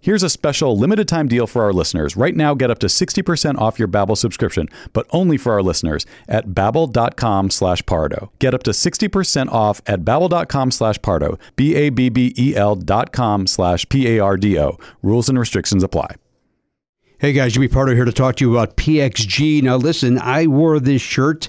Here's a special limited time deal for our listeners. Right now, get up to 60% off your Babbel subscription, but only for our listeners at babbel.com slash pardo. Get up to 60% off at babbel.com slash pardo, B-A-B-B-E-L E dot com slash P-A-R-D-O. Rules and restrictions apply. Hey guys, Jimmy Pardo here to talk to you about PXG. Now, listen, I wore this shirt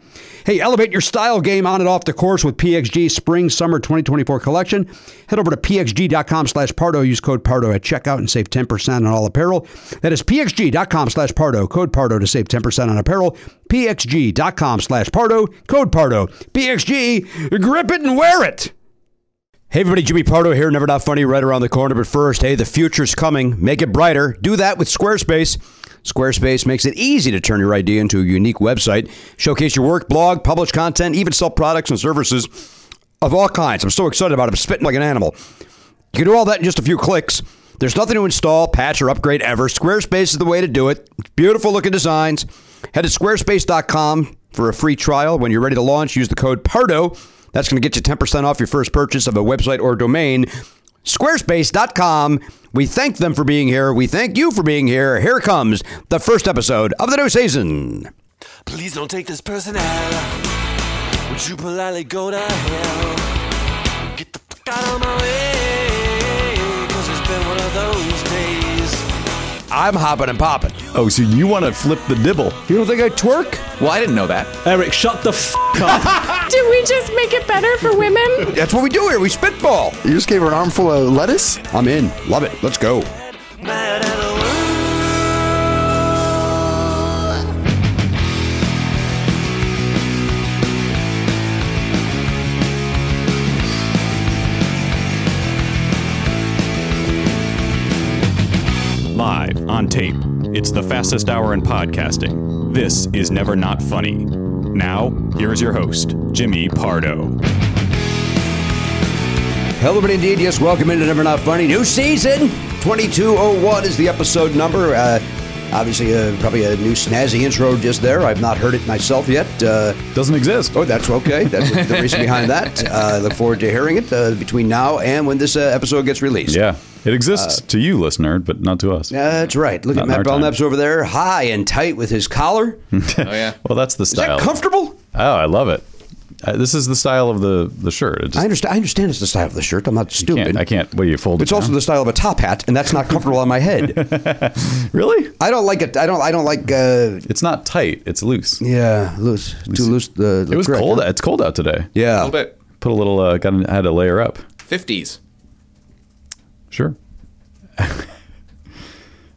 Hey, elevate your style game on and off the course with PXG Spring Summer 2024 collection. Head over to pxg.com slash Pardo. Use code Pardo at checkout and save 10% on all apparel. That is pxg.com slash Pardo. Code Pardo to save 10% on apparel. pxg.com slash Pardo. Code Pardo. PXG, grip it and wear it. Hey everybody, Jimmy Pardo here, Never Not Funny, right around the corner. But first, hey, the future's coming. Make it brighter. Do that with Squarespace. Squarespace makes it easy to turn your idea into a unique website, showcase your work, blog, publish content, even sell products and services of all kinds. I'm so excited about it. I'm spitting like an animal. You can do all that in just a few clicks. There's nothing to install, patch, or upgrade ever. Squarespace is the way to do it. Beautiful looking designs. Head to squarespace.com for a free trial. When you're ready to launch, use the code PARDO. That's going to get you 10% off your first purchase of a website or domain. Squarespace.com. We thank them for being here. We thank you for being here. Here comes the first episode of the new season. Please don't take this person out. Would you politely go to hell? Get the fuck out of my way. Cause it's been one of those days. I'm hopping and popping. Oh, so you want to flip the dibble? You don't think I twerk? Well, I didn't know that. Eric, shut the f up. Did we just make it better for women? That's what we do here. We spitball. You just gave her an armful of lettuce? I'm in. Love it. Let's go. Mad at the world. Live, on tape. It's the fastest hour in podcasting. This is Never Not Funny. Now, here is your host, Jimmy Pardo. Hello, but indeed, yes, welcome into Never Not Funny. New season 2201 is the episode number. Uh, obviously, uh, probably a new snazzy intro just there. I've not heard it myself yet. Uh, Doesn't exist. oh, that's okay. That's the reason behind that. Uh, I look forward to hearing it uh, between now and when this uh, episode gets released. Yeah. It exists to you, listener, but not to us. Uh, that's right. Look Not at in Matt our time. Belknap's over there, high and tight with his collar. Is Oh yeah. Well, that's the style. that comfortable? Oh, I love it. Uh, this is the style of the, the shirt. It just, I understand. I understand it's the style of the shirt. I'm not stupid. can't, I can't. What do you fold it? It's also down? the style of a top hat, and that's not comfortable on my head. really. I don't like it. I don't. I don't like. Uh, It's not tight. It's loose. yeah, loose. Too loose. The, It was cold. It's cold out today. A Yeah. little bit. Put a little. Uh, got an, had to layer up. Fifties. Sure. I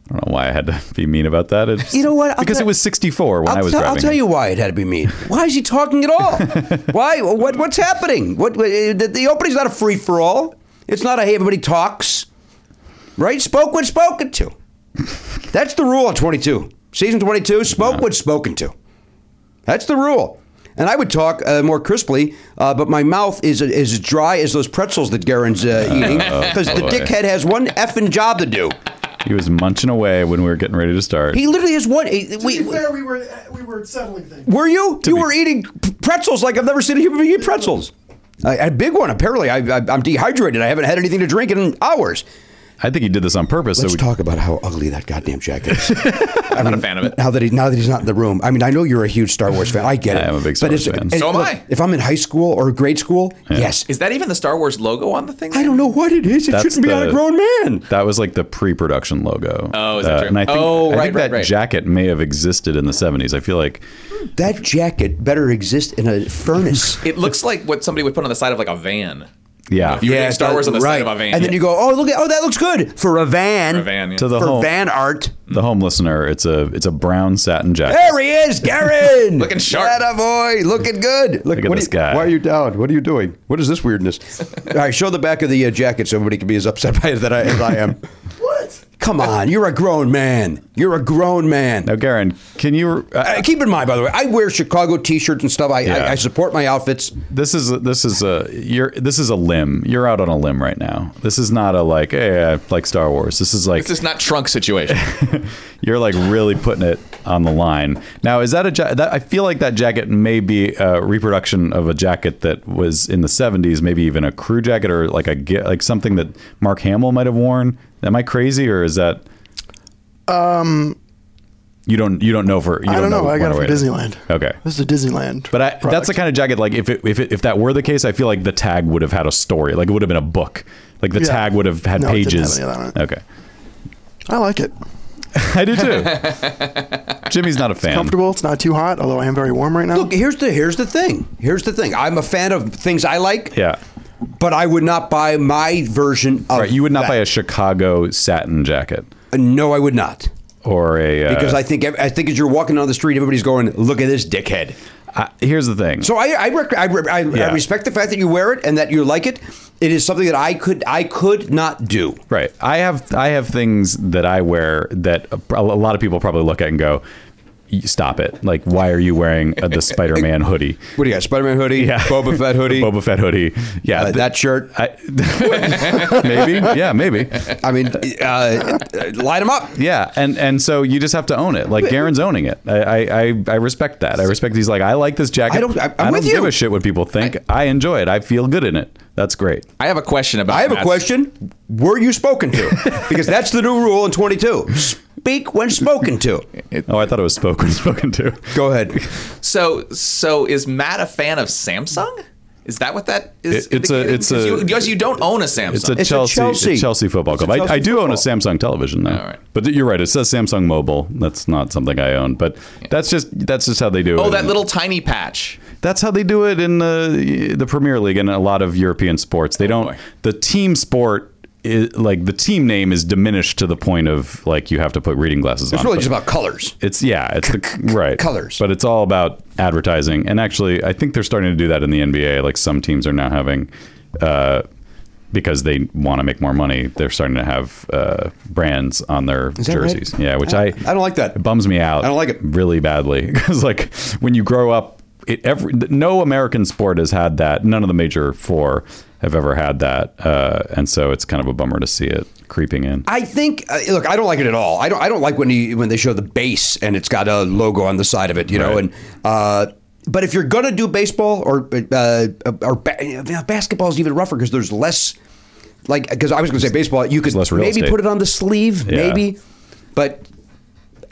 don't know why I had to be mean about that. It's, You know what? I'll because it tell- was 64 when I'll, I was tell- I'll driving. tell it. you why it had to be mean. Why is he talking at all? why? What? What's happening? What? what the, the opening's not a free for all. It's not a hey everybody talks. Right? Spoke what's spoken to. That's the rule of 22. Season 22, spoke what's spoken to. That's the rule. And I would talk uh, more crisply, uh, but my mouth is is as dry as those pretzels that Garen's uh, eating because the Oh, boy. dickhead has one effing job to do. He was munching away when we were getting ready to start. He literally has one. he- we- be fair, we were uh, we were settling things. Were you? you be- were eating p- pretzels like I've never seen a human being eat pretzels. A, a big one, apparently. I, I, I'm dehydrated. I haven't had anything to drink in hours. I think he did this on purpose. Let's so we, talk about how ugly that goddamn jacket is. I'm not a fan of it. Now that he, now that he's not in the room, I mean, I know you're a huge Star Wars fan. I get it. I am a big Star But it's- Wars fan. and So am look, I. If I'm in high school or grade school, yes. Is that even the Star Wars logo on the thing? I don't know what it is. It That's shouldn't be on a the- grown man. That was like the pre-production logo. Uh, Oh, is that true? And I think, Oh, I right, think right, that right. jacket may have existed in the 70s. I feel like That jacket better exist in a furnace. It looks like what somebody would put on the side of like a van. yeah. You were doing it Star does- Wars on the right. side of a van. And then you go, oh, look at, oh, that looks good for a van. For a van, yeah. To the for home van art. the home listener, it's a it's a brown satin jacket. There he is, Garen. Looking sharp. boy. Looking good. Look at What this are you- guy. Why are you down? What are you doing? What is this weirdness? All right, show the back of the uh, jacket so everybody can be as upset by it that I, as I am. what? Come on, you're a grown man. You're a grown man. now, Garen, can you? Uh, I, keep in mind, by the way, I wear Chicago T-shirts and stuff. I, Yeah. I, I support my outfits. this is this is a you're this is a limb. You're out on a limb right now. This is not a like hey I like Star Wars. This is like It's just not trunk situation. you're like really putting it on the line. Now is that a ja- that I feel like that jacket may be a reproduction of a jacket that was in the 70s, maybe even a crew jacket or like a ge- like something that Mark Hamill might have worn. Am I crazy or is that? Um, you don't you don't know for you Um, I don't know. I one got it from way to- Disneyland. Okay. This is a Disneyland. But I, that's the kind of jacket like if it, if it, if that were the case, I feel like the tag would have had a story. Like it would have been a book. Like the Yeah. tag would have had No, it didn't pages. have any of that on okay, I like it. I do too. Jimmy's not a fan. Comfortable. It's not too hot, although I am very warm right now. Look, here's the here's the thing. Here's the thing. I'm a fan of things I like. Yeah, But I would not buy my version of. right. You would not that. buy a Chicago satin jacket No, I would not. or a uh, Because I think I think as you're walking down the street, everybody's going, "Look at this dickhead." I- here's the thing. So I I, rec- I, re- I, I Yeah. respect the fact that you wear it and that you like it. It is something that I could I could not do. Right. I have I have things that I wear that a, a lot of people probably look at and go, "Y- "Stop it! Like, why are you wearing uh, the Spider-Man hoodie?" What do you got? Spider Man hoodie, Yeah. Boba Fett hoodie, Boba Fett hoodie. Yeah, uh, th- that shirt. I, I, maybe. Yeah, maybe. mean, uh, light them up. Yeah, and and so you just have to own it. Like Garen's owning it. I I, I- I respect that. I respect he's like I like this jacket. I don't- I- don't I'm with give you. a shit what people think. I, enjoy it. I feel good in it. That's great. I have a question about. I have a Matt's- question. Were you spoken to? Because that's the new rule in 22. Speak when spoken to. Oh, I thought it was spoken spoken to. Go ahead. So so is Matt a fan of Samsung? Is that what that is? It- it's a- indicating? it's a- 'Cause you, because you don't own a Samsung. It's a, It's a Chelsea, Chelsea. it's Chelsea football It's a club. I- I, Chelsea do own a football. Samsung television though. All right. But th- you're right. It says Samsung Mobile. That's not something I own. But that's just that's just how they do it. oh, that in- little tiny patch. That's how they do it in the the Premier League and a lot of European sports. Oh, They don't boy. the team sport. Is, like the team name is diminished to the point of like you have to put reading glasses on. It's really but just about colors. it's yeah, it's the right colours. but it's all about advertising. And actually, I think they're starting to do that in the NBA. Like some teams are now having uh, because they want to make more money. They're starting to have uh, brands on their that right? jerseys. Yeah, which I, I don't like that. It bums me out. I don't like it. really badly because like when you grow up, it every no American sport has had that. None of the major four have ever had that, uh, and so it's kind of a bummer to see it creeping in. I think uh, look, I don't like it at all. I don't. I don't like when you when they show the base and it's got a logo on the side of it, you know. Right. And uh, but if you're gonna do baseball or uh, or ba- you know, basketball is even rougher because there's less like because I was gonna say baseball you could less real maybe estate. put it on the sleeve Yeah. maybe, but.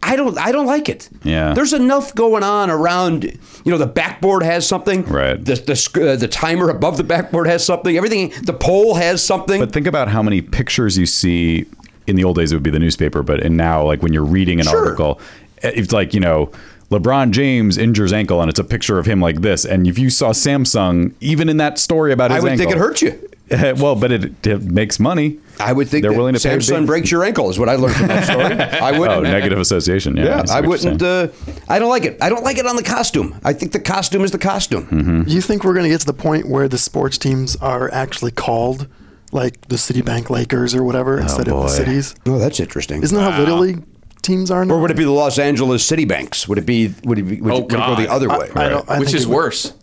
I don't. I don't like it. Yeah. There's enough going on around. You know, the backboard has something. Right. The the, sc- uh, the timer above the backboard has something. Everything. The pole has something. But think about how many pictures you see. In the old days, it would be the newspaper, but and now, like when you're reading an Sure. article, eh, it's like you know, LeBron James injures ankle, and it's a picture of him like this. And if you saw Samsung, even in that story about I his would ankle, think it hurts you. well, but it, it makes money. I would think they're that willing to pay. a Samsung big- breaks your ankle is what I learned from that story. I Oh, wouldn't. negative association. Yeah, yeah, see I what you're wouldn't. saying. Uh, I don't like it. I don't like it on the costume. I think the costume is the costume. Mm-hmm. You think we're going to get to the point where the sports teams are actually called like the Citibank Lakers or whatever instead of boy. the cities? Oh, that's interesting. Isn't that how Little League teams are now? or would it be the Los Angeles Citibanks? Would it be? Would it be? Would, Oh, it, would it go the God. other I- way? I don't- I which think is it would- worse.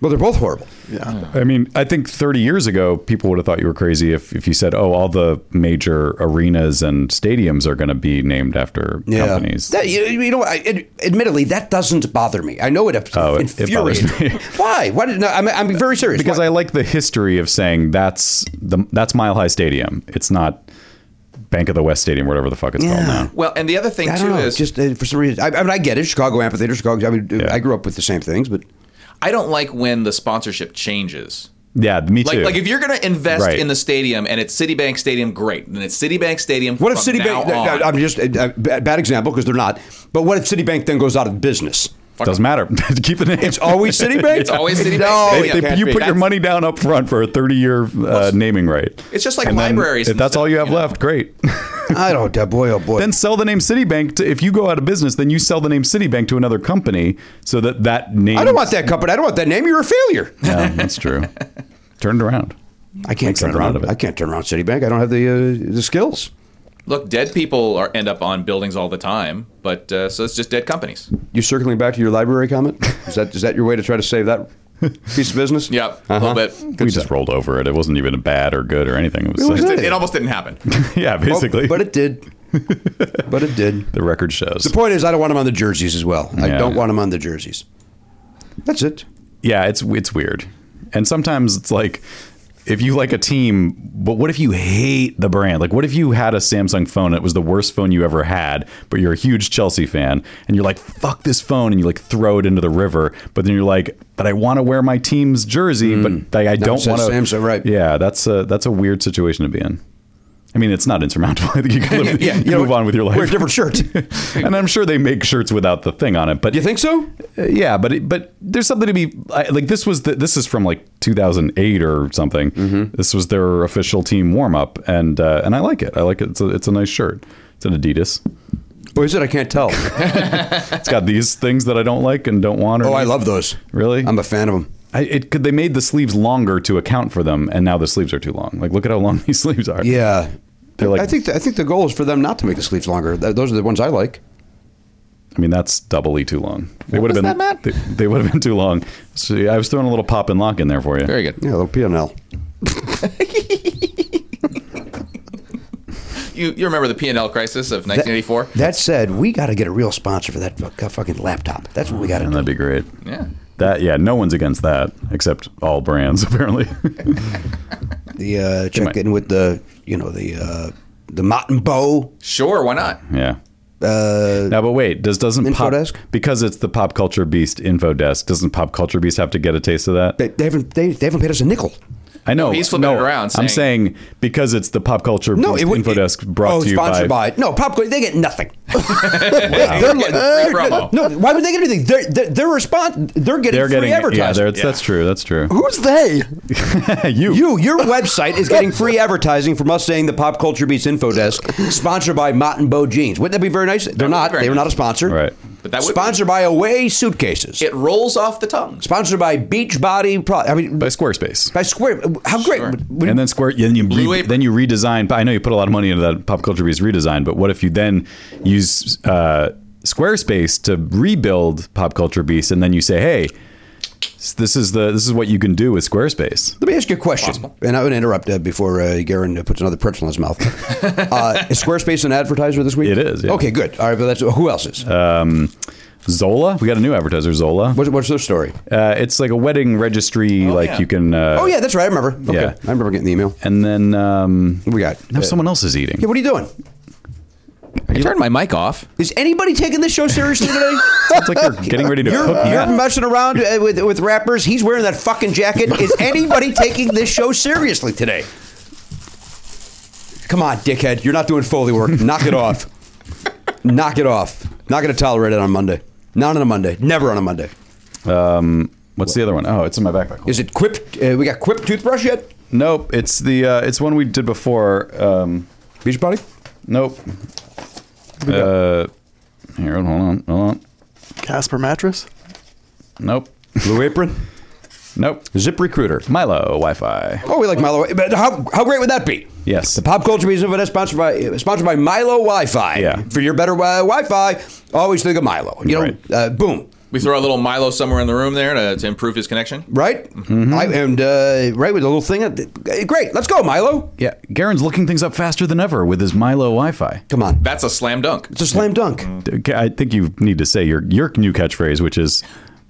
well, they're both horrible. Yeah. I mean, I think 30 years ago, people would have thought you were crazy if, if you said, "Oh, all the major arenas and stadiums are going to be named after companies." That, you, you know, I, ad- admittedly, that doesn't bother me. I know it Oh, it- it bothers infuriates me. me. Why? Why did? No, I'm, I'm very serious. because Why? I like the history of saying that's the that's Mile High Stadium. It's not Bank of the West Stadium, whatever the fuck it's Yeah. called now. Well, and the other thing I too don't know. is Just uh, for some reason, I, I mean, I get it. Chicago amphitheater, Chicago. I mean, Yeah. I grew up with the same things, but I don't like when the sponsorship changes. Yeah, me Like, too. like if you're going to invest Right. in the stadium and it's Citibank Stadium, great. Then it's Citibank Stadium. What if from now Citibank? no, no, on. I'm just a bad example because they're not. But what if Citibank then goes out of business? doesn't matter. Keep the name. It's always Citibank. It's always Citibank. No, it They- If- if can't you be. put your That's- money down up front for a 30 year uh, naming right. It's just like And then libraries If that's instead, all you you have know. left, great. I don't. uh, Boy, oh boy. then sell the name Citibank. To, if you go out of business, then you sell the name Citibank to another company so that that name. I don't want that company. I don't want that name. You're a failure. Yeah, that's true. Turn it around. I can't turn something out of around. it. I can't turn around Citibank. I don't have the uh, the skills. Look, dead people are, end up on buildings all the time, but uh, so it's just dead companies. You circling back to your library comment? Is that is that your way to try to save that piece of business? Yep, a Uh-huh. little bit. we just rolled over it. It wasn't even bad or good or anything. It was, was like- It, it almost didn't happen. yeah, Oh, basically. but it did. but it did. the record shows. The point is, I don't want them on the jerseys as well. I Yeah. don't want them on the jerseys. That's it. yeah, it's it's weird, and sometimes it's like if you like a team, but what if you hate the brand? Like, what if you had a Samsung phone and it was the worst phone you ever had, but you're a huge Chelsea fan and you're like, "Fuck this phone," and you like throw it into the river. But then you're like, "But I want to wear my team's jersey, but I, I don't Mm. want says to." Samsung, right. Yeah, that's a that's a weird situation to be in. I mean, it's not insurmountable. I think you can live, Yeah, you know, move on with your life. Wear a different shirt. and I'm sure they make shirts without the thing on it. But You think so? Uh, yeah, but it, but there's something to be I- like this was the, this is from like 2008 or something. Mm-hmm. This was their official team warm up, and uh, and I like it. I like it. It's a, it's a nice shirt. It's an Adidas. Or is it? I can't tell. It's got these things that I don't like and don't want. Oh, I underneath. love those. Really? I'm a fan of them. I, it could they made the sleeves longer to account for them, and now the sleeves are too long. Like look at how long these sleeves are. Yeah. They're like- I think I think the goal is for them not to make the sleeves longer. Th- Those are the ones I like. I mean, that's doubly too long. They would have was been. that, Matt? They, they would have been too long. So yeah, I was throwing a little pop and lock in there for you. Very good. Yeah, they'll P and L. You, you remember the P&L crisis of 1984? That said, we got to get a real sponsor for that fuck- fucking laptop. That's what we got to And do. that'd be great. yeah. That yeah, no one's against that except all brands apparently. The uh, check in with the you know the uh, the Mott and Bow. Sure, why not? yeah. Uh, Now, but wait, does doesn't pop Infodesk? because it's the pop culture beast info desk? Doesn't pop culture beast have to get a taste of that? they, they haven't they, they haven't paid us a nickel. I know he's flipping no, it around, I'm saying- saying because it's the pop culture No, beast it would info desk brought oh, to you sponsored by. by, no popcorn. They get nothing. They're like- Free promo. no, why would they get anything? They're they're, they're respond. They're getting They're free getting yeah, they're, advertising. that's true. That's true. Who's they? you You, your website is getting free advertising from us saying the Pop Culture Beats Info Desk, sponsored by Mott and Bow Jeans. Wouldn't that be very nice? They're would be not. very They were nice. not a sponsor. right? But That would Sponsored by Away Suitcases. it rolls off the tongue. Sponsored by Beachbody. Pro- I mean, by by, Squarespace. Square. How great! Sure. would- and then Square, then you Blue re- Apron. then you redesign. But I know you put a lot of money into that pop culture based redesign. But what if you then use uh, Squarespace to rebuild pop culture beast, and then you say, hey, this is the this is what you can do with Squarespace. Let me ask you a question, and I would interrupt uh, before uh, Garen uh, puts another pretzel in his mouth. uh, is Squarespace an advertiser this week? It is, yeah. Uh, Okay, good. All right, but that's who else is? Zola, we got a new advertiser, Zola. what's, what's their story? Uh, it's like a wedding registry, like yeah. you can. Uh, oh yeah, that's right. I remember. Okay. yeah. I remember getting the email. And then um, What we got? now someone else is eating. Yeah, what are you doing? I turned my mic off. Is anybody taking this show seriously today? It's like they're getting ready to You're, cook. you're meth. messing around uh, with with rappers. He's wearing that fucking jacket. Is anybody taking this show seriously today? Come on, dickhead. You're not doing Foley work. Knock it off. Knock it off. Not going to tolerate it on Monday. Not on a Monday. Never on a Monday. Um, What's the other one? Oh, it's in my backpack. Hold Is it Quip? Uh, we got Quip toothbrush yet? Nope, it's the uh, it's one we did before. Um, Beachbody? nope. Uh, here, hold on, hold on. Casper mattress. Nope, Blue Apron? nope. Zip Recruiter. Milo Wi-Fi. Oh, we like Milo. But how, how great would that be? Yes. The Pop Culture Museum of Finesse sponsored by uh, sponsored by Milo Wi-Fi. Yeah. For your better uh, Wi-Fi, always think of Milo. You know, Right. uh, boom. We throw a little Milo somewhere in the room there to, to improve his connection. Right? Mm-hmm. I, and uh, right with the little thing. uh, Great. Let's go, Milo. Yeah, Garen's looking things up faster than ever with his Milo Wi-Fi. Come on. That's a slam dunk. It's a slam dunk. Okay, I think you need to say your your new catchphrase, which is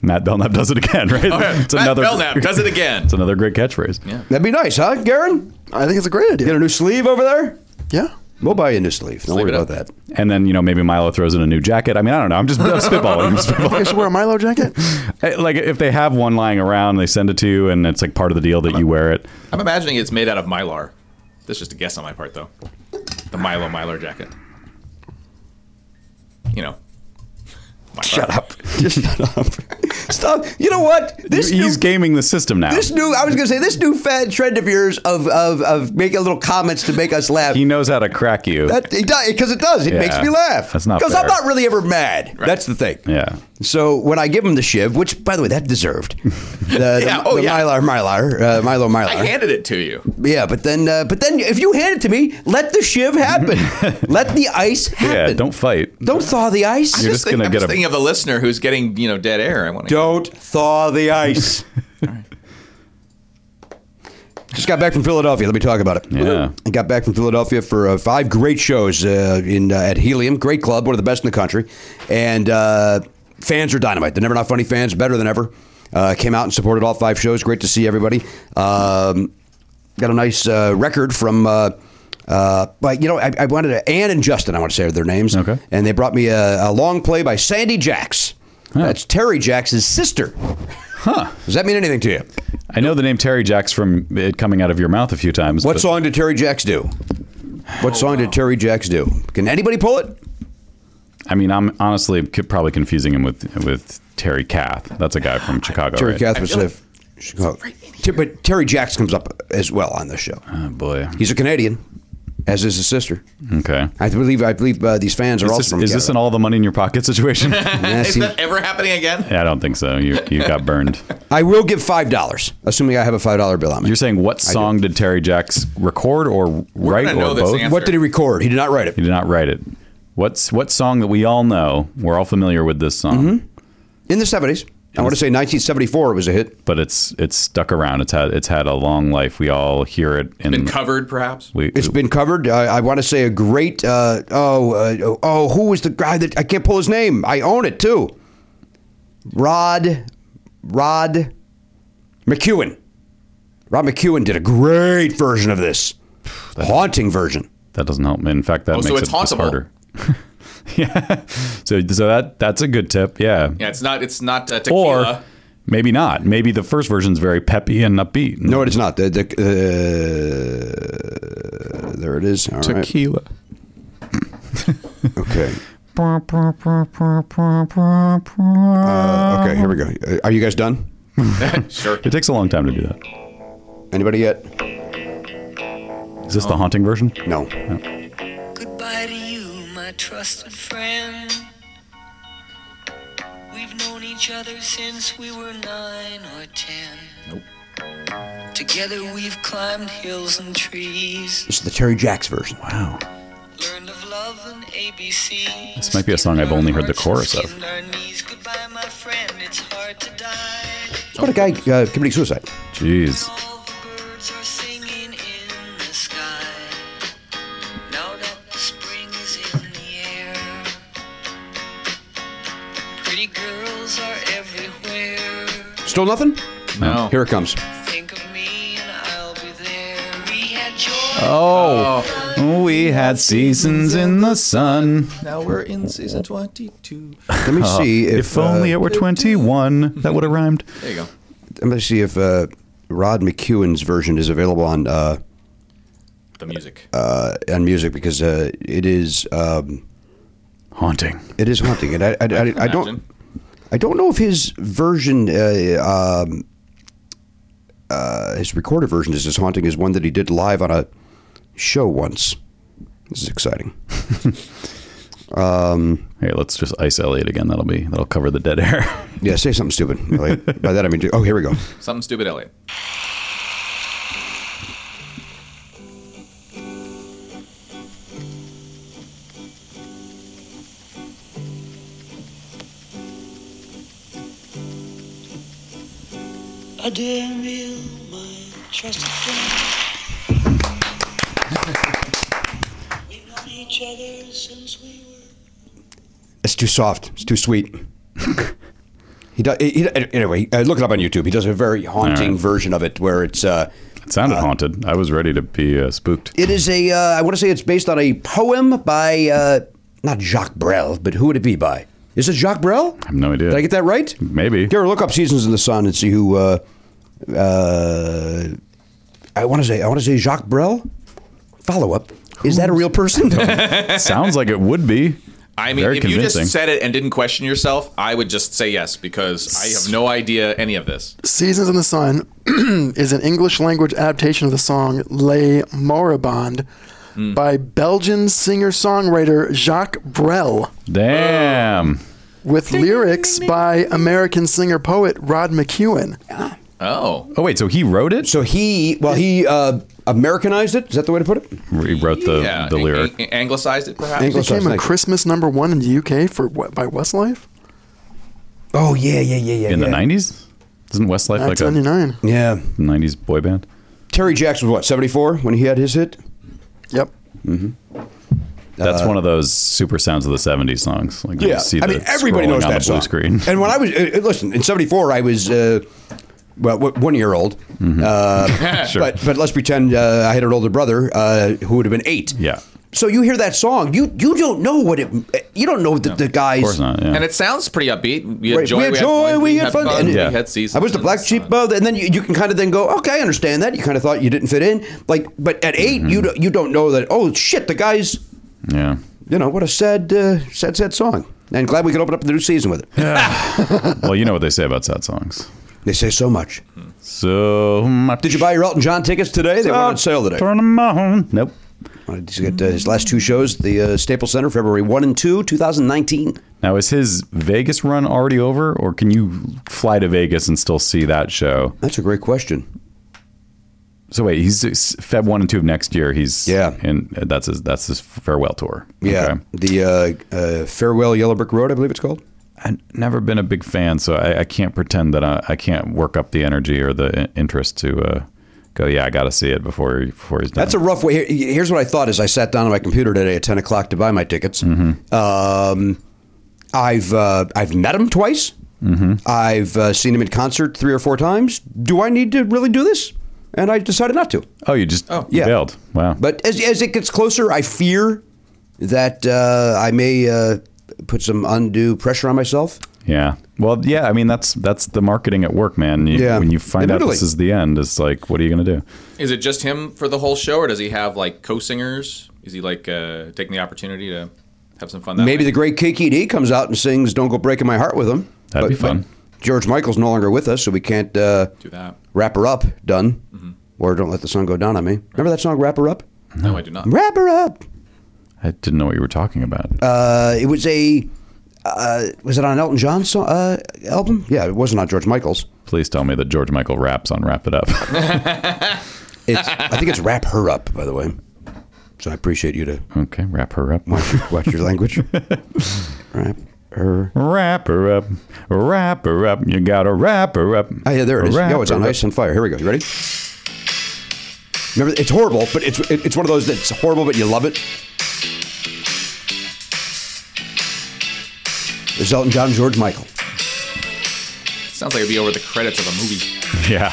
Matt Belknap does it again, right? It's Matt Belknap does it again. It's another great catchphrase. Yeah. That'd be nice, huh, Garen? I think it's a great Get idea. a new sleeve over there? Yeah. We'll buy you a new sleeve. Don't Sleeve worry it about up. that. And then you know maybe Milo throws in a new jacket. I mean I don't know. I'm just I'm spitballing. I'm spitballing. I should wear a Milo jacket. Eh, like if they have one lying around, they send it to you, and it's like part of the deal that you wear it. I'm imagining it's made out of mylar. That's just a guess on my part, though. The Milo mylar jacket. You know. Mylar. Shut up. Just shut up. Stop. You know what? This He's new- gaming the system now. This new, I was going to say, this new fad trend of yours of, of, of making little comments to make us laugh. he knows how to crack you. that, it does, because it does. It Yeah. makes me laugh. That's not Because I'm fair. not really ever mad. That's the thing. yeah. So when I give him the shiv, which, by the way, that deserved. The, Yeah, the, oh, the yeah. Mylar, Mylar, uh, Milo, Mylar. I handed it to you. yeah, but then, uh, but then, if you hand it to me, let the shiv happen. let the ice happen. Yeah. Don't fight. Don't thaw the ice. You're just Just think, gonna I'm get just a- thinking of the listener who's getting you know dead air. I want to. Don't thaw the ice. Just got back from Philadelphia. Let me talk about it. Yeah. I got back from Philadelphia for uh, five great shows uh, in uh, at Helium, great club, one of the best in the country, and uh, fans are dynamite. They're never not funny fans, better than ever. Uh, came out and supported all five shows. Great to see everybody. Um, got a nice uh, record from. Uh, uh, but you know, I, I wanted to, Ann and Justin. I want to say are their names. Okay. And they brought me a, a long play by Sandy Jacks. That's Terry Jacks's sister. Huh? Does that mean anything to you? I know the name Terry Jacks from it coming out of your mouth a few times. What but- Oh, song did Terry Jacks do? What song did Terry Jacks do? Can anybody pull it? I mean, I'm honestly c- probably confusing him with with Terry Kath. That's a guy from Chicago. Terry right? Kath was live. Chicago. Ter- but Terry Jacks comes up as well on this show. Oh boy. He's a Canadian, as is his sister. okay. I believe. I believe uh, these fans are Mm-hmm. Is also this, from. is this an Canada. all the money in your pocket situation? yeah, Yes, Is he- that ever happening again? I don't think so. You you got burned. I will give five dollars, assuming I have a five dollar bill on me. You're saying what song did Terry Jacks record or write gonna or know this both? answer. what did he record? He did not write it. He did not write it. What's what song that we all know? We're all familiar with this song, In the seventies, I want to say 1974. It was a hit. but it's it's stuck around. It's had it's had a long life. We all hear it in Been covered, perhaps. we, It's been covered. Uh, I want to say a great. Uh, oh, uh, oh, who was the guy that I can't pull his name? I own it too. Rod, Rod McEwen. Rod McEwen did a great version of this, haunting version. that doesn't help. In fact, that Oh, makes so it it's just hauntable. harder. yeah. So so that that's a good tip. Yeah. Yeah, it's not. It's not uh, or tequila. maybe not. Maybe the first version's very peppy and upbeat. No, it is not. The, the, uh, there it is. All right. tequila. Okay. Uh, okay. Here we go. Uh, Are you guys done? sure. It takes a long time to do that. Anybody yet? Is Oh. this the haunting version? No. Goodbye to you, my trusted friend. We've known each other since we were nine or ten. Nope. Together we've climbed hills and trees, This is the Terry Jacks version. Wow. learned of love and ABC. This might be a song I've only heard the chorus of. Skinned our knees, goodbye, my friend, it's hard to die. It's about a guy uh, committing suicide. Jeez. All the birds are singing in the sky. Now that the spring is in the air, pretty girls are everywhere. Still nothing? No. Here it comes. Think of me and I'll be there. We had joy. Oh. We had seasons in the sun. Now we're in season 22. Let me see if, If only uh, it were 21. That would have rhymed. There you go. I'm going to see if uh, Rod McEwen's version is available on uh, The music. uh, on music because uh, it is um, Haunting. it is haunting, and I, I, I, I don't Imagine. I don't know if his version. Uh, um, uh, his recorded version is as haunting as one that he did live on a show once. This is exciting. Here, let's just ice Elliot again. That'll be that'll cover the dead air. Yeah, say something stupid. Like, by that I mean, do- oh, here we go. Something stupid, Elliot. A damn real, my trusted friend. We've known each other since we were It's too soft. It's too sweet. he does. He, he- anyway, uh, look it up on YouTube. He does a very All haunting right. version of it, where it's. Uh, It sounded haunted. I was ready to be uh, spooked. it is a. Uh, I want to say it's based on a poem by uh, not Jacques Brel, but who would it be by? Is it Jacques Brel? I have no idea. Did I get that right? Maybe. Here, look up "Seasons in the Sun" and see who. Uh, uh, I want to say. I want to say Jacques Brel. Follow up. Is that a real person? Sounds like it would be. I mean, Very if convincing. you just said it and didn't question yourself, I would just say yes because I have no idea any of this. Seasons in the Sun is an English language adaptation of the song Les Moribond Hmm. by Belgian singer songwriter Jacques Brel Damn. with lyrics by American singer poet Rod McEwen. Oh, Oh wait, so he wrote it? so he. Well, he uh, Americanized it. Is that the way to put it? He wrote the yeah. the an- lyric. an- anglicized it, perhaps. Anglo- It became thank a you. Christmas number one in the UK for what by Westlife? Oh yeah, yeah, yeah, yeah. in the yeah. nineties? Isn't Westlife like a 1999. Yeah. nineties boy band? Terry Jackson was what, 74 when he had his hit? Yep. That's one of those super sounds of the seventies songs. Like you see Uh, I the mean, everybody scrolling knows on that the blue song. screen. And when I was, uh, uh, listen, in 74, I was, uh, well, w- one year old. Uh, Mm-hmm. Sure. but, but let's pretend uh, I had an older brother uh, who would have been eight. Yeah. So you hear that song, you you don't know what it, you don't know that the guys. Of course not. Yeah. And it sounds pretty upbeat. We had Right. joy, we had joy, we had fun. and And- Yeah. we had seasons. I was the in black sheep sun. of, the- and then you, you can kind of then go, okay, I understand that. You kind of thought you didn't fit in, like, but at Mm-hmm. 8 you don't, you don't know that. Oh shit, the guys yeah. you know, what a sad, uh, sad, sad song. And glad we could open up the new season with it. Well, you know what they say about sad songs. They say so much. So much. Did you buy your Elton John tickets today? They were on sale today. Turn 'em on. Nope. He's got uh, his last two shows, at the uh, Staples Center, February 1 and 2, 2019. Now is his Vegas run already over, or can you fly to Vegas and still see that show? That's a great question. So wait, he's it's Feb one and two of next year. He's Yeah. and that's his that's his farewell tour. Yeah. Okay. The uh, uh, Farewell Yellow Brick Road, I believe it's called. I've never been a big fan, so I, I can't pretend that I, I can't work up the energy or the in- interest to uh, go. Yeah, I got to see it before before he's done. That's a rough way. here- Here's what I thought as I sat down on my computer today at 10 o'clock to buy my tickets. Mm-hmm. Um, I've uh, I've met him twice. Mm-hmm. I've uh, seen him in concert three or four times. Do I need to really do this? And I decided not to. oh, you just you yeah. bailed. Wow. But as, as it gets closer, I fear that uh, I may uh, put some undue pressure on myself. yeah. Well, yeah. I mean, that's that's the marketing at work, man. You, Yeah. When you find out Admittedly. this is the end, it's like, what are you gonna do? Is it just him for the whole show, or does he have like co-singers? Is he like uh, taking the opportunity to have some fun? That Maybe way? the great KKD comes out and sings "Don't Go Breaking My Heart" with him. That'd be fun. George Michael's no longer with us, so we can't uh, do that. wrap her up. Done. Or don't let the sun go down on me. Remember that song, "Wrap Her Up"? No, I do not. Wrap her up. I didn't know what you were talking about. Uh, it was a uh, was it on Elton John's song, uh, album? Yeah, it wasn't on George Michael's. Please tell me that George Michael raps on Wrap It Up. It's, I think it's Wrap Her Up, by the way. So I appreciate you to okay, wrap her up. watch your, watch your language. Wrap her. Wrap her up. Wrap her up. You gotta wrap her up. Oh, yeah, there it is. Wrap Yo, it's on her up. ice and fire. Here we go. You ready? Remember, it's horrible, but it's it- it's one of those that's horrible, but you love it. It's Elton John, and George Michael. Sounds like it'd be over the credits of a movie. Yeah.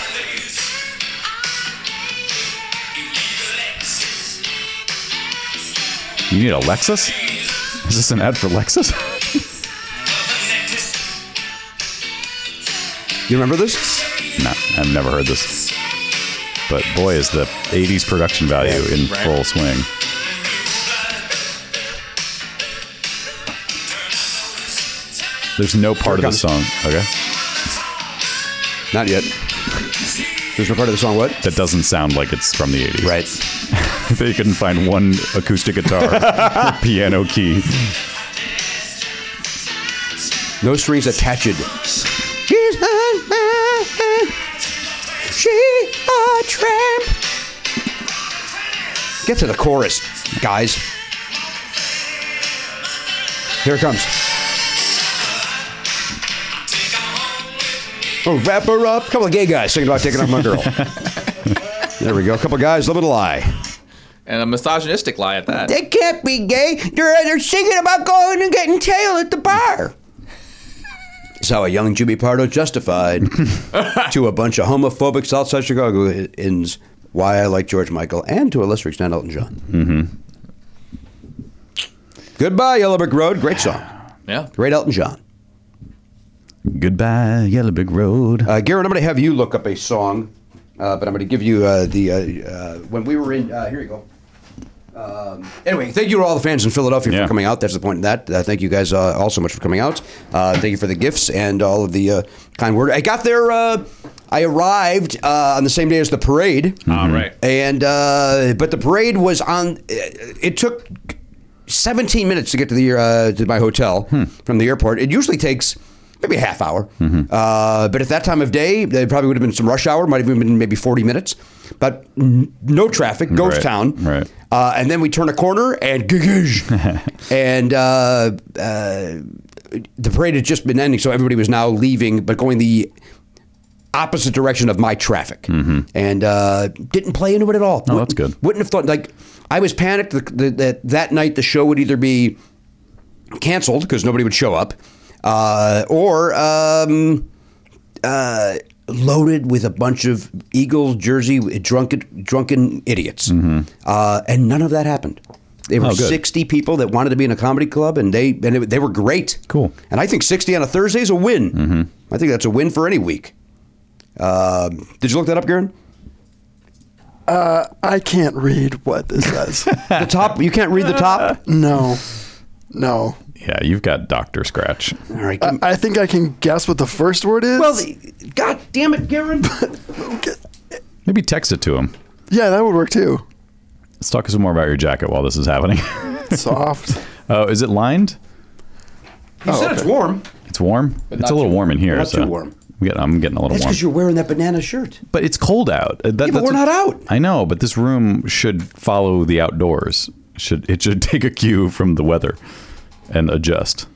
You need a Lexus? Is this an ad for Lexus? You remember this? no, I've never heard this. But boy, is the 80s production value in right. full swing. There's no part of the Here it song, okay, Not yet. There's no part of the song. What? that doesn't sound like it's from the 80s. Right. they couldn't find one acoustic guitar or piano key. No strings attached. She's a she a tramp. Get to the chorus, guys. Here it comes. Oh, wrap her up. Couple of gay guys singing about taking off my girl. there we go. Couple of guys living a lie. And a misogynistic lie at that. They can't be gay. They're, they're singing about going and getting tail at the bar. That's how a young Jimmy Pardo justified to a bunch of homophobic Southside Chicagoans why I like George Michael and to a lesser extent Elton John. Mm-hmm. Goodbye, Yellow Brick Road. Great song. Yeah. Great Elton John. Goodbye, Yellow Brick Road. Uh, Garrett, I'm going to have you look up a song, uh, but I'm going to give you uh, the uh, uh, when we were in. Uh, here you go. Um, anyway, thank you to all the fans in Philadelphia Yeah. for coming out. That's the point in that. Uh, thank you guys uh, all so much for coming out. Uh, thank you for the gifts and all of the uh, kind word. I got there. Uh, I arrived uh, on the same day as the parade All right. and uh, but the parade was on. It took 17 minutes to get to the uh, to my hotel Hmm. from the airport. It usually takes maybe a half hour, Mm-hmm. uh, but at that time of day, there probably would have been some rush hour. Might have even been maybe 40 minutes, but n- no traffic, ghost Right, town. right. Uh, and then we turn a corner and gigage. and uh, uh, the parade had just been ending, so everybody was now leaving, but going the opposite direction of my traffic, and uh, didn't play into it at all. Oh, Wouldn't- Mm-hmm. that's good. Wouldn't have thought like I was panicked that that, that, that night the show would either be canceled because nobody would show up, uh, or um, uh, loaded with a bunch of Eagles jersey drunken drunken idiots, uh, and none of that happened. There were Mm-hmm. Oh, good. sixty people that wanted to be in a comedy club, and they and it, they were great. Cool. And I think sixty on a Thursday is a win. I think that's a win for any week. Um, did you look that up, Garen? I can't read what this says. The top. You can't read the top. no, no. Yeah, you've got Doctor Scratch. All right. I, I think I can guess what the first word is. Uh, well, the- God damn it, Garen. Maybe text it to him. yeah, that would work too. Let's talk some more about your jacket while this is happening. Soft. Oh, is it lined? You said it's warm. It's warm. it's a little warm in here. not so too warm. I'm getting, I'm getting a little That's warm. because you're wearing that banana shirt. But it's cold out. Uh, That, Yeah, but we're what- not out. I know, but this room should follow the outdoors. Should it should take a cue from the weather and adjust.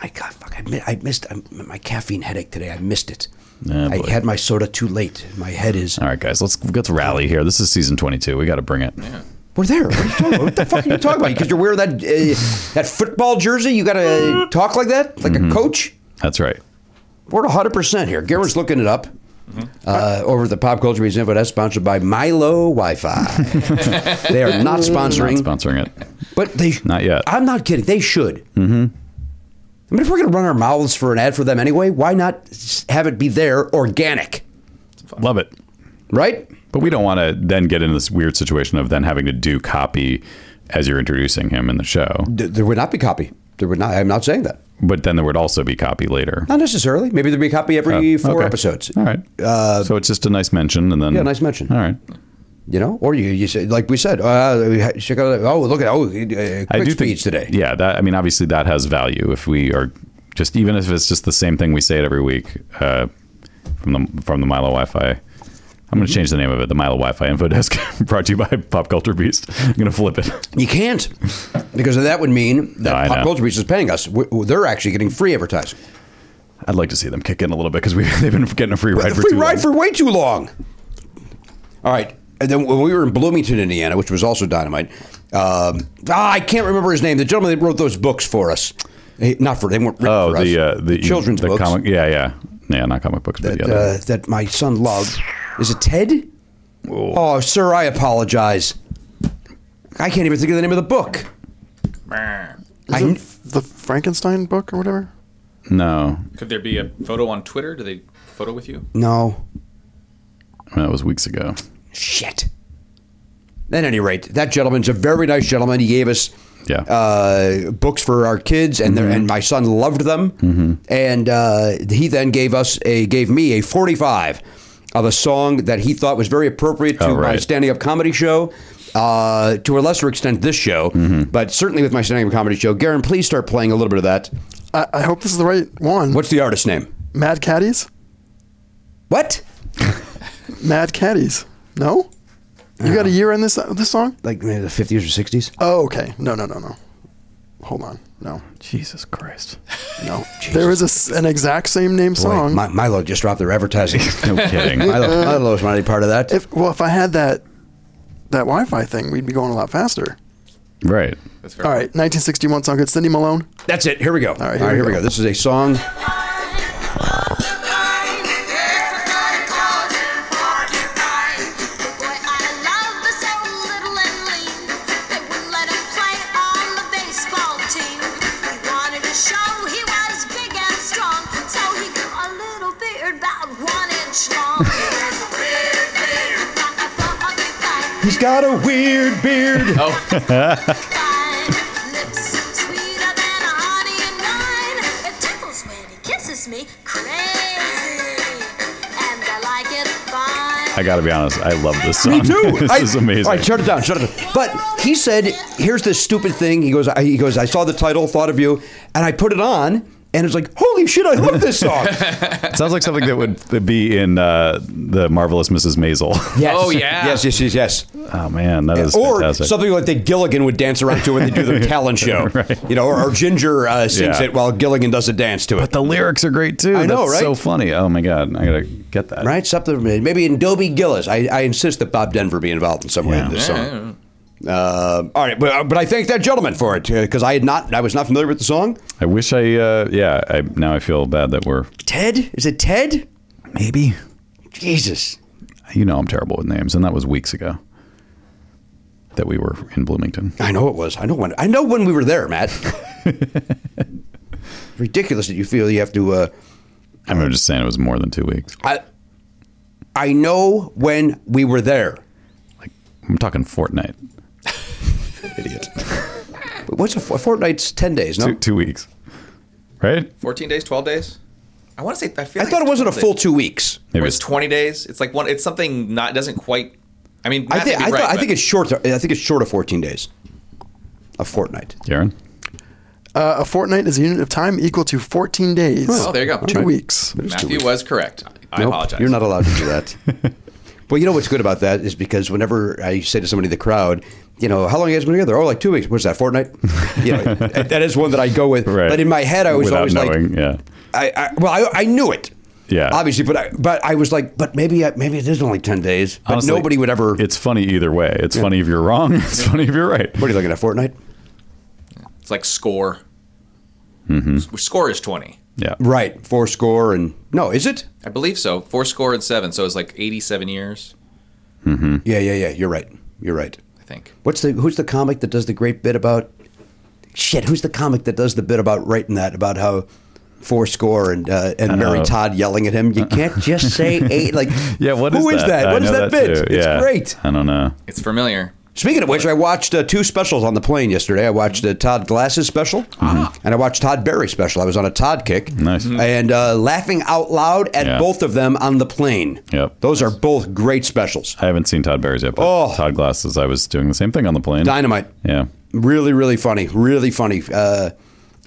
I God, fuck, I, mi- I missed I, my caffeine headache today. I missed it. Ah, I boy. had my soda too late. My head is. All right, guys, let's let's rally here. This is season 22. We got to bring it. We're there. What, are you talking about? what the fuck are you talking about? Because you're wearing that uh, that football jersey. You got to talk like that, like a coach. That's right. We're at 100 percent here. Garrett's looking it up Mm-hmm. uh, over at the Pop Culture Museum. But that's sponsored by Milo Wi-Fi. they are not Not sponsoring, sponsoring it. but they Not yet. I'm not kidding. They should. Mm-hmm. I mean, if we're going to run our mouths for an ad for them anyway, why not s- have it be there organic, Love it. right? But we don't want to then get into this weird situation of then having to do copy as you're introducing him in the show. Th- there would not be copy. There would not. I'm not saying that. But then there would also be copy later. Not necessarily. Maybe there'd be copy every Oh, four okay. episodes. Uh, All right. so it's just a nice mention, and then Yeah, nice mention. All right. You know, or you, you say like we said, uh, check out. Oh, look at oh, uh, quick I do speech think, today. Yeah, that I mean, obviously that has value if we are just even if it's just the same thing we say it every week uh, from the from the Milo Wi-Fi. Mm-hmm. I'm going to change the name of it, the Milo Wi-Fi Info Desk, brought to you by Pop Culture Beast. I'm going to flip it. You can't because that would mean No, that I pop know. culture Beast is paying us. We, they're actually getting free advertising. I'd like to see them kick in a little bit because they've been getting a free ride for free too ride long. for way too long. All right. And then when we were in Bloomington, Indiana, which was also dynamite, um, ah, I can't remember his name. The gentleman that wrote those books for us, He- not for they weren't written oh, for the uh, us. the, children's the books Comic, yeah, yeah, yeah, not comic books, but that yeah. the- uh, that my son loved. Is it Ted? Oh, sir, I apologize. I can't even think of the name of the book. I Is kn- it f- the Frankenstein book or whatever? no, Could there be a photo on Twitter? Do they photo with you? no. that was weeks ago. Shit. At any rate, that gentleman's a very nice gentleman. He gave us Yeah. uh, books for our kids, and their and my son loved them. And uh, he then gave us a gave me a forty five of a song that he thought was very appropriate to Oh, my right. standing up comedy show. Uh, to a lesser extent, this show, but certainly with my standing up comedy show. Garen, please start playing a little bit of that. I, I hope this is the right one. What's the artist's name? Mad Caddies? What? Mad Caddies. No? You got a year in this uh, this song? Like maybe the fifties or sixties? Oh, okay. No, no, no, no. Hold on. No, Jesus Christ! no. There is a s an exact same name Boy, song. Mi- Oh, Milo just dropped their advertising. No kidding. Milo, Milo's not any part of that. if well, if I had that that Wi-Fi thing, we'd be going a lot faster. right. That's fair. All right, 1961 sound good. Cindy Malone. That's it. Here we go. All right, here we we go. go. This is a song. He's got a weird beard. Oh, Lips sweeter than a honey and wine. It tickles when he kisses me crazy, and I like it fine. I got to be honest. I love this song. Me too. this I- is amazing. All right, shut it down. Shut it down. But he said, "Here's this stupid thing." He goes, I, "He goes, I saw the title, thought of you, and I put it on, and it's like, holy shit, I love this song." Sounds like something that would be in uh, the marvelous Mrs. Maisel. yes. Oh, yeah. Yes, yes, yes, yes. Oh man, that is or fantastic. something like that Gilligan would dance around to when they do their talent show. You know, or, or Ginger uh, sings Yeah. it while Gilligan does a dance to it. the lyrics are great too. I know, That's right? So funny. Oh my god, I gotta get that. Right, something maybe in Dobie Gillis. I, I insist that Bob Denver be involved in some way in this song. Yeah. Uh, all right, but, but I thank that gentleman for it because I had not, I was not familiar with the song. I wish I. Uh, yeah. I, now I feel bad that we're Ted, is it Ted? maybe. Jesus, You know I'm terrible with names, and that was weeks ago. That we were in Bloomington. I know it was. I know when. I know when we were there, Matt. Ridiculous that you feel you have to. Uh, I mean, I'm just saying it was more than two weeks. I, I know when we were there. I'm talking Fortnite. But what's a, a fortnight's ten days? No, Two, two weeks, right? 14 days, 12 days? I want to say I feel I like thought it it's wasn't a 12 full days. two weeks. Or Maybe it's it's- 20 days. It's like one it's something not doesn't quite I mean, I think. I, right, thought, I but- think it's short. I think it's short of fourteen days. A fortnight. Darren. Uh, a fortnight is a unit of time equal to 14 days. Oh, there you go. Two Right. weeks. Matthew was correct. I Nope, apologize. You're not allowed to do that. well, you know what's good about that is because whenever I say to somebody in the crowd, you know, how long you guys been together? Oh, like two weeks. What's that, Fortnite? you know, that is one that I go with. Right. But in my head, I was Without always knowing, like, yeah. I, I well, I, I knew it. Yeah. Obviously, but I, but I was like, but maybe I, maybe it is only ten days. But Honestly, nobody would ever. It's funny either way. It's funny if you're wrong. It's funny if you're right. what are you looking at, Fortnite? It's like score. S- Score is 20. Yeah. Right, four score and no, is it? I believe so. Four score and seven, so it's like 87 years, Yeah, yeah, yeah. You're right. You're right. I think. What's the who's the comic that does the great bit about shit? Who's the comic that does the bit about writing that about how four score and uh, and Mary know. Uh-uh. Todd yelling at him? You can't just say eight. Like Yeah. What is who that? is that? I What is know that, bit? too. It's Yeah. great. I don't know. It's familiar. Speaking of which, I watched uh, two specials on the plane yesterday. I watched uh, Todd Glass's special, and I watched Todd Berry's special. I was on a Todd kick, Uh-huh. Nice. Mhm. and uh, laughing out loud at Yeah. both of them on the plane. Yep. Those are both great specials. I haven't seen Todd Barry's yet, but Oh. Todd Glasses, I was doing the same thing on the plane. Dynamite. Yeah. Really, really funny. Really funny. Uh,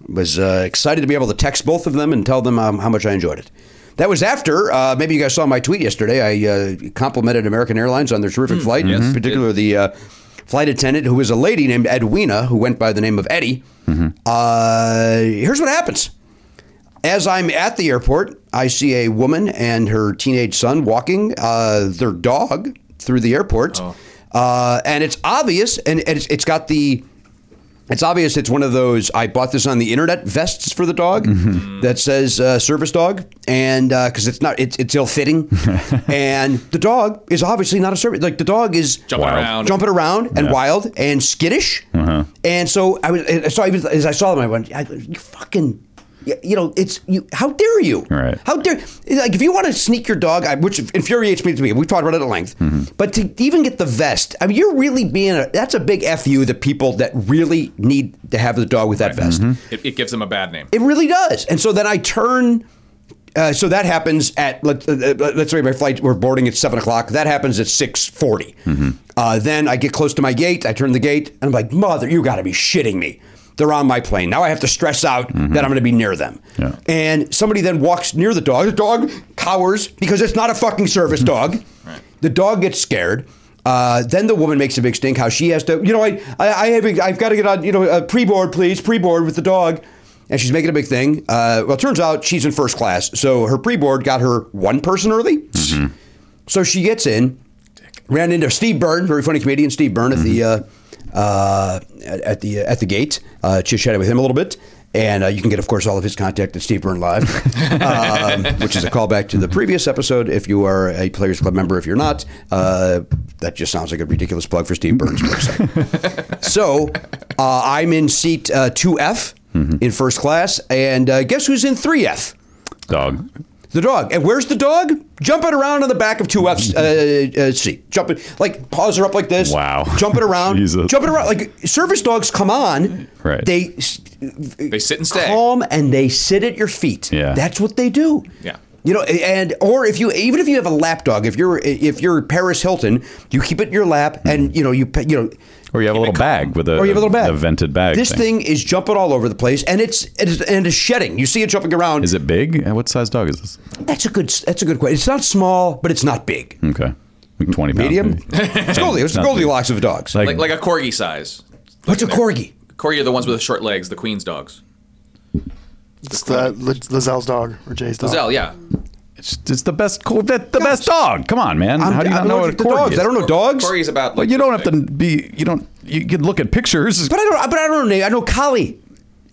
was uh, excited to be able to text both of them and tell them um, how much I enjoyed it. That was after, uh, maybe you guys saw my tweet yesterday. I uh, complimented American Airlines on their terrific flight, in particular the uh, flight attendant, who was a lady named Edwina, who went by the name of Eddie. Uh, here's what happens. As I'm at the airport, I see a woman and her teenage son walking uh, their dog through the airport, Oh. uh, and it's obvious, and, and it's, it's got the. It's obvious it's one of those I bought this on the internet vests for the dog Mm-hmm. that says uh, service dog and because it's not it's, it's ill fitting and the dog is obviously not a service like the dog is Jumping Wild. around. jumping around and Yeah. wild and skittish Uh-huh. and so I was, and so I was, as I saw them, I went, I, "You fucking, you, you know, it's you. How dare you? Right. How dare? Like, if you want to sneak your dog, I, which infuriates me to me. We've talked about it at length. Mm-hmm. But to even get the vest, I mean, you're really being a. That's a big fu. The people that really need to have the dog with that vest. Mm-hmm. It, it gives them a bad name. It really does. And so then I turn. Uh, so that happens at let, uh, uh, let's say my flight we're boarding at seven o'clock. That happens at six Uh, then I get close to my gate. I turn the gate and I'm like, "Mother, you got to be shitting me." They're on my plane now. I have to stress out that I'm going to be near them. Yeah. And somebody then walks near the dog. The dog cowers because it's not a fucking service dog. The dog gets scared. Uh, then the woman makes a big stink. How she has to, you know, I, I, I have, I've got to get on, you know, uh, pre-board, please, pre-board with the dog. And she's making a big thing. Uh, well, it turns out she's in first class, so her pre-board got her one person early. So she gets in. Ran into Steve Byrne, very funny comedian Steve Byrne at the uh, uh, at, at the at the gate. Uh, chit chatted with him a little bit, and uh, you can get, of course, all of his contact at Steve Byrne Live, um, which is a callback to the previous episode. If you are a Players Club member, if you're not, uh, that just sounds like a ridiculous plug for Steve Byrne's website. so uh, I'm in seat uh, 2F in first class, and uh, guess who's in 3F? Dog. The dog. And where's the dog? Jumping around on the back of 2F's uh, uh, seat. Jumping, like, paws are up like this. Wow. Jumping around. Jesus. Jumping around. Like, service dogs come on. Right. They s- They sit and stay. calm and they sit at your feet. Yeah. That's what they do. Yeah. You know, and or if you even if you have a lap dog, if you're if you're Paris Hilton, you keep it in your lap, Hmm. and you know you pe- you know Or you have a little bag with a, or you have a little bag. a Uh, vented bag. This thing. is jumping all over the place, and it's it is, and it's shedding. You see it jumping around. Is it big? And What size dog is this? That's a good. That's a good question. It's not small, but it's not big. Okay. Like 20 pounds. Medium. maybe. it's Goldie. It's the Not big. Goldilocks of dogs. Like, Like like a corgi size. What's a corgi? Corgi are the ones with the short legs, the queen's dogs. It's the Lizelle's dog or Jay's dog. Lizelle, yeah. it's, it's the best co- the, the best dog. Come on, man. I'm- How do you not I'm know what a allergic to corgi dogs. is? I don't know Oh, dogs. Corgi's about. Well, Like you don't have to be. You don't. You can look at pictures. But I don't. But I don't know. I know collie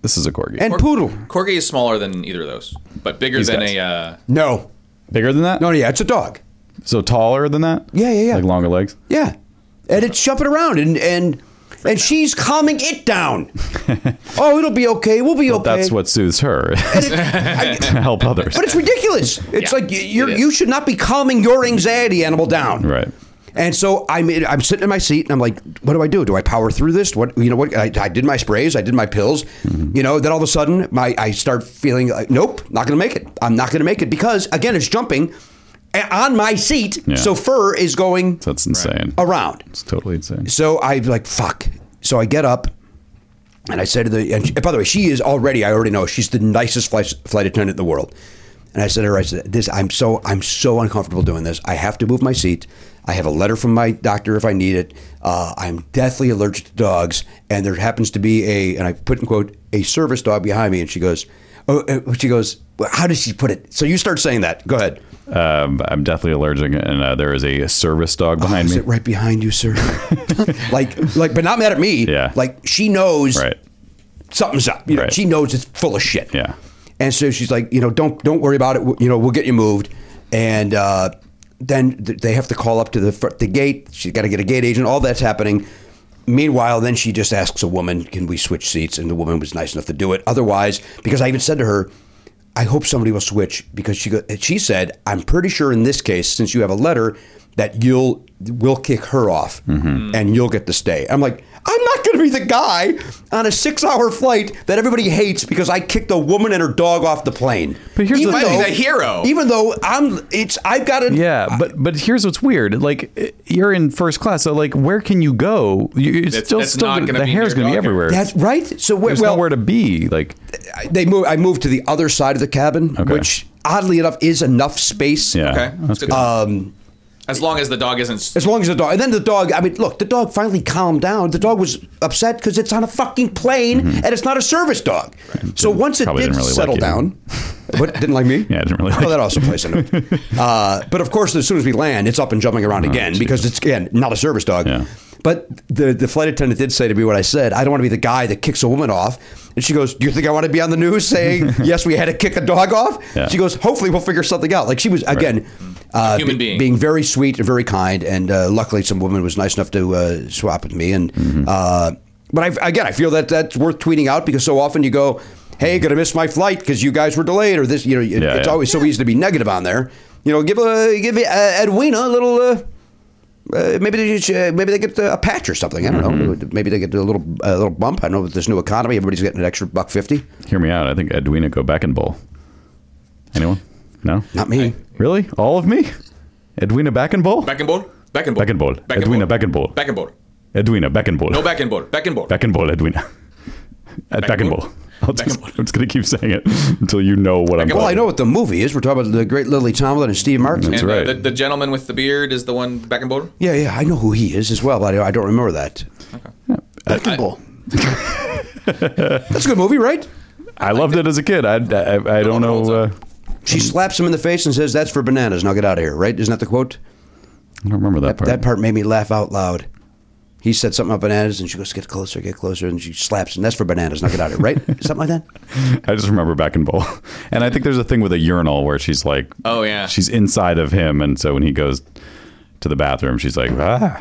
This is a corgi. and poodle. Corgi is smaller than either of those, but bigger These than guys. a. Uh, No. bigger than that? No. Yeah. It's a dog. So taller than that? Yeah, yeah, yeah. Like longer legs. Yeah. And it's jumping around and and and she's calming it down. oh, it'll be okay. We'll be okay. That's what soothes her. to help others. But it's ridiculous. It's Yeah, like you you're, it is. you should not be calming your anxiety animal down. Right. And so I'm in- I'm sitting in my seat and I'm like, what do I do? Do I power through this? What you know? What I, I did my sprays, I did my pills, Mm-hmm. you know. Then all of a sudden, my I start feeling like, nope, not going to make it. I'm not going to make it because again, it's jumping a- on my seat, Yeah. so fur is going That's insane. around. It's totally insane. So I like fuck. So I get up and I say to the and she- by the way, she is already I already know she's the nicest flight, flight attendant in the world. And I said to her, I said, "This I'm so I'm so uncomfortable doing this. I have to move my seat. I have a letter from my doctor if I need it. Uh, I'm deathly allergic to dogs, and there happens to be a and I put in quote a service dog behind me." And she goes, "Oh," uh, she goes, well, "How does she put it?" So you start saying that. Go ahead. Um, I'm definitely allergic, and uh, there is a service dog behind Oh, Is me. it right behind you, sir? like, like, but not mad at me. Yeah. Like she knows Right. something's up. You know, Right. She knows it's full of shit. Yeah. And so she's like, you know, don't don't worry about it. W- You know, we'll get you moved. And uh, then th- they have to call up to the fr- the gate. She's got to get a gate agent. All that's happening. Meanwhile, then she just asks a woman, "Can we switch seats?" And the woman was nice enough to do it. Otherwise, because I even said to her, I hope somebody will switch because she go, she said, I'm pretty sure in this case, since you have a letter, that you'll will kick her off Mm-hmm. and you'll get to stay. I'm like, I'm not going to be the guy on a six hour flight that everybody hates because I kicked a woman and her dog off the plane. But here's even the thing. though, Might be the hero. Even though I'm, it's I've got to Yeah, but but here's what's weird. Like you're in first class, so like where can you go? You, it's That's- still that's still not gonna, gonna the be hair's near going to be dog hair. everywhere. That's right. So where, There's well, nowhere to be. Like they move. I moved to the other side of the cabin, which oddly enough is enough space. yeah, Okay. that's good. Um, as long as the dog isn't. as long as the dog, and then the dog. I mean, look, the dog finally calmed down. The dog was upset because it's on a fucking plane and it's not a service dog. So once it Probably did Mm-hmm. didn't really settle like you. down, what didn't like me? Yeah, it didn't really like oh, that also plays into it. Uh, but of course, as soon as we land, it's up and jumping around again because it's again not a service dog. Oh, Yeah. But the the flight attendant did say to me what I said. I don't want to be the guy that kicks a woman off. And she goes, "Do you think I want to be on the news saying yes, we had to kick a dog off?" Yeah. She goes, "Hopefully, we'll figure something out." Like she was again, uh, Human be- being. being very sweet and very kind. And uh, luckily, some woman was nice enough to uh, swap with me. And Mm-hmm. uh, but I, again, I feel that that's worth tweeting out because so often you go, "Hey, gonna miss my flight because you guys were delayed," or this. You know, it- Yeah, it's yeah. always so easy to be negative on there. You know, give a give uh, Edwina a little. Uh, uh, maybe they should, uh, maybe they get a patch or something. I don't Mm-hmm. know. Maybe they get a little a little bump. I know with this new economy, everybody's getting an extra buck fifty. Hear me out. I think Edwina go back and bowl. Anyone? No. Not me. Really? All of me? Edwina back and bowl? Back and ball. Back and ball. Back and ball. Edwina, back and ball. Back and ball. Edwina back and bowl. No back and ball. Back and ball. Back and bowl, Edwina. At back, Back and and bowl. bowl. I'll Back just, and bowl. I'm just gonna keep saying it until you know what I'm. and bowl. Well, I talking know what the movie is. We're talking about the great Lily Tomlin and Steve Martin. That's and uh, right. the, the gentleman with the beard is the one back and ball. Yeah, yeah, I know who he is as well, but I I don't remember that. Beckenbull. That's a good movie, right? I loved it as a kid. I I, I don't know. Uh, She slaps him in the face and says, "That's for bananas." Now get out of here, right? Isn't that the quote? I don't remember that part. That part made me laugh out loud. He said something about bananas, and she goes, "Get closer, get closer," and she slaps him. That's for bananas. Now get out of here, right? something like that. I just remember back and bowl. And I think there's a thing with a urinal where she's like, Oh, yeah. she's inside of him, and so when he goes to the bathroom, she's like, ah,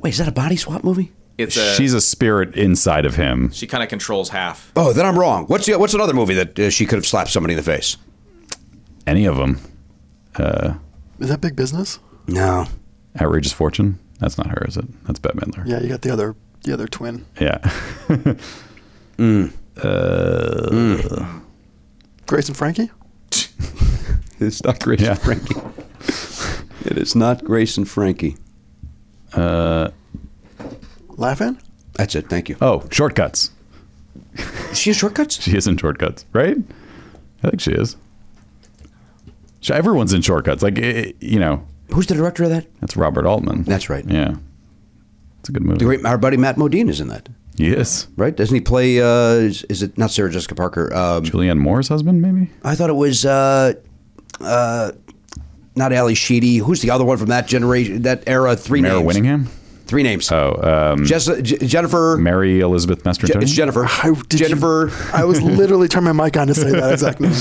Wait, is that a body swap movie? It's a, she's a spirit inside of him. she kind of controls half. Oh, then I'm wrong. What's the, what's another movie that uh, she could have slapped somebody in the face? Any of them? Is that big business? No. Outrageous fortune. That's not her, is it? That's Bette Midler. Yeah, you got the other the other twin. Yeah. Grace and Frankie? It's not Grace Yeah. and Frankie. it is not Grace and Frankie. Laughing? That's it. Thank you. Oh, shortcuts. she has shortcuts. She is in shortcuts, right? I think she is. She, everyone's in shortcuts. Like, i i- you know, Who's the director of that? that's Robert Altman. That's right. Yeah. It's a good movie. The great, our buddy Matt Modine is in that, Yes. right? Doesn't he play? Uh, is, is it not Sarah Jessica Parker? Um, Julianne Moore's husband, maybe? I thought it was uh, uh, not Ali Sheedy. Who's the other one from that generation, that era? Three Mayor names. Winningham? Three names. Oh, um, Jess, uh, J- Jennifer. Mary Elizabeth Je- Mesterton. it's Jennifer. I- did you- Jennifer. I was literally turning my mic on to say that exact name.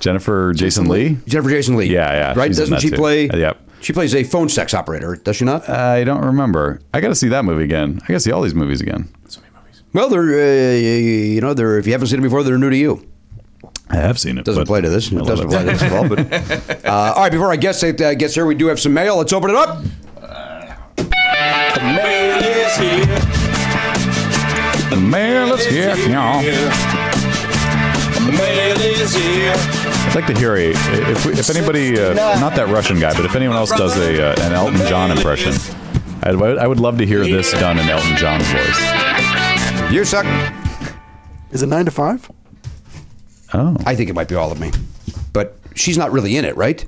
Jennifer Jason Lee. Jennifer Jason Lee. Yeah, yeah, Right? she's in Doesn't that she too. play? Uh, yep. She plays a phone sex operator, does she not? I don't remember. I got to see that movie again. I got to see all these movies again. well, they're uh, you know they're if you haven't seen it before, they're new to you. I have seen it. Doesn't but apply to this. I love it. Doesn't apply to this at all. But uh, all right, before I guess it uh, gets here, we do have some mail. Let's open it up. The mail is here. The mail is here. Yeah. The mail is here. I'd like to hear a if, we, if anybody uh, not that Russian guy, but if anyone else does a uh, an Elton John impression. I'd, I would love to hear this done in Elton John's voice. You suck. Is it nine to five? Oh I think it might be all of me, but she's not really in it, right?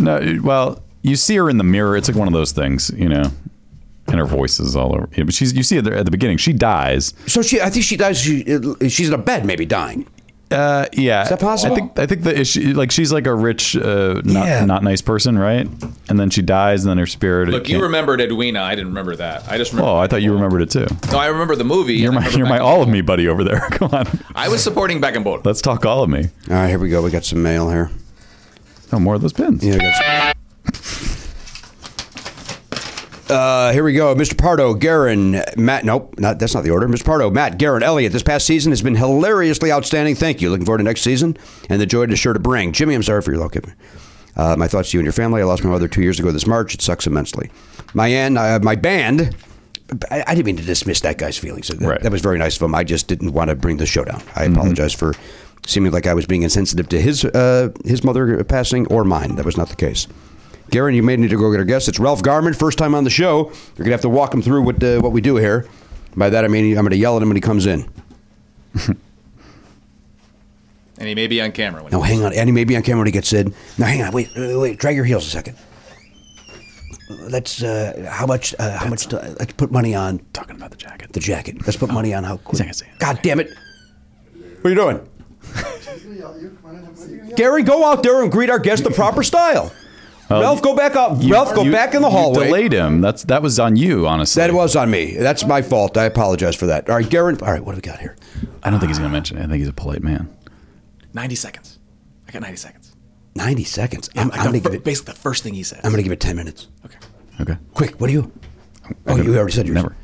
no! Well, you see her in the mirror. It's like one of those things, you know. And her voice is all over. Yeah, but she's you see it there at the beginning. She dies. So she, I think she dies. She, she's in a bed, maybe dying. Uh, yeah. Is that possible? I think I think the issue, like she's like a rich, uh, not Yeah. not nice person, right? And then she dies, and then her spirit. Look, you can't- remembered Edwina. I didn't remember that. I just remember. Oh, I thought you remembered it too. No, I remember the movie. You're and I my remember you're my Back and all Ball. of me buddy over there. Come on, I was supporting back and ball. let's talk all of me. All right, here we go. We got some mail here. No more of those pins. Yeah, I got some. Uh, here we go. Mr. Pardo, Garin, Matt. Nope, not, that's not the order. Mr. Pardo, Matt, Garin, Elliot. This past season has been hilariously outstanding. Thank you. Looking forward to next season and the joy it is sure to bring. Jimmy, I'm sorry for your location. Uh, my thoughts to you and your family. I lost my mother two years ago this March. It sucks immensely. My, an, uh, my band. I, I didn't mean to dismiss that guy's feelings. That, Right. that was very nice of him. I just didn't want to bring the show down. I apologize for seeming like I was being insensitive to his uh, his mother passing or mine. That was not the case. Garen, you may need to go get our guest. It's Ralph Garman, first time on the show. You're gonna have to walk him through what uh, what we do here. By that I mean I'm gonna yell at him when he comes in. And he may be on camera. When Now hang on, Andy may be on camera when he gets in. Now hang on, wait, wait, wait, drag your heels a second. Let's uh, how much uh, how much do, let's put money on Talking about the jacket. the jacket. Let's put money on how He's not quick. gonna see it. God damn it! What are you doing? Gary, go out there and greet our guest the proper style. Ralph, go back up. Ralph, go You- back in the you hallway. delayed him. That's that was on you, honestly. That was on me. That's my fault. I apologize for that. All right, Garen. All right, what do we got here? I don't think he's gonna mention it. I think he's a polite man. 90 seconds. I got 90 seconds. Ninety seconds. Yeah, I'm, like I'm the gonna fir- give it. basically the first thing he said. I'm gonna give it ten minutes. okay. Okay. Quick. What are you? Oh, never- you already said yours. Never.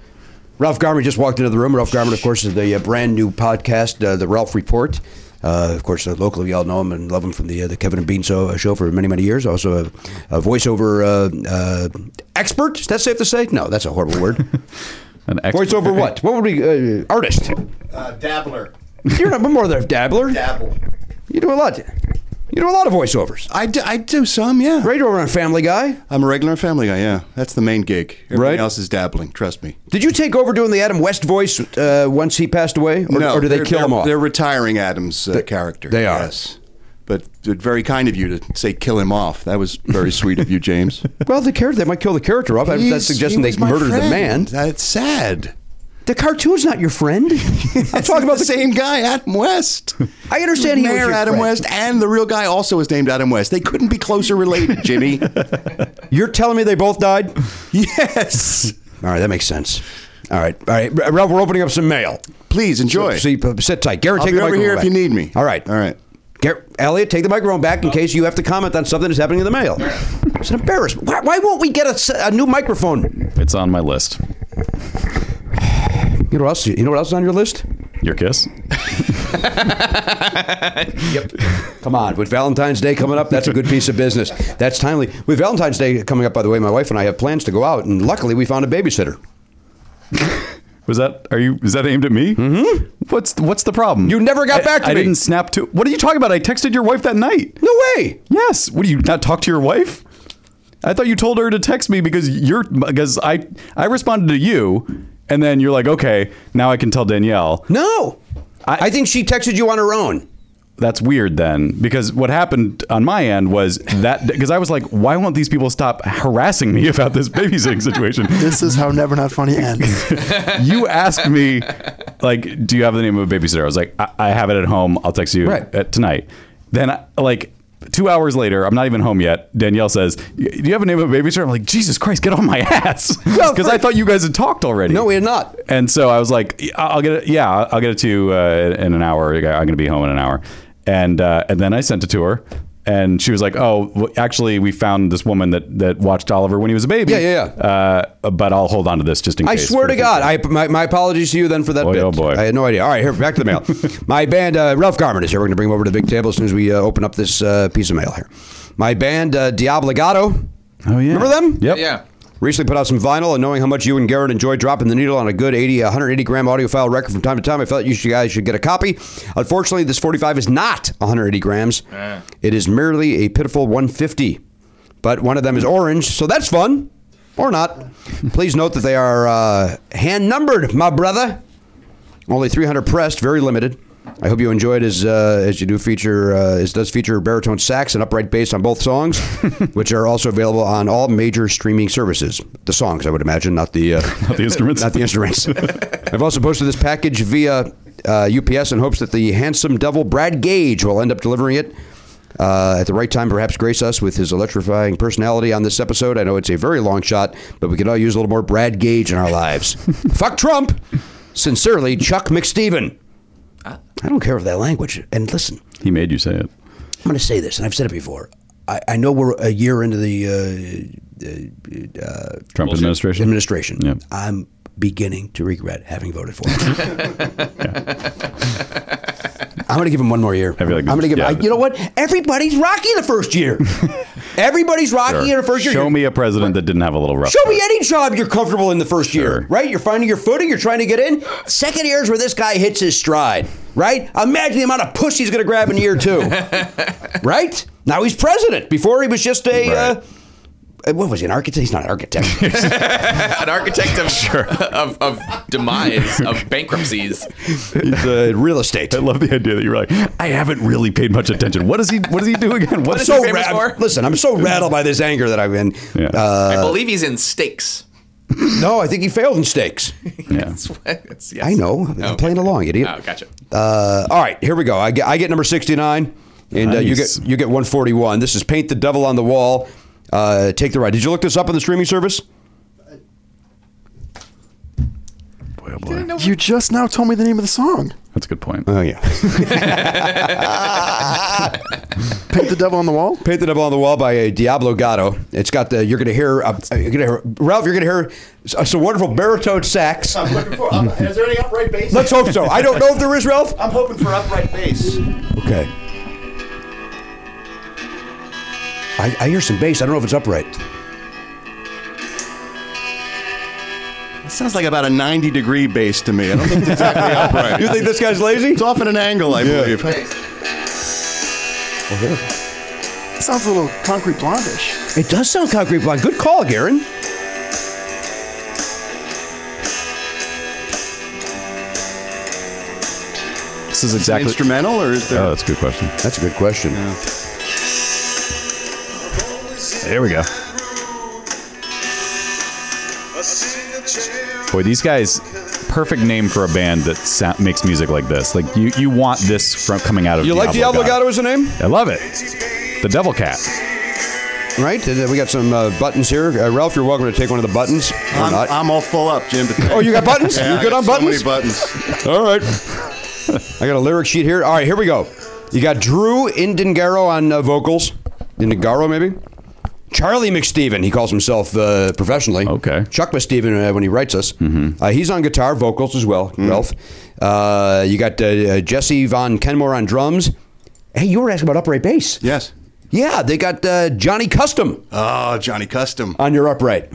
Ralph Garman just walked into the room. Ralph Garman, of course, is the uh, brand new podcast, uh, The Ralph Report. Uh, of course, uh, locally, y'all know him and love him from the uh, the Kevin and Bean show, uh, show for many, many years. Also, a, a voiceover uh, uh, expert. Is that safe to say? No, that's a horrible word. An ex- voiceover what? What would we. Uh, artist. Uh, dabbler. You're not more than a dabbler. Dabble. You do a lot. You do a lot of voiceovers. I do, I do some, yeah. Radio on Family Guy. I'm a regular Family Guy, yeah. That's the main gig. Everything Right. else is dabbling, trust me. Did you take over doing the Adam West voice uh, once he passed away, or, or did they they're- kill they're- him off? They're retiring Adam's uh, character. they are. Yes. But but very kind of you to say kill him off. That was very sweet of you, James. Well, the character they might kill the character off. I'm not He's- suggesting he they was my murdered the friend. man. That's sad. The cartoon's not your friend. I'm Talk talking about the same guy, Adam West. I understand he was Mayor your Adam friend. West, and the real guy also is named Adam West. They couldn't be closer related, Jimmy. You're telling me they both died? All yes. right, that makes sense. All right, all right, R- Ralph. We're opening up some mail. Please enjoy. So, so you- sit tight. Garrett, I'll take be the over microphone here if back. you need me. All right, Oh. All right. Garrett, Elliot, take the microphone back in case you have to comment on something that's happening in the mail. It's an embarrassment. Why, why won't we get a s a a new microphone? It's on my list. You know what else? You know what else is on your list? Your kiss. Come on, with Valentine's Day coming up, that's a good piece of business. That's timely. With Valentine's Day coming up, by the way, my wife and I have plans to go out, and luckily we found a babysitter. Was that? Are you? Is that aimed at me? Mm-hmm. What's What's the problem? You never got I- back to I me. didn't snap to. What are you talking about? I texted your wife that night. No way. Yes. What do you not talk to your wife? I thought you told her to text me because you're because I I responded to you, and then you're like, okay, now I can tell Danielle. No. I, I- think she texted you on her own. That's weird then, because what happened on my end was that because I was like, why won't these people stop harassing me about this babysitting situation? This is how Never Not Funny ends. you asked me, like, do you have the name of a babysitter? I was like, I, I have it at home. I'll text you Right. at, tonight. Then, I- like, two hours later, I'm not even home yet. Danielle says, "Y- do you have a name of a babysitter? I'm like, Jesus Christ, get on my ass. Well, Because I first- thought you guys had talked already. No, we had not. And so I was like, "Yeah, I'll get it. Yeah, I'll I'll get it to you uh, in an hour. I'm going to be home in an hour. And uh, and then I sent it to her. And she was like, "Oh, w- actually, we found this woman that, that watched Oliver when he was a baby. Yeah, yeah, yeah. Uh, but I'll hold on to this just in I case. swear for to the God, future." I my, my apologies to you then for that Boy, bit. oh, boy. I had no idea. All right, here back to the mail. my band, uh, Ralph Garman is here. We're going to bring him over to the big table as soon as we uh, open up this uh, piece of mail here. My band, uh, Diablegato. Oh yeah. Remember them? Yep. Yeah. Recently put out some vinyl, and knowing how much you and Garrett enjoy dropping the needle on a good 80, 180 gram audiophile record from time to time, I felt you guys should get a copy. Unfortunately, this 45 is not 180 grams. It is merely a pitiful 150. But one of them is orange, so that's fun. Or not. Please note that they are uh, hand numbered, my brother. Only 300 pressed, very limited. I hope you enjoyed as uh, as you do feature uh, as does feature baritone sax and upright bass on both songs, which are also available on all major streaming services. The songs, I would imagine, not the uh, Not the instruments. not the instruments. I've also posted this package via uh, UPS in hopes that the handsome devil Brad Gage will end up delivering it uh, at the right time, perhaps grace us with his electrifying personality on this episode. I know it's a very long shot, but we could all use a little more Brad Gage in our lives. Fuck Trump! Sincerely, Chuck McSteven. I don't care for that language. And listen, He made you say it. I'm going to say this, and I've said it before. I, I know we're a year into the uh, uh, uh, Trump Bullshit. administration? Administration. Yeah. I'm beginning to regret having voted for him. I'm going to give him one more year. I feel like am going to give yeah. him. I- you know what? Everybody's rocky the first year. Everybody's rocky in the first year. Show me a president that didn't have a little rough. Show me any job you're comfortable in the first year, right? You're finding your footing, you're trying to get in. Second year is where this guy hits his stride, right? Imagine the amount of push he's going to grab in year two, right? Now he's president. Before he was just a. Uh, uh, what was he, an architect? He's not an architect. An architect of, of, of demise, of bankruptcies. He's uh, real estate. I love the idea that you're like, I haven't really paid much attention. What does he? What does he do again? What I'm is so he famous ra- for? Listen, I'm so rattled by this anger that I'm in. Yeah. I Uh, believe he's in stakes. no, I think he failed in stakes. Yeah. That's what- that's- yes. I know. I'm Okay. playing along, idiot. Oh, gotcha. Uh, all right, here we go. I get, I get number sixty nine, and uh, you Nice. get you get one forty one. This is paint the devil on the wall. Uh, take the ride. Did you look this up on the streaming service? You just now told me the name of the song. oh That's a good point. Oh yeah, Paint the devil on the wall. paint the devil on the wall by uh, Diablo Gato. It's got the you're gonna hear uh, you're gonna hear Ralph. You're gonna hear s- uh, some wonderful baritone sax. I'm looking for. Um, is there any upright bass? Let's hope so. I don't know if there is Ralph. I'm hoping for upright bass. Okay. I, I hear some bass. I don't know if it's upright. It sounds like about a 90 degree bass to me. I don't think it's exactly upright. You think this guy's lazy? It's off at an angle, I believe. Sounds a little concrete blondish. It does sound concrete blonde. Good call, Garen. This is Is it exactly. instrumental or is there? Oh, that's a good question. That's a good question. There we go. Boy, these guys, perfect name for a band that sound, makes music like this. Like you, you want this from coming out of You like Diablo Gato as a name? I love it. The Devil Cat. Right? And then we got some uh, buttons here. Uh, Ralph, you're welcome to take one of the buttons. Or I'm, not. I'm all full up, Jim. but- Oh, you got buttons? Yeah, You're I good got on so buttons? many buttons. All right. I got a lyric sheet here. All right, here we go. You got Drew Indengaro on uh, vocals. Indengaro, maybe? Charlie McSteven, he calls himself uh, professionally. Okay. Chuck McSteven uh, when he writes us. Uh, he's on guitar, vocals as well, Ralph. Uh, you got uh, uh, Jesse Von Kenmore on drums. Hey, you were asking about upright bass. Yes. Yeah, they got uh, Johnny Custom Oh, Johnny Custom. on your upright.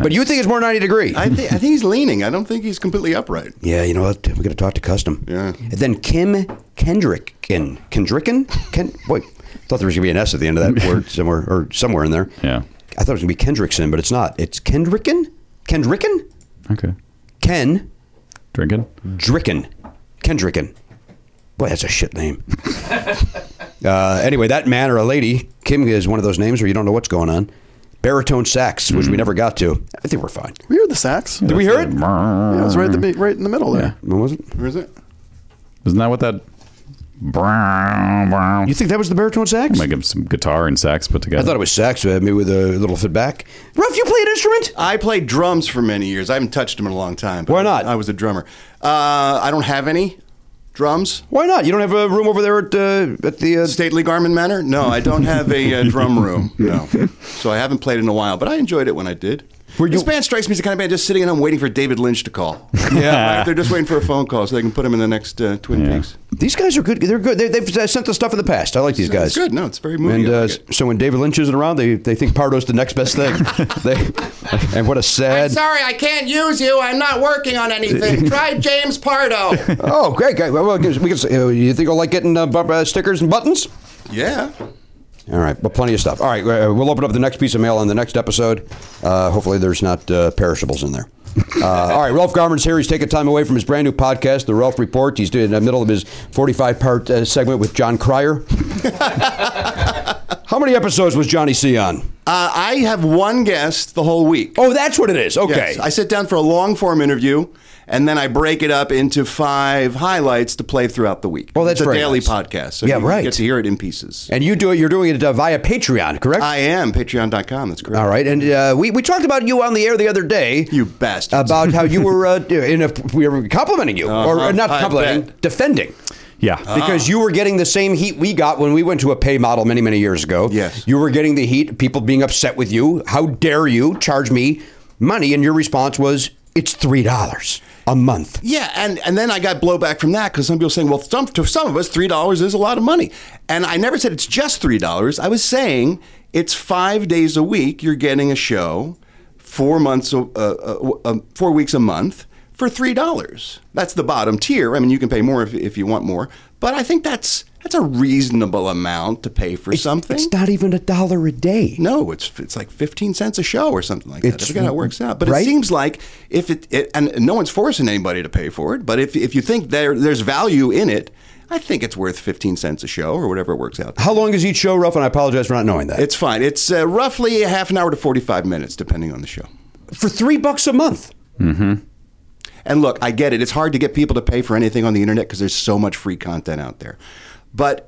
But you think it's more 90 degree. I, thi- I think he's leaning. I don't think he's completely upright. Yeah, you know what? We're going to talk to Custom. Yeah. And then Kim Kendrickin. Kendrickin? Ken, boy, I thought there was going to be an S at the end of that word somewhere, or somewhere in there. Yeah. I thought it was going to be Kendrickson, but it's not. It's Kendrickin? Kendrickin? Okay. Ken Drinking. Dricken. Kendrickin. Boy, that's a shit name. uh, anyway, that man or a lady, Kim is one of those names where you don't know what's going on. Baritone sax, which we never got to. I think we're fine. We heard the sax. Did we hear it? Yeah, it was right at the be- right in the middle there. What was it? Where is it? Isn't that what that? You think that was the baritone sax? Might give some guitar and sax put together. Oh I thought it was sax, uh, maybe with a little fit back. Ruff, you play an instrument? I played drums for many years. I haven't touched them in a long time. but Why not? I was a drummer. Uh, I don't have any drums. Why not? You don't have a room over there at, uh, at the. Uh, Stately Garmin Manor? No, I don't have a uh, drum room. No. So I haven't played in a while, but I enjoyed it when I did. Were this you- band strikes me as the kind of band just sitting at home waiting for David Lynch to call. Yeah. They're just waiting for a phone call so they can put him in the next uh, Twin Peaks. these guys are good. They're good. They, they've uh, sent us stuff in the past. I like these guys. It's good. No, it's very moving. And I uh, like it. so when David Lynch isn't around, they, they think Pardo's the next best thing. they, and what a sad. Sorry, I can't use you. I'm not working on anything. Try James Pardo. Oh, great, great. Well, well, we can, uh, you think I'll like getting uh, bu- uh, stickers and buttons? yeah. All right, well, plenty of stuff. All right, uh, we'll open up the next piece of mail on the next episode. Uh, hopefully, there's not uh, perishables in there. Uh, all right, Ralph Garman's here. He's taking time away from his brand new podcast, The Ralph Report. He's doing in the middle of his 45 part uh, segment with John Cryer. How many episodes was Johnny C on? Uh, I have one guest the whole week. Oh, that's what it is. Okay. Yes. I sit down for a long form interview, and then I break it up into five highlights to play throughout the week. Well, that's it's a very daily nice. podcast, so Yeah, you right. get to hear it in pieces. and you do it. You're doing it uh, via Patreon, correct? I am Patreon.com. That's correct. All right, and uh, we we talked about you on the air the other day. You bastards. About how you were uh, in a we were complimenting you or Uh-huh. not I complimenting, bet. defending. Yeah. Because you were getting the same heat we got when we went to a pay model many, many years ago. Yes. You were getting the heat, people being upset with you. How dare you charge me money? And your response was, it's $3 a month. Yeah, and, and then I got blowback from that because some people saying, well, some, to some of us, three dollars is a lot of money, and I never said it's just three dollars. I was saying it's five days a week. You're getting a show, four months, a- uh, uh, uh, four weeks a month for three dollars. That's the bottom tier. I mean, you can pay more if, if you want more, but I think that's that's a reasonable amount to pay for something. It's not even a dollar a day. No, it's it's like fifteen cents a show or something like that. It's- I forgot how it works out, but right? it seems like if it, it and no one's forcing anybody to pay for it, but if if you think there there's value in it, I think it's worth fifteen cents a show or whatever it works out. to. How long is each show, Ruff? And I apologize for not knowing that. It's fine. It's uh, roughly a half an hour to forty five minutes, depending on the show. For three bucks a month. Mm-hmm. And look, I get it. It's hard to get people to pay for anything on the internet because there's so much free content out there, but.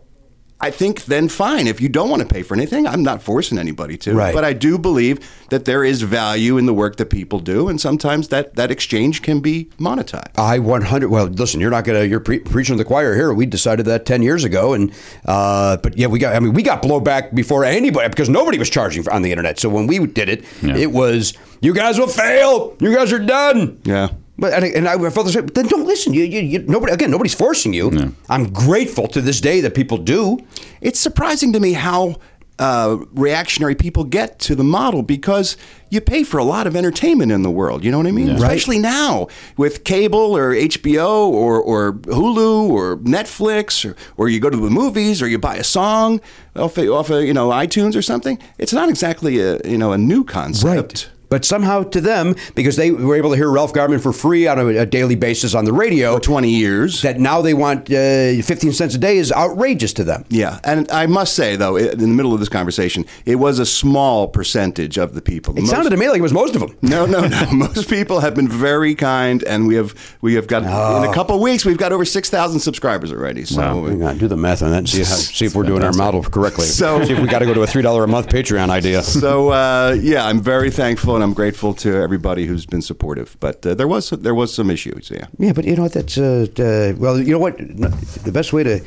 I think then fine if you don't want to pay for anything. I'm not forcing anybody to, Right. but I do believe that there is value in the work that people do, and sometimes that that exchange can be monetized. I 100. Well, listen, you're not gonna. You're pre- preaching to the choir here. We decided that 10 years ago, and uh, but yeah, we got. I mean, we got blowback before anybody because nobody was charging on the internet. So when we did it, it was you guys will fail. You guys are done. Yeah. But and I, and I felt the same. Then don't listen. You, you, you nobody again. Nobody's forcing you. I'm grateful to this day that people do. It's surprising to me how uh, reactionary people get to the model because you pay for a lot of entertainment in the world. You know what I mean? Especially now with cable or HBO or, or Hulu or Netflix or, or you go to the movies or you buy a song off of, off of you know iTunes or something. It's not exactly a you know a new concept. But somehow to them, because they were able to hear Ralph Garman for free on a, a daily basis on the radio for 20 years, that now they want uh, 15 cents a day is outrageous to them. Yeah, and I must say though, in the middle of this conversation, it was a small percentage of the people. It sounded to me like it was most of them. No, no, no. Most people have been very kind, and we have we have got in a couple of weeks we've got over six thousand subscribers already. So Hang on, do the math on that and see, how, see if we're doing our model correctly. So- see if we got to go to a three dollar a month Patreon idea. so uh, yeah, I'm very thankful and I'm grateful to everybody who's been supportive. But uh, there was there was some issues. Yeah, Yeah, but you know what? That's uh, uh, well, you know what? The best way to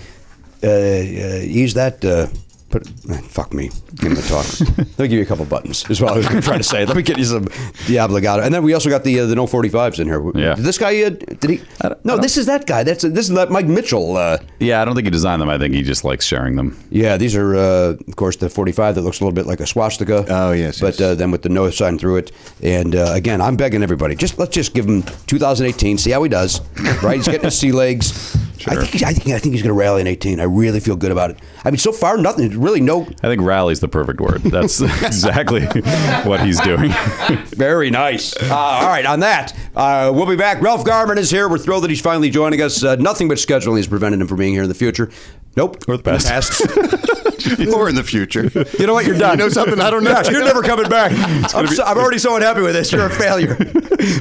uh, uh, ease that. Uh, Put, eh, fuck me. Give him a talk. They'll give you a couple buttons. Is what I was trying to say. Let me get you some Diablo And then we also got the uh, the no forty fives in here. Yeah. Did this guy? Uh, did he? No, this is that guy. That's this is that Mike Mitchell. Uh, Yeah, I don't think he designed them. I think he just likes sharing them. Yeah, these are, uh, of course, the 45 that looks a little bit like a swastika. Oh, yes. But Uh, then with the no sign through it. And uh, again, I'm begging everybody, just let's just give him 2018, see how he does. Right? He's getting his sea legs. I think, he's- I think I think he's going to rally in 18. I really feel good about it. I mean, so far, nothing. Really, no. I think rally's the perfect word. That's exactly what he's doing. Very nice. Uh, all right, on that, uh, we'll be back. Ralph Garman is here. We're thrilled that he's finally joining us. Uh, nothing but scheduling has prevented him from being here in the future. Nope. Or the past. or in the future. You know what? You're done. You know something? I don't know. Yeah, you're never coming back. I'm, gonna be- so, I'm already so unhappy with this. You're a failure.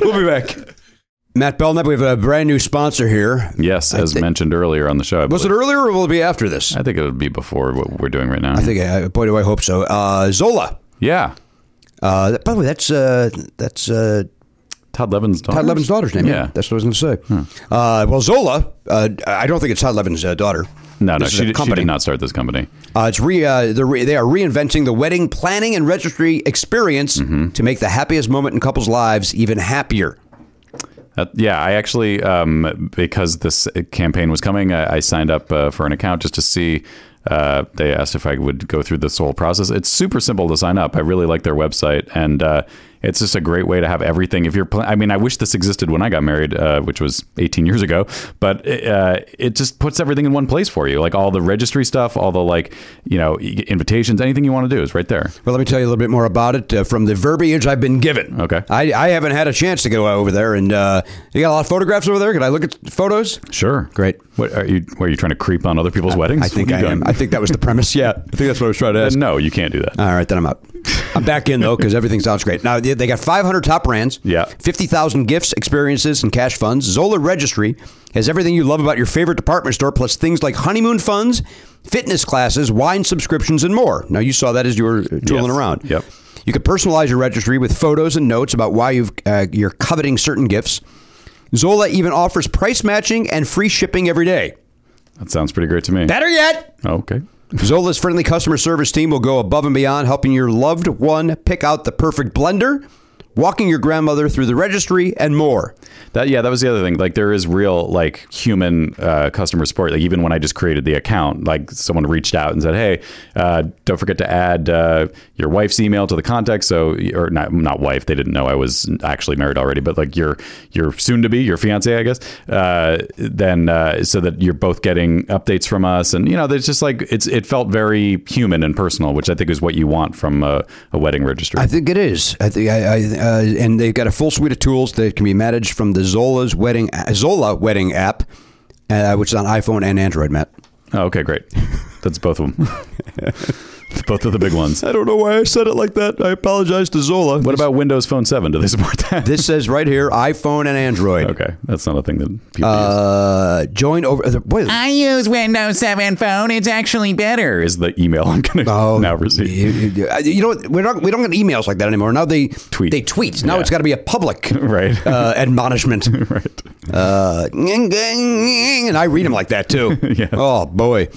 we'll be back. Matt Belknap, we have a brand new sponsor here. Yes, as mentioned earlier on the show. I Was it believe. earlier or will it be after this? I think it would be before what we're doing right now. I think, I, boy, do I hope so. Uh, Zola. Yeah. Uh, that- by the way, that's uh, that's uh, Todd Levin's daughter. Todd Levin's daughter's name. Yeah, Yeah. that's what I was going to say. Uh, well, Zola. Uh, I don't think it's Todd Levin's uh, daughter. No, no, This is a she, did- she company. did not start this company. Uh, it's re, uh, they're re, they are reinventing the wedding planning and registry experience to make the happiest moment in couples' lives even happier. Uh, yeah, I actually, um, because this campaign was coming, I, I signed up uh, for an account just to see. Uh, they asked if I would go through this whole process. It's super simple to sign up. I really like their website, and uh, it's just a great way to have everything. If you're, pl- I mean, I wish this existed when I got married, uh, which was 18 years ago, but it, uh, it just puts everything in one place for you. Like all the registry stuff, all the like, you know, e- invitations, anything you want to do is right there. Well, let me tell you a little bit more about it uh, from the verbiage I've been given. Okay. I, I haven't had a chance to go over there, and uh, you got a lot of photographs over there. Can I look at photos? Sure. Great. What are you? Were you trying to creep on other people's weddings? I think What I are you am. doing? Uh, I think that was the premise. Yeah, I think that's what I was trying to ask. no, you can't do that. All right, then I'm out. I'm back in though because everything sounds great. Now they they got 500 top brands. Yeah. 50,000 gifts, experiences, and cash funds. Zola Registry has everything you love about your favorite department store, plus things like honeymoon funds, fitness classes, wine subscriptions, and more. Now you saw that as you were tooling Yes. around. Yep. You can personalize your registry with photos and notes about why you've, uh, you're coveting certain gifts. Zola even offers price matching and free shipping every day. That sounds pretty great to me. Oh, Better yet, Okay. Zola's friendly customer service team will go above and beyond helping your loved one pick out the perfect blender, walking your grandmother through the registry, and more. That yeah, that was the other thing. Like there is real like human uh, customer support. Like even when I just created the account, like someone reached out and said, "Hey, uh, don't forget to add uh, your wife's email to the contact." So or not not wife, they didn't know I was actually married already, but like your your soon to be your fiance, I guess. Uh, then uh, so that you're both getting updates from us, and you know, there's just like it's it felt very human and personal, which I think is what you want from a, a wedding registry. I think it is. I think I, I uh, and they've got a full suite of tools that can be managed from the Zola's wedding Zola wedding app, uh, which is on iPhone and Android. Matt, Oh, okay, great. That's both of them. both of the big ones. I don't know why I said it like that. I apologize to Zola. What about Windows Phone 7? Do they support that? this says right here iPhone and Android. Okay, that's not a thing that people Uh, join over. uh, Boy, I use Windows 7 phone. It's actually better. use. Is the email I'm going to oh, now receive? You- you uh, you know what? we're not we don't get emails like that anymore. Now they tweet. They tweet. Now Yeah. it's got to be a public Right. uh, admonishment. right. Uh, and I read them like that too. Oh boy,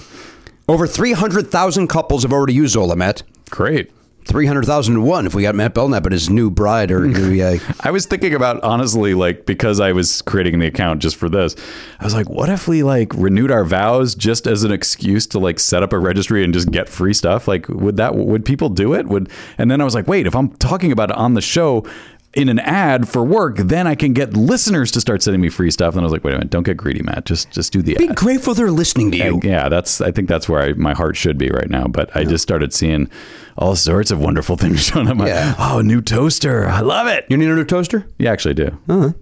over three hundred thousand couples have already used Zola, Matt. Great. Three hundred thousand and one. If we got Matt Belknap and his new bride, or the, uh, I was thinking about honestly, like because I was creating the account just for this, I was like, what if we like renewed our vows just as an excuse to like set up a registry and just get free stuff? Like, would that would people do it? Would and then I was like, wait, if I'm talking about it on the show in an ad for work, then I can get listeners to start sending me free stuff. And I was like, wait a minute, don't get greedy, Matt. Just just do the be ad. grateful they're listening to you. And, yeah, that's. I think that's where I, my heart should be right now. But I just started seeing all sorts of wonderful things showing up. My, Yeah. Oh, new toaster! I love it. You Oh, need a new toaster? Yeah, actually, I do.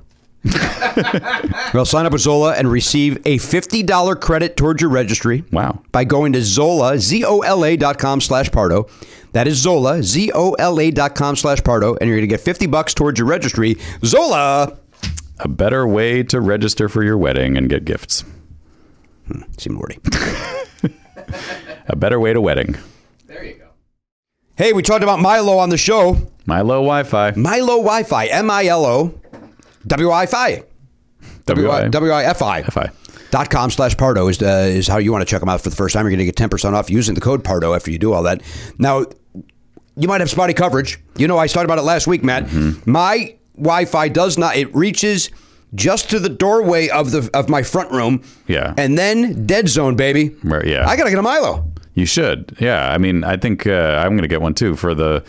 Well, sign up with Zola and receive a $50 credit towards your registry. Wow. By going to Zola, Z-O-L-A dot com slash Pardo. That is Zola, Z-O-L-A dot com slash Pardo. And you're going to get 50 bucks towards your registry. Zola! A better way to register for your wedding and get gifts. Seemed wordy. A better way to wedding. Hey, we talked about Milo on the show. Milo Wi-Fi. Milo Wi-Fi, M-I-L-O, W-I-Fi. W-I. W-I-F-I. Fi. Dot com slash Pardo is, uh, is how you want to check them out for the first time. You're going to get 10% off using the code Pardo after you do all that. Now, you might have spotty coverage. You know, I talked about it last week, Matt. Mm-hmm. My Wi Fi does not, it reaches just to the doorway of the of my front room. Yeah. And then dead zone, baby. Right, yeah. I got to get a Milo. You should. Yeah. I mean, I think uh, I'm going to get one too for the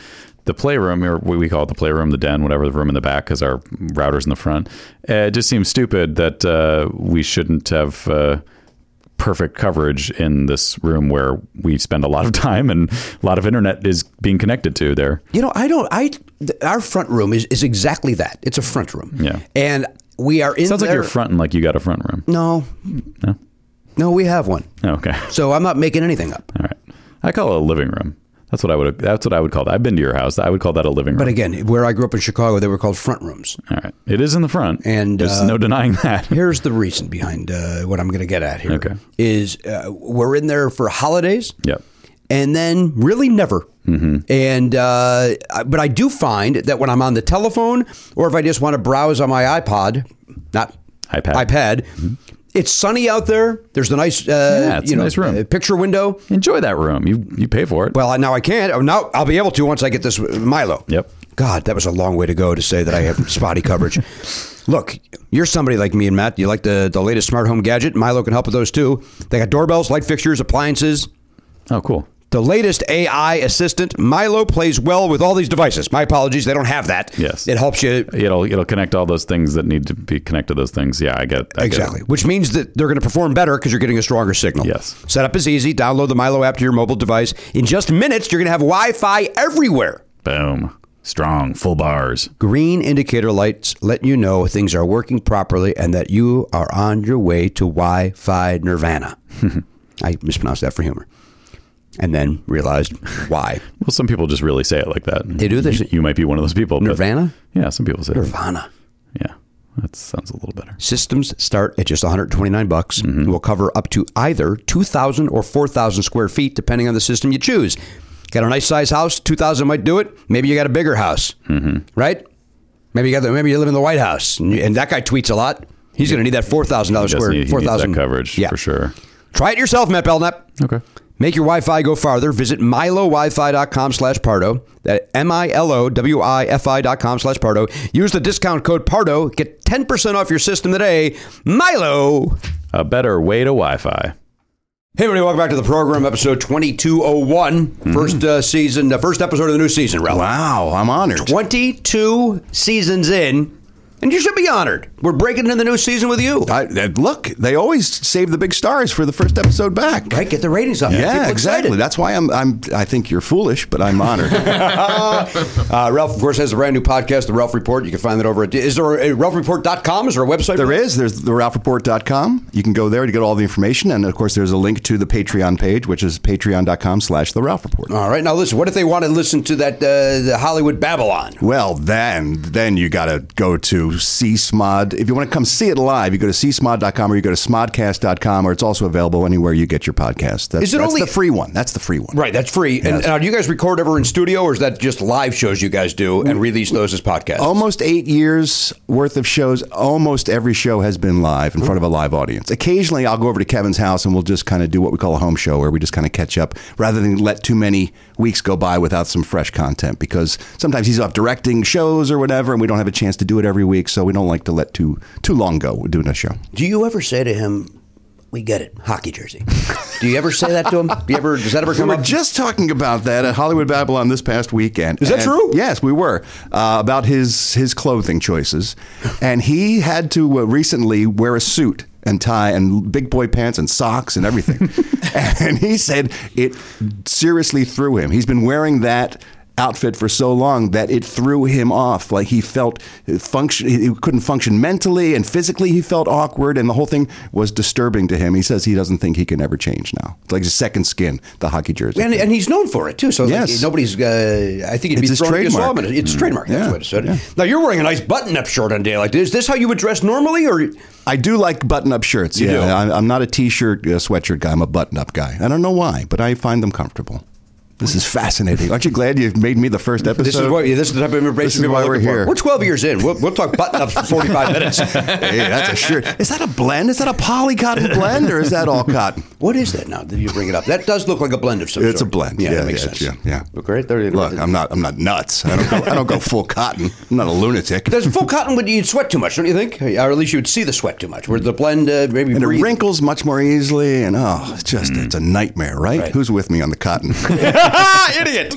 the playroom, or what we call it the playroom, the den, whatever the room in the back, because our router's in the front. Uh, it just seems stupid that uh, we shouldn't have. Uh, perfect coverage in this room where we spend a lot of time and a lot of internet is being connected to there You know, I don't. I th- our front room is, is exactly that. It's a front room. Yeah. and we are in. sounds like there- you're fronting like you got a front room No, no no, we have one. okay So I'm not making anything up. All right. I call it a living room. That's what I would. That's what I would call that. I've been to your house. I would call that a living room. But again, where I grew up in Chicago, they were called front rooms. All right. It is in the front. And, there's uh, no denying that. Here's the reason behind uh, what I'm going to get at here. Okay. Is uh, we're in there for holidays. Yep. And then really never. Mm-hmm. And uh, I- but I do find that when I'm on the telephone or if I just want to browse on my iPod, not iPad. Mm-hmm. iPad, it's sunny out there. There's a nice, uh, Yeah, it's you a know, nice room. uh, picture window. Enjoy that room. You you pay for it. Well, I- now I can't. Oh, Now I'll be able to once I get this Milo. Yep. God, that was a long way to go to say that I have spotty coverage. Look, you're somebody like me and Matt. You like the, the latest smart home gadget. Milo can help with those too. They got doorbells, light fixtures, appliances. oh, cool. The latest AI assistant, Milo, plays well with all these devices. My apologies, they don't have that. Yes. It helps you. It'll it'll connect all those things that need to be connected to those things. Yeah, I get I get it. Exactly, which means that they're going to perform better because you're getting a stronger signal. Yes. Setup is easy. Download the Milo app to your mobile device. In just minutes, you're going to have Wi Fi everywhere. Boom. Strong. Full bars. Green indicator lights let you know things are working properly and that you are on your way to Wi Fi Nirvana. I mispronounced that for humor. And then realized why. Well, some people just really say it like that. They do? They You, say- you might be one of those people. but- Nirvana? Yeah, some people say that. Nirvana. Yeah, that sounds a little better. Systems start at just 129 bucks. Mm-hmm. Will cover up to either 2,000 or 4,000 square feet, depending on the system you choose. Got a nice size house, 2,000 might do it. Maybe you got a bigger house, Mm-hmm. right? Maybe you got the, maybe you live in the White House, and, you- and that guy tweets a lot. He's going to need that four thousand dollars He does square need- he needs four thousand that coverage yeah. for sure. Try it yourself, Matt Belknap. Okay. Make your Wi-Fi go farther. Visit milowifi.com slash Pardo. That M-I-L-O-W-I-F-I dot com slash Pardo. Use the discount code Pardo. Get 10% off your system today. Milo. A better way to Wi-Fi. Hey, everybody. Welcome back to the program, episode 2201. First uh, season, the first episode of the new season, Ralph. Mm-hmm. Wow, I'm honored. 22 seasons in, and you should be honored. We're breaking into the new season with you. I, I- look, they always save the big stars for the first episode back. Right, get the ratings up. Get Yeah, people exactly. excited. That's why I'm. I'm. I think you're foolish, but I'm honored. Uh, Ralph, of course, has a brand new podcast, The Ralph Report. You can find that over at, is there a ralphreport.com? Is there a website? There is. There's the ralphreport.com. You can go there to get all the information. And of course, there's a link to the Patreon page, which is patreon.com slash the Ralph Report. All right, now listen, what if they want to listen to that uh, the Hollywood Babylon? Well, then, then you got to go to CSMOD. If you want to come see it live, you go to csmod.com or you go to smodcast.com, or it's also available anywhere you get your podcast. That's, Is it that's only- the free one. That's the free one. Right, that's free. And uh, do you guys record ever in studio, or is that just live shows you guys do and release those as podcasts? Almost eight years worth of shows. Almost every show has been live in front of a live audience. Occasionally, I'll go over to Kevin's house and we'll just kind of do what we call a home show where we just kind of catch up rather than let too many weeks go by without some fresh content because sometimes he's off directing shows or whatever and we don't have a chance to do it every week. So we don't like to let too too long go doing a show. Do you ever say to him, "We get it, hockey jersey"? do you ever say that to him? Do you ever does that ever We come were up? just talking about that at Hollywood Babylon this past weekend. Is that And- true? Yes, we were uh, about his his clothing choices, and he had to uh, recently wear a suit and tie and big boy pants and socks and everything, and he said it seriously threw him. He's been wearing that. Outfit for so long that it threw him off. Like he felt function, he couldn't function mentally and physically. He felt awkward, and the whole thing was disturbing to him. He says he doesn't think he can ever change now. It's like his second skin, the hockey jersey. And, and he's known for it too. So like, Yes. nobody's. Uh, I think it'd It's be his thrown against trademark. law, but It's trademark. That's Yeah, what it said. Now you're wearing a nice button-up shirt on a day like this. Is this how you would dress normally, or I do like button-up shirts. You yeah, do? I'm, I'm not a t-shirt, uh, sweatshirt guy. I'm a button-up guy. I don't know why, but I find them comfortable. This is fascinating. Aren't you glad you made me the first episode? this is what yeah, this is the type of This information is people why are we're looking for. here. We're 12 years in. We'll, we'll talk button-ups for 45 minutes. hey, that's a shirt. Is that a blend? Is that a poly cotton blend, or is that all cotton? What is that now that you bring it up? That does look like a blend of some It's a sort. blend. Yeah, Yeah, that makes yeah, sense. yeah, yeah. Look right there. Look, I'm not. I'm not nuts. I don't. Go, I don't go full cotton. I'm not a lunatic. There's full cotton would you'd sweat too much, don't you think? Or at least you would see the sweat too much. Where the blend uh, maybe And it breathe- wrinkles much more easily, and oh, it's just it's a nightmare, right? Mm. Right. Who's with me on the cotton? Idiot.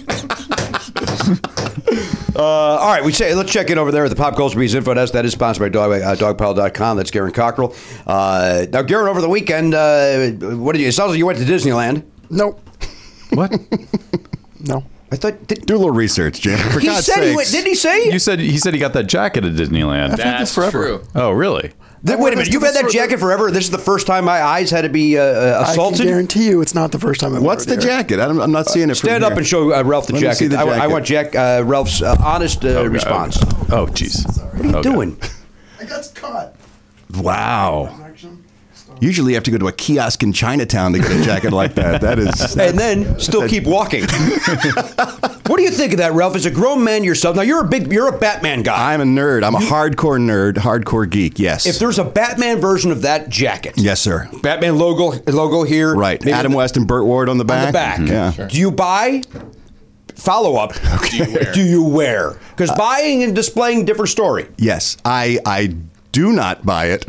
uh, all right, we say let's check in over there at the Pop Culture Bees info desk. That is sponsored by dog, uh, dogpile.com. That's Garen Cockrell. Uh, now, Garen, over the weekend, uh, what did you? It sounds like you went to Disneyland. Nope. What? No. I thought. Did, Do a little research, Jim. For He God's said he sakes. went- didn't he say? You said he said he got that jacket at Disneyland. That's true. Oh, really? Th- wait a minute. You've had that jacket forever. This is the first time my eyes had to be uh, uh, I can assaulted. guarantee you it's not the first time I've What's the heard it. jacket? I don't, I'm not seeing it. from Uh, Stand up here. and show uh, Ralph the Let me jacket. see the I, I jacket. want Jack uh, Ralph's uh, honest uh, response. Oh, jeez. What are you doing? I got caught. Wow. Usually, you have to go to a kiosk in Chinatown to get a jacket like that. That is, and then still keep walking. what do you think of that, Ralph? As a grown man yourself, now you're a big, you're a Batman guy. I'm a nerd. I'm a hardcore nerd, hardcore geek. Yes, If there's a Batman version of that jacket, yes, sir. Batman logo logo here, Right, maybe Adam on West and Burt Ward on the the, back. Mm-hmm. back. Yeah, Do you buy? Follow up. Do you wear? Because buying and displaying different story. yes. I I do not buy it,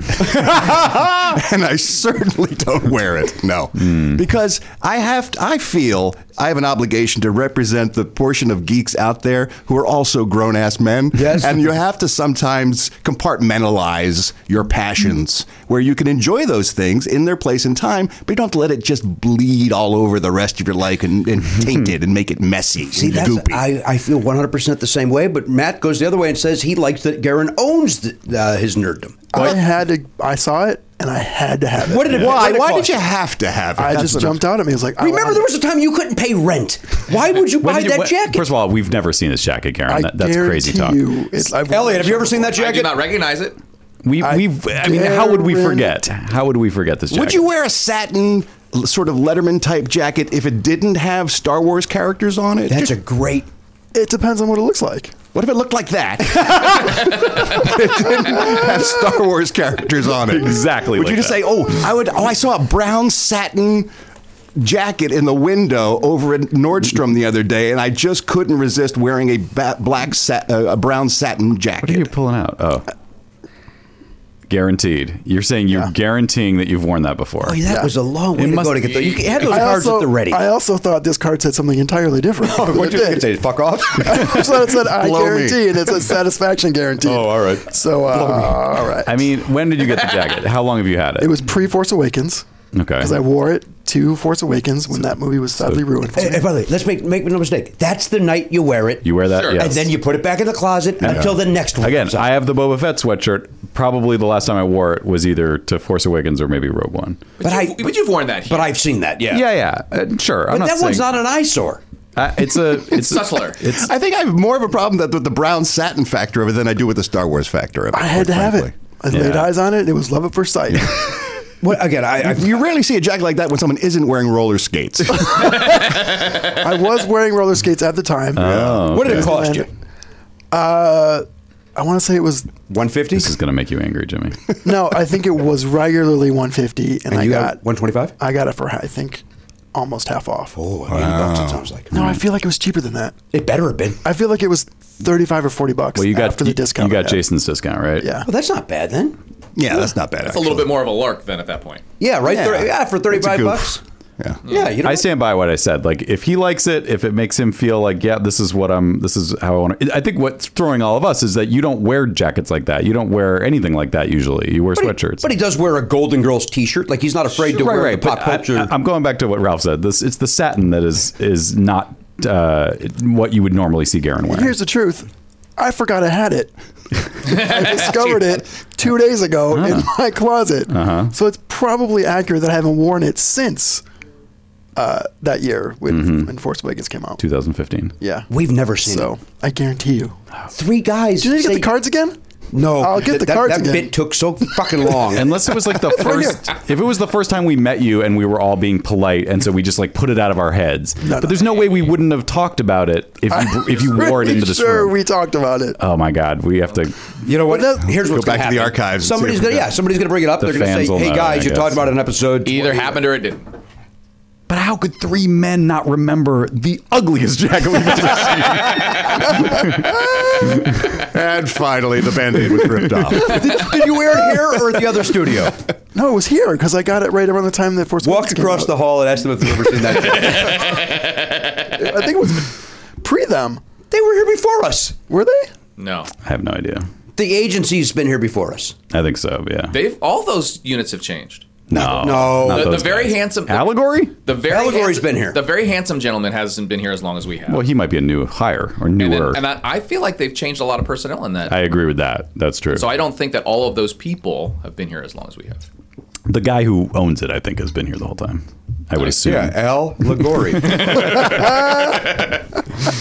and I certainly don't wear it. No, because I have. To, I feel I have an obligation to represent the portion of geeks out there who are also grown ass men. Yes. and you have to sometimes compartmentalize your passions where you can enjoy those things in their place and time, but you don't have to let it just bleed all over the rest of your life and, and taint it and make it messy See, and that's, goopy. I, I feel 100% the same way, but Matt goes the other way and says he likes that Garen owns the, uh, his nerddom. I had to. I saw it and I had to have it. What did it- why what why cost did you have to have it? I That's just what I'm- jumped out at me. It's like I Remember, want there it. was a time you couldn't pay rent. Why would you When buy did you- that when- jacket? First of all, we've never seen this jacket, Karen. I That, that's crazy talk. guarantee you it's- I've- Elliot, have you ever seen that I do jacket? not recognize it. We I we I mean, how would we guarantee- forget? How would we forget this jacket? Would you wear a satin l- sort of Letterman type jacket if it didn't have Star Wars characters on it? That's Just- a great It depends on what it looks like. What if it looked like that? it didn't have Star Wars characters on it. Exactly Would like you just that. say, "Oh, I would. Oh, I saw a brown satin." Jacket in the window over at Nordstrom the other day, and I just couldn't resist wearing a ba- black, sat- uh, a brown satin jacket. What are you pulling out? Oh. Guaranteed. You're saying you're guaranteeing that you've worn that before. Oh, that was a long way It to must- go to get those. You had those I cards also- at the ready. I also thought this card said something entirely different. than What it did did. say? Fuck off. I just thought it said I Blow me. guarantee, and it said satisfaction guarantee. Oh, all right. So, uh, all right. I mean, when did you get the jacket? How long have you had it? It was pre Force Awakens okay. because I wore it to Force Awakens when that movie was sadly ruined. Hey, hey, by the way, let's make make no mistake. That's the night you wear it, You wear that, yes. and then you put it back in the closet Yeah. until the next one. Again, I have the Boba Fett sweatshirt. Probably the last time I wore it was either to Force Awakens or maybe Rogue One. But, I, but you've worn that. but I've seen that. Yeah, Yeah, yeah, uh, sure. I'm but not that one's saying- not an eyesore. Uh, it's a. It's subtler. It's I think I have more of a problem that with the brown satin factor of it than I do with the Star Wars factor of it. I had to quite have it. frankly. I laid eyes on it. It was love at first sight. What again? I, I You rarely see a jacket like that when someone isn't wearing roller skates. I was wearing roller skates at the time. Oh, What did it okay. cost you? Uh, I want to say it was One fifty. This is gonna make you angry, Jimmy. no. I think it was regularly 150, and, I you got one twenty five. I got it for I think almost half off. Oh, eighty bucks. It sounds like No, I feel like it was cheaper than that. it better have been. I feel like it was 35 or 40 bucks Well, you got after the you- discount. You I got had. Jason's discount, right? Yeah. Well, that's not bad then. yeah, that's not bad. That's a little bit more of a lark then at that point. Yeah, right. Yeah. Yeah, yeah for thirty five goof. bucks. Yeah. Yeah, you know. I what? stand by what I said. Like, if he likes it, if it makes him feel like, yeah, this is what I'm, this is how I want to. I think what's throwing all of us is that you don't wear jackets like that. You don't wear anything like that usually. You wear But he, sweatshirts. but he does wear a Golden Girls t shirt. Like he's not afraid to right, wear right. the pop but I- culture. I, am going back to what Ralph said. This it's the satin that is is not uh, what you would normally see Garen wearing. Here's the truth. I forgot I had it. I discovered it two days ago Ah. in my closet. Uh-huh. So it's probably accurate that I haven't worn it since uh, that year when, Mm-hmm. when Force Awakens came out. 2015. Yeah. We've never seen So I guarantee you. it. Three guys. Do you need to say- get the cards again? No, I'll get the that, cards That again. bit took so fucking long. Unless it was like the first, if it was the first time we met you and we were all being polite, and so we just like put it out of our heads. but there's no way we wouldn't have talked about it if you if you wore it Pretty into this sure room. we talked about it. oh my God, we have to. You know what? But that- Here's Go what's back gonna to the happen. archives and see Somebody's if gonna we yeah. got- Somebody's gonna bring it up. The They're gonna fans say, will "Hey know, I guys, you guess. talked about it in episode." Either 20." happened or it didn't. But how could three men not remember the ugliest jacket we've ever seen? and finally, the band aid was ripped off. did, did you wear it here or at the other studio? No, it was here because I got it right around the time that Force Walked Awakens came across out. the hall and asked them if they've ever seen that. I think it was pre them. they were here before us. Were they? No. I have no idea. The agency's been here before us. I think so. Yeah. They've all those units have changed. no. no. not The, the those very guys. handsome allegory. The very Allegory's handsome- been here. The very handsome gentleman hasn't been here as long as we have. Well, he might be a new hire or and, newer. then- and I, I feel like they've changed a lot of personnel in that. I agree with that. That's true. so I don't think that all of those people have been here as long as we have. the guy who owns it, I think, has been here the whole time. I would assume. Al Ligori.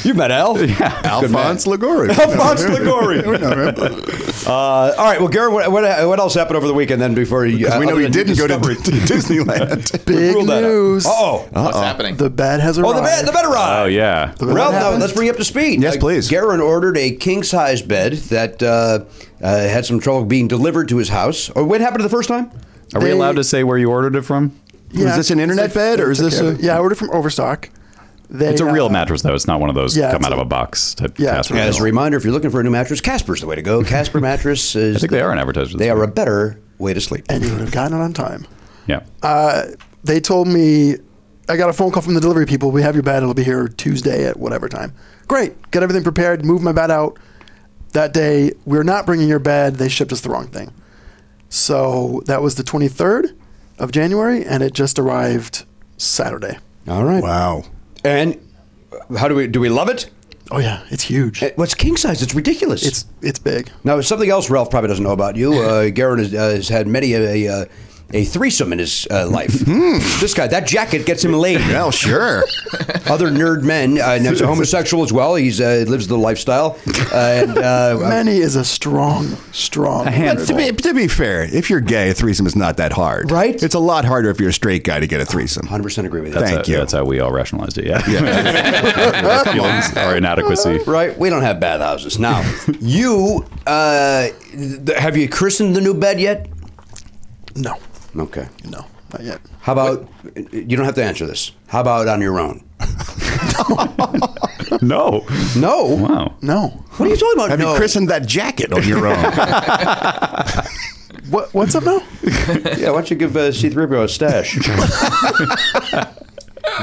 you met Al? Yeah. Alphonse Liguori. Alphonse Ligori. uh, all right. Well, Garrett, what, what, what else happened over the weekend then before you. uh, Because we know other he than didn't go to, Discovery? to Disneyland. Big Rule that out. news. Uh-oh. What's happening? The bed has Oh, arrived. the bed, the bed arrived. Oh yeah. Ralph, now, happened? let's bring you up to speed. Uh, Yes, please. Garen ordered a king size bed that uh, uh, had some trouble being delivered to his house. Or what happened the first time? Are we They- allowed to say where you ordered it from? Yeah. Is this an internet bed or is Took this care a- of it. Yeah, I ordered from Overstock. They, It's a real uh, mattress though. It's not one of those yeah, come it's out of a- a box type Yeah, cast. it's a- iron. As a reminder, if you're looking for a new mattress, Casper's the way to go. Casper mattress is. I think they are an advertiser. They are a better way to sleep. And you would have gotten it on time. Uh, Yeah. They told me, I got a phone call from the delivery people. We have your bed. It'll be here Tuesday at whatever time. Great. Got everything prepared. Moved my bed out. That day, we are not bringing your bed. They shipped us the wrong thing. So that was the 23rd of January, and it just arrived Saturday. All right. Wow. And uh, how do we do? We love it. Oh, yeah. It's huge. Eh, What's king size? It's ridiculous. It's, it's big. now something else Ralph probably doesn't know about you. Uh, Garen has, uh, has had many a, a, a threesome in his uh, life. This guy, that jacket gets him laid. Hmm. Well, sure. Other nerd men. Uh, and he's a homosexual as well. He's uh, lives the lifestyle. Uh, and uh, Many is a strong, strong. But to be, to be fair, if you're gay, a threesome is not that hard. Right? It's a lot harder if you're a straight guy to get a threesome. 100% agree with you. That's Thank how, you. That's how we all rationalized it. Yeah. Yeah. Our feelings are inadequacy. Right? We don't have bathhouses. Now, you, uh, th- have you christened the new bed yet? No, Okay. no, not yet. How about, you don't have to answer this. How about on your own? No. No. Wow. No. What are you talking about? Have Oh, no. you christened that jacket on your own? What What's up now? yeah, why don't you give uh, C3PO a stash?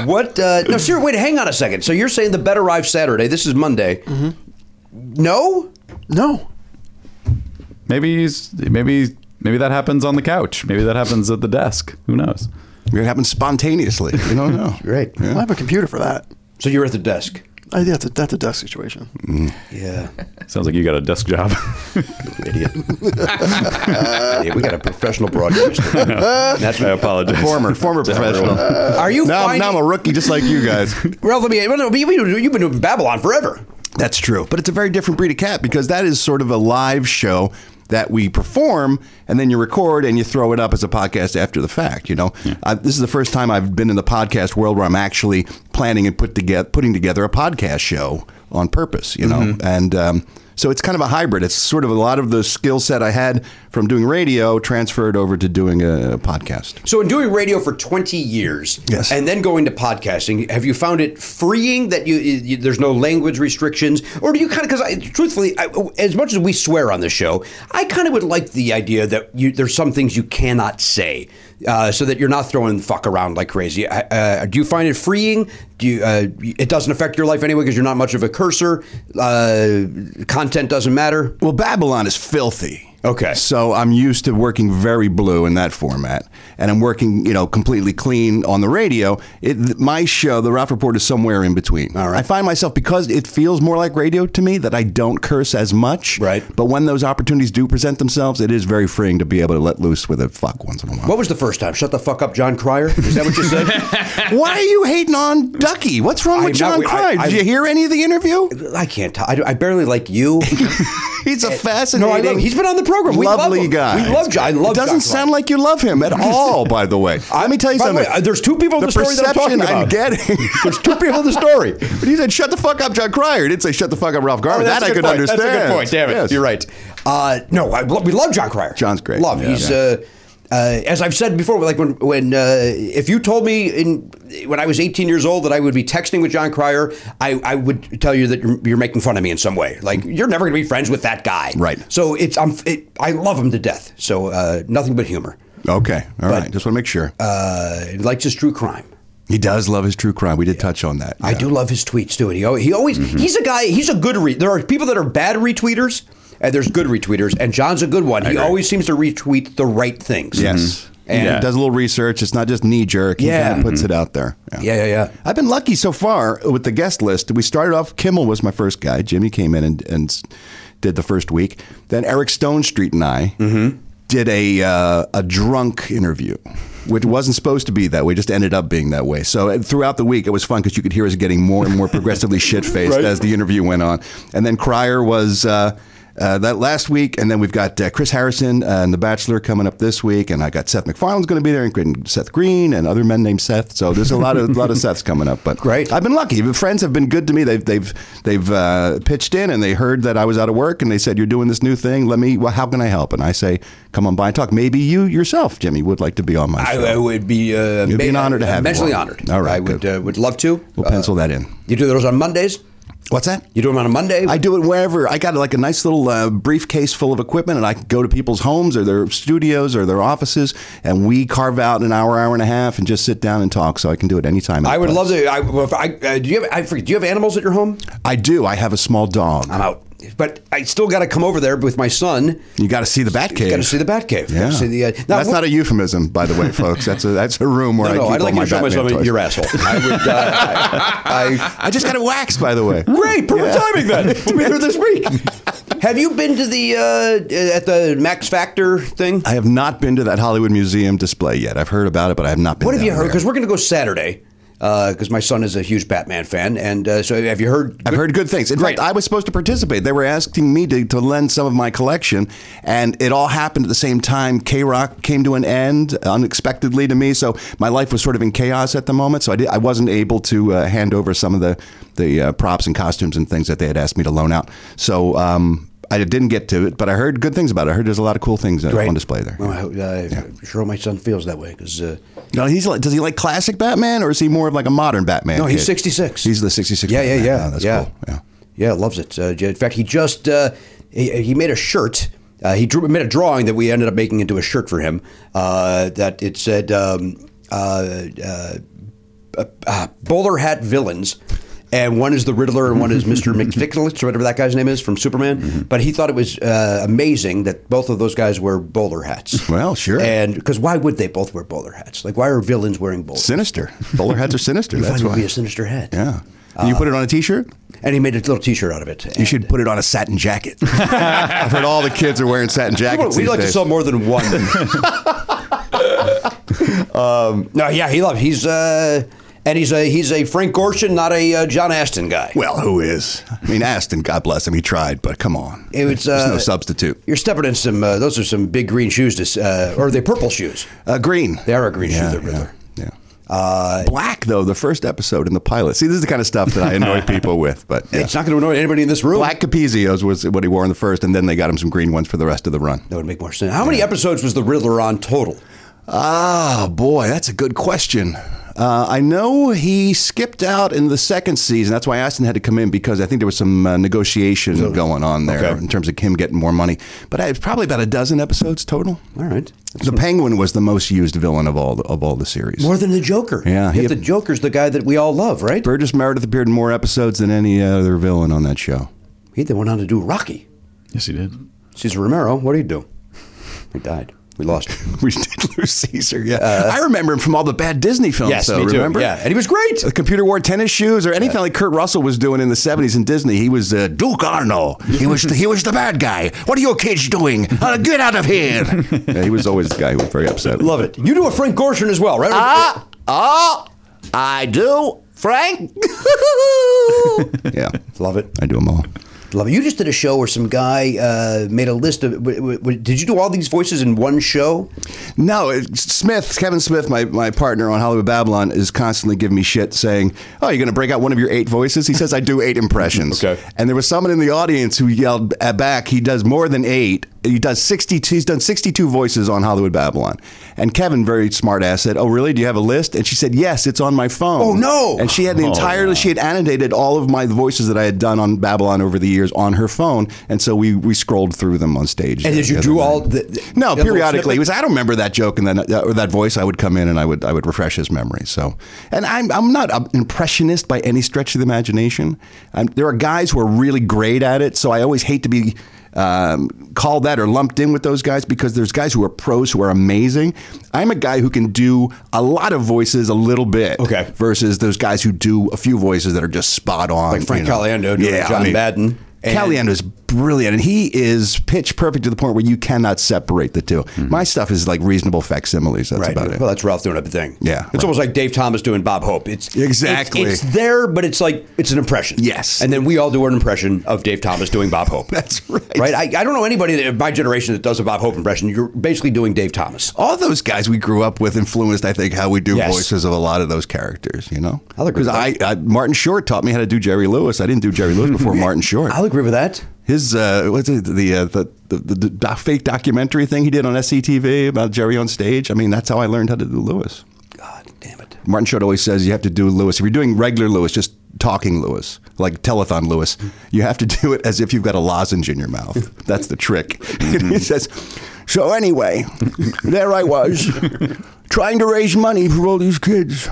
what? Uh, no, sir, wait, hang on a second. So you're saying the bed arrives Saturday. This is Monday. Mm-hmm. No? No. Maybe he's maybe maybe that happens on the couch. Maybe that happens at the desk. Who knows? It happens spontaneously. You don't know. Right. I have a computer for that. So you're at the desk. I, that's a that's a desk situation. Mm. Yeah. Sounds like you got a desk job. Idiot. Idiot. We got a professional broadcaster. That's I apologize. Former, former To professional. everyone. Are you now, I'm- finding- now I'm a rookie just like you guys. Ralph, let me, well, no, but you- you've been doing Babylon forever. That's true. But it's a very different breed of cat because that is sort of a live show that we perform and then you record and you throw it up as a podcast after the fact, you know. I, this is the first time I've been in the podcast world where I'm actually planning and put together putting together a podcast show on purpose, you know. And um, so it's kind of a hybrid. It's sort of a lot of the skill set I had from doing radio transferred over to doing a podcast. So, in doing radio for 20 years, Yes. and then going to podcasting, have you found it freeing that you, you there's no language restrictions, or do you kind of? Because truthfully, I, as much as we swear on this show, I kind of would like the idea that you, there's some things you cannot say, uh, so that you're not throwing fuck around like crazy. I- Uh, do you find it freeing? Do you? Uh, it doesn't affect your life anyway because you're not much of a cursor. Uh, content doesn't matter. Well, Babylon is filthy. Okay. So I'm used to working very blue in that format, and I'm working, you know, completely clean on the radio. It, my show, The Ralph Report, is somewhere in between. All right. I find myself because it feels more like radio to me that I don't curse as much. Right. But when those opportunities do present themselves, it is very freeing to be able to let loose with a fuck once in a while. What was the first time? Shut the fuck up, John Cryer. Is that what you said? Why are you hating on Ducky? What's wrong I'm with John not- I- Cryer? I- Did you hear any of the interview? I can't. T- I, I barely like you. He's a Eh, fascinating. No, I love, he's been on the program. We love lovely him. guy. We love. John. I love. It doesn't John sound Klein. like you love him at all. By the way, let me tell you By the something. way, uh, there's two people in the story that I'm talking perception about. getting. there's two people in the story. But he said, "Shut the fuck up, John Cryer." He didn't say, "Shut the fuck up, Ralph Garman." Oh, that's a that I good could point. understand. That's a good point. Damn it. Yes. You're right. Uh, no, I lo- we love John Cryer. John's great. Love. Yeah. He's. Uh, uh, as I've said before, like when when uh, if you told me in when I was 18 years old that I would be texting with John Cryer, I, I would tell you that you're, you're making fun of me in some way. Like you're never going to be friends with that guy. Right. So it's I'm it, I love him to death. So uh, nothing but humor. Okay. But- All right. Just want to make sure. Uh, likes his true crime. he does love his true crime. We did touch on that. I Yeah. Mm-hmm. do love his tweets too. And he, al- he always he's a guy. He's a good re. There are people that are bad retweeters, and there's good retweeters. And John's a good one. He agree. always seems to retweet the right things. Mm-hmm. Yes. And And he does a little research. It's not just knee jerk. He Yeah. Mm-hmm. kind of puts it out there. Yeah, yeah, yeah. I've been lucky so far with the guest list. We started off, Kimmel was my first guy. Jimmy came in and, and s- did the first week. Then Eric Stone Street and I did a, uh, a drunk interview, which wasn't supposed to be that way, just ended up being that way. So uh, throughout the week, it was fun because you could hear us getting more and more progressively shit faced as the interview went on. And then Crier was. Uh, uh, that last week, and then we've got uh, Chris Harrison uh, and The Bachelor coming up this week, and I got Seth MacFarlane's going to be there, and Seth Green and other men named Seth. So there's a lot of lot of Seths coming up. But Great. I've been lucky. The friends have been good to me. They've they've they've uh, pitched in, and they heard that I was out of work, and they said, "You're doing this new thing. Let me. Well, how can I help?" And I say, "Come on by and talk. Maybe you yourself, Jimmy, would like to be on my I, show. I would be, uh, It'd be an honor to have you immensely on. honored. All right, I would good. uh, would love to. we'll Uh, pencil that in." you do those on Mondays. What's that? You do them on a Monday. I do it wherever. I got like a nice little uh, briefcase full of equipment, and I can go to people's homes or their studios or their offices, and we carve out an hour, hour and a half, and just sit down and talk. So I can do it anytime. I any would place. love to. I, well, if I uh, do you have? I forget. Do you have animals at your home? I do. I have a small dog. I'm out. But I still got to come over there with my son. You got to see the Batcave. Got to see the Batcave. Yeah. Got to see the. Uh, now, that's wh- not a euphemism, by the way, folks. That's a that's a room where No, I no, keep I'd like all you my to show my Batman son toys. your asshole. I would. Uh, I, I, I just got it waxed, by the way. Great, perfect timing then to be here this week. Have you been to the uh, at the Max Factor thing? I have not been to that Hollywood Museum display yet. I've heard about it, but I have not been. What have you heard? Because Because we're going to go Saturday. Because my son is a huge Batman fan, and uh, so have you heard? I've heard good things. In fact, I was supposed to participate. They were asking me to, to lend some of my collection, and it all happened at the same time. K Rock came to an end unexpectedly to me, so my life was sort of in chaos at the moment. So I, did, I wasn't able to uh, hand over some of the the uh, props and costumes and things that they had asked me to loan out. So. Um, I didn't get to it, but I heard good things about it. I heard there's a lot of cool things uh, Great. on display there. Well, I, hope- I- I'm sure my son feels that way because uh, No, he's like, does he like classic Batman or is he more of like a modern Batman? No, he's kid? 66. He's the 66. Yeah, yeah, Batman. yeah. Oh, that's yeah. cool. Yeah. Yeah, loves it. Uh, in fact, he just uh, he, he made a shirt. Uh, he drew made a drawing that we ended up making into a shirt for him. Uh, that it said um, uh, uh, uh, uh, bowler hat villains. And one is the Riddler, and one is Mister McFickletz, or whatever that guy's name is from Superman. Mm-hmm. But he thought it was uh, amazing that both of those guys wear bowler hats. Well, sure. And because why would they both wear bowler hats? Like, why are villains wearing bowler? Sinister. Bowler hats are sinister. You that's find Uh, him to why. be a sinister hat. Yeah. And you put it on a T-shirt. And he made a little T-shirt out of it. You should put it on a satin jacket. I've heard all the kids are wearing satin jackets. We'd these like to days. sell more than one. um, no, yeah, he loved. He's uh, and he's a he's a Frank Gorshin, not a uh, John Aston guy. Well, who is? I mean, Aston. God bless him. He tried, but come on. It was, There's uh, no substitute. You're stepping in some. Uh, those are some big green shoes. To, s- uh, or are they purple shoes? Uh, green. They are a green shoe. The yeah, Riddler. yeah. Uh, Black though. The first episode in the pilot. See, this is the kind of stuff that I annoy people with. But yeah. It's not going to annoy anybody in this room. black capezios was what he wore in the first, and then they got him some green ones for the rest of the run. That would make more sense. How many episodes was the Riddler on total? Ah, boy, that's a good question. Uh, I know he skipped out in the second season. That's why Aston had to come in because I think there was some uh, negotiation going on there Okay. in terms of him getting more money. But I, it's probably about a dozen episodes total. All right, The Penguin was the most used villain of all the, of all the series. more than the Joker. Yeah, Yet he- the Joker's the guy that we all love, right? Burgess Meredith appeared in more episodes than any other villain on that show. He then went on to do Rocky. Yes, he did. Cesar Romero. What did he do? He died. We lost. him. We did lose Caesar. Yeah, I remember him from all the bad Disney films. Uh, Yes, though, me too. remember? Yeah, and he was great. The computer wore tennis shoes or anything like Kurt Russell was doing in the '70s in Disney. He was uh, Duke Arno. He was the, he was the bad guy. What are you kids doing? Uh, get out of here! Yeah, he was always the guy who was very upset. Love it. You do a Frank Gorshin as well, right? Ah, Oh, I do, Frank. yeah, Love it. I do them all. Love it. You just did a show where some guy uh, made a list of. W- w- w- did you do all these voices in one show? No, it's Smith, Kevin Smith, my, my partner on Hollywood Babylon, is constantly giving me shit saying, Oh, you're going to break out one of your eight voices? He says, I do eight impressions. okay. And there was someone in the audience who yelled at back, He does more than eight. He does 62, he's done 62 voices on Hollywood Babylon. And Kevin, very smart ass, said, Oh, really? Do you have a list? And she said, Yes, it's on my phone. Oh, no. And she had the Oh, entire, she had annotated all of my voices that I had done on Babylon over the years on her phone. And so we, we scrolled through them on stage. And the did you other do night. all? The, the- No, the little periodically. He snippet? was. I don't remember that joke and then uh, or that voice. I would come in and I would I would refresh his memory. So, and I'm I'm not an impressionist by any stretch of the imagination. i there are guys who are really great at it, so I always hate to be. Um, called that or lumped in with those guys because there's guys who are pros who are amazing. I'm a guy who can do a lot of voices a little bit, okay, versus those guys who do a few voices that are just spot on, Like Frank you know. Caliendo doing John Madden. And- Caliendo is brilliant, and he is pitch perfect to the point where you cannot separate the 2 My stuff is like reasonable facsimiles. That's Mm-hmm. Right. about it. Well, that's Ralph doing a thing. Yeah, It's right. almost like Dave Thomas doing Bob Hope. It's Exactly. It's, it's there, but it's like it's an impression. Yes. And then we all do an impression of Dave Thomas doing Bob Hope. that's right. right. I, I don't know anybody that, my generation that does a Bob Hope impression. You're basically doing Dave Thomas. All those guys we grew up with influenced, I think, how we do Yes. voices of a lot of those characters. You know, I'll agree because with I, I Martin Short taught me how to do Jerry Lewis. I didn't do Jerry Lewis before Martin Short. I'll agree with that. His uh, what's it, the, uh, the the the the doc- fake documentary thing he did on SCTV about Jerry on stage. I mean, that's how I learned how to do Lewis. God damn it. Martin Short always says you have to do Lewis. If you're doing regular Lewis, just talking Lewis, like telethon Lewis, you have to do it as if you've got a lozenge in your mouth. That's the trick. he says, So anyway, there I was trying to raise money for all these kids.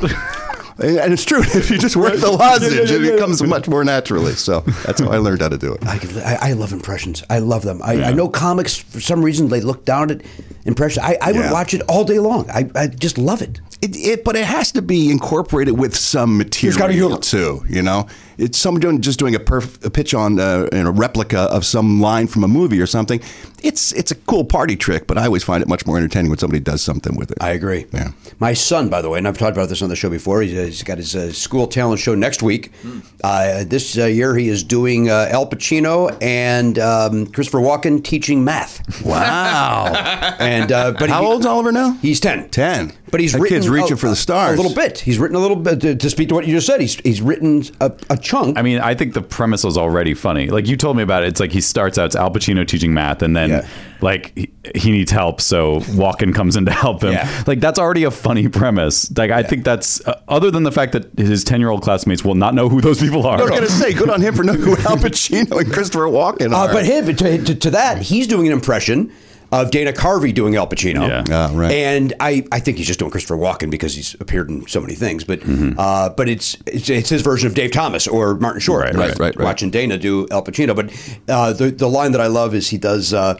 And and it's true. If you just work the lozenge, it comes much more naturally. So that's how I learned how to do it. I, could, I, I love impressions. I love them. I, I know comics for some reason they look down at impressions. I, I would Yeah. watch it all day long. I, I just love it. It, it, but it has to be incorporated with some material gotta be humor. too. You know, it's someone doing just doing a, perf, a pitch on uh, and a replica of some line from a movie or something. It's it's a cool party trick, but I always find it much more entertaining when somebody does something with it. I agree. Yeah. My son, by the way, and I've talked about this on the show before. He's, he's got his uh, school talent show next week. Uh, this uh, year, he is doing uh, Al Pacino and um, Christopher Walken teaching math. Wow. and uh, but how old's Oliver now? He's ten. Ten. But he's That written kid's reaching for the stars. A little bit. He's written a little bit to, to speak to what you just said. He's he's written a, a chunk. I mean, I think the premise was already funny. Like you told me about it. It's like he starts out, it's Al Pacino teaching math, and then like he, he needs help, so Walken comes in to help him. Yeah. Like that's already a funny premise. Like I think that's uh, other than the fact that his ten year old classmates will not know who those people are. I was gonna say, good on him for knowing who Al Pacino and Christopher Walken Uh, are. but him, to, to, to that, he's doing an impression of Dana Carvey doing Al Pacino. Yeah, right. And I, I think he's just doing Christopher Walken because he's appeared in so many things. But Mm-hmm. uh, but it's, it's it's his version of Dave Thomas or Martin Short. Right, right, right, right. Watching Dana do Al Pacino. But uh, the the line that I love is he does. Uh,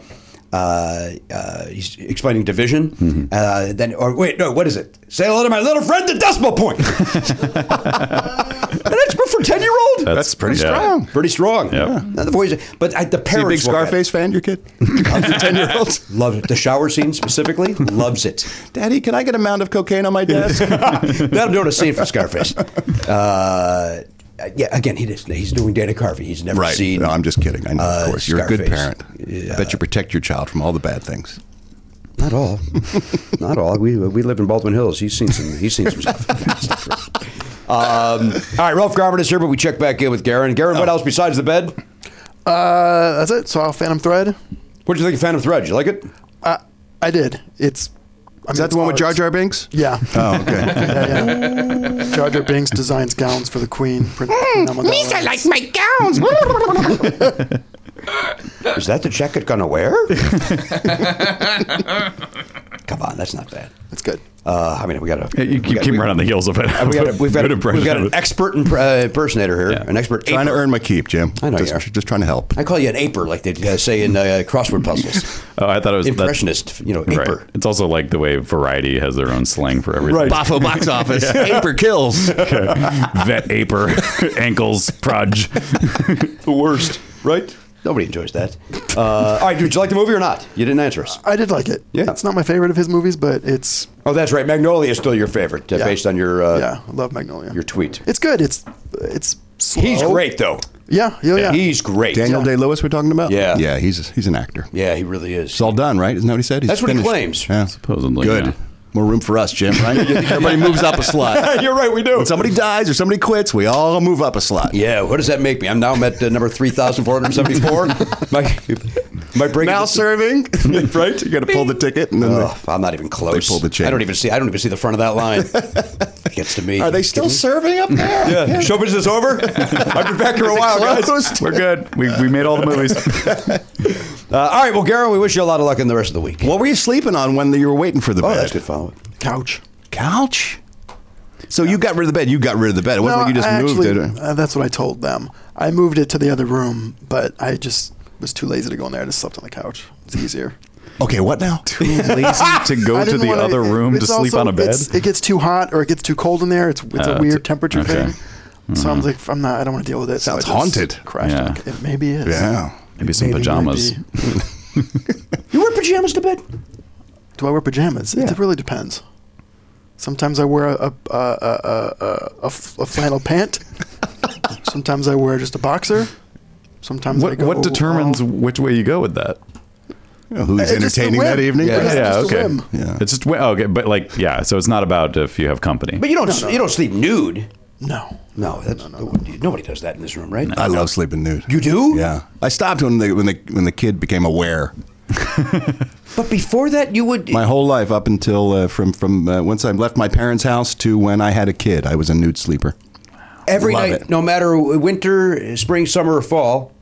uh, uh, he's explaining division. Mm-hmm. Uh, then, or wait, no, what is it? Say hello to my little friend, the decimal point. and that's good for ten year old. That's That's pretty pretty- yeah. strong. Pretty strong. Yeah. Now the voice, but I, the Is he a big parents. look at it. Scarface fan, your kid? Ten-year-olds love it. The shower scene specifically loves it. Daddy, can I get a mound of cocaine on my desk? That'll do it. A scene from Scarface. Uh, yeah, again, he just, he's doing Dana Carvey. He's never right. seen. No, I'm just kidding. I know, uh, of course. You're a good Scarface. parent. I bet you protect your child from all the bad things. Not all. Not all. We we live in Baldwin Hills. He's seen some. He's seen some stuff. um, all right, Ralph Garvin is here, but we check back in with Garen. Garen, Oh. what else besides the bed? Uh, that's it. Saw Phantom Thread. What did you think of Phantom Thread? You like it? Uh, I did. It's. I Is that Oh, the one with Jar it's- Jar Binks? Yeah. Oh, okay. yeah, yeah. Jar Jar Binks designs gowns for the Queen. Prin- Queen Amidala. Lisa likes my gowns. Is that the jacket gonna wear? Come on, that's not bad. That's good. Uh, I mean, we got to. You keep, keep right on the heels of it. Uh, we got a, we've, got Good a, impression we've got of an it. expert impr- uh, impersonator here, an expert. Trying to aper. earn my keep, Jim. I know just, you are. just trying to help. I call you an aper, like they uh, say in uh, crossword puzzles. Oh, I thought it was that's- Impressionist, you know, Right. aper. It's also like the way Variety has their own slang for everything. Boffo box office. Yeah. Aper kills. Vet aper, ankles, prudge. The worst, right? Nobody enjoys that. Uh, all right, did you like the movie or not? You didn't answer us. I did like it. Yeah. It's not my favorite of his movies, but it's. Oh, that's right. Magnolia is still your favorite, uh, Yeah. based on your uh, yeah, I love Magnolia. your tweet. It's good. It's. It's. Slow. He's great, though. Yeah. Yeah. Yeah. He's great. Daniel Day Lewis, we're talking about? Yeah. Yeah, he's, he's an actor. Yeah, he really is. It's all done, right? Isn't that what he said? He's That's what he finished. claims. Yeah. Supposedly. Good. yeah. More room for us, Jim, right? Everybody moves up a slot. You're right, we do. When somebody dies or somebody quits, we all move up a slot. Yeah, what does that make me? I'm now at uh, number 3,474. my, my break Now serving, right? You got to pull the ticket, and then Oh, I'm not even close. pull the chain. I don't even see. I don't even see the front of that line. it gets to me. they, are they still serving up there? Yeah. Show business over. I've been back here a while, guys. Uh, We're good. We, we made all the movies. Uh, all right. Well, Garen, we wish you a lot of luck in the rest of the week. What were you sleeping on when you were waiting for the Oh, bed? that's good follow. Couch. Couch. So you got rid of the bed. You got rid of the bed. It wasn't like you just I moved actually- it. uh, that's what I told them. I moved it to the other room, but I just was too lazy to go in there. I just slept on the couch. It's easier. Okay, what now? Too lazy to I go to didn't the wanna- e- other room to it's sleep also- on a bed. it's- It gets too hot or it gets too cold in there. It's it's Uh, a it's- weird temperature okay. Mm-hmm. thing. So I'm like, I'm not. I don't want to deal with it. Sounds so I just haunted. Crashed. Yeah. it. It maybe is. Yeah. Maybe some Maybe, pajamas. maybe. You wear pajamas to bed? Do I wear pajamas? It really depends. Sometimes I wear a a, a, a, a, a f- a flannel pant. Sometimes I wear just a boxer. Sometimes I What, go. what determines all- which way you go with that? You know, who's It's just a entertaining that whim. evening? Yeah. It's just a whim. Yeah. It's just wi- oh, okay, but like yeah. So it's not about if you have company. But you don't. You don't sleep nude. No. No, that's, nobody does that in this room, right? I love sleeping nude. You do? Yeah. I stopped when the when the when the kid became aware. But before that, you would. My whole life up until uh, from from uh, once I left my parents' house to when I had a kid, I was a nude sleeper. every love night, it. no matter winter, spring, summer, or fall.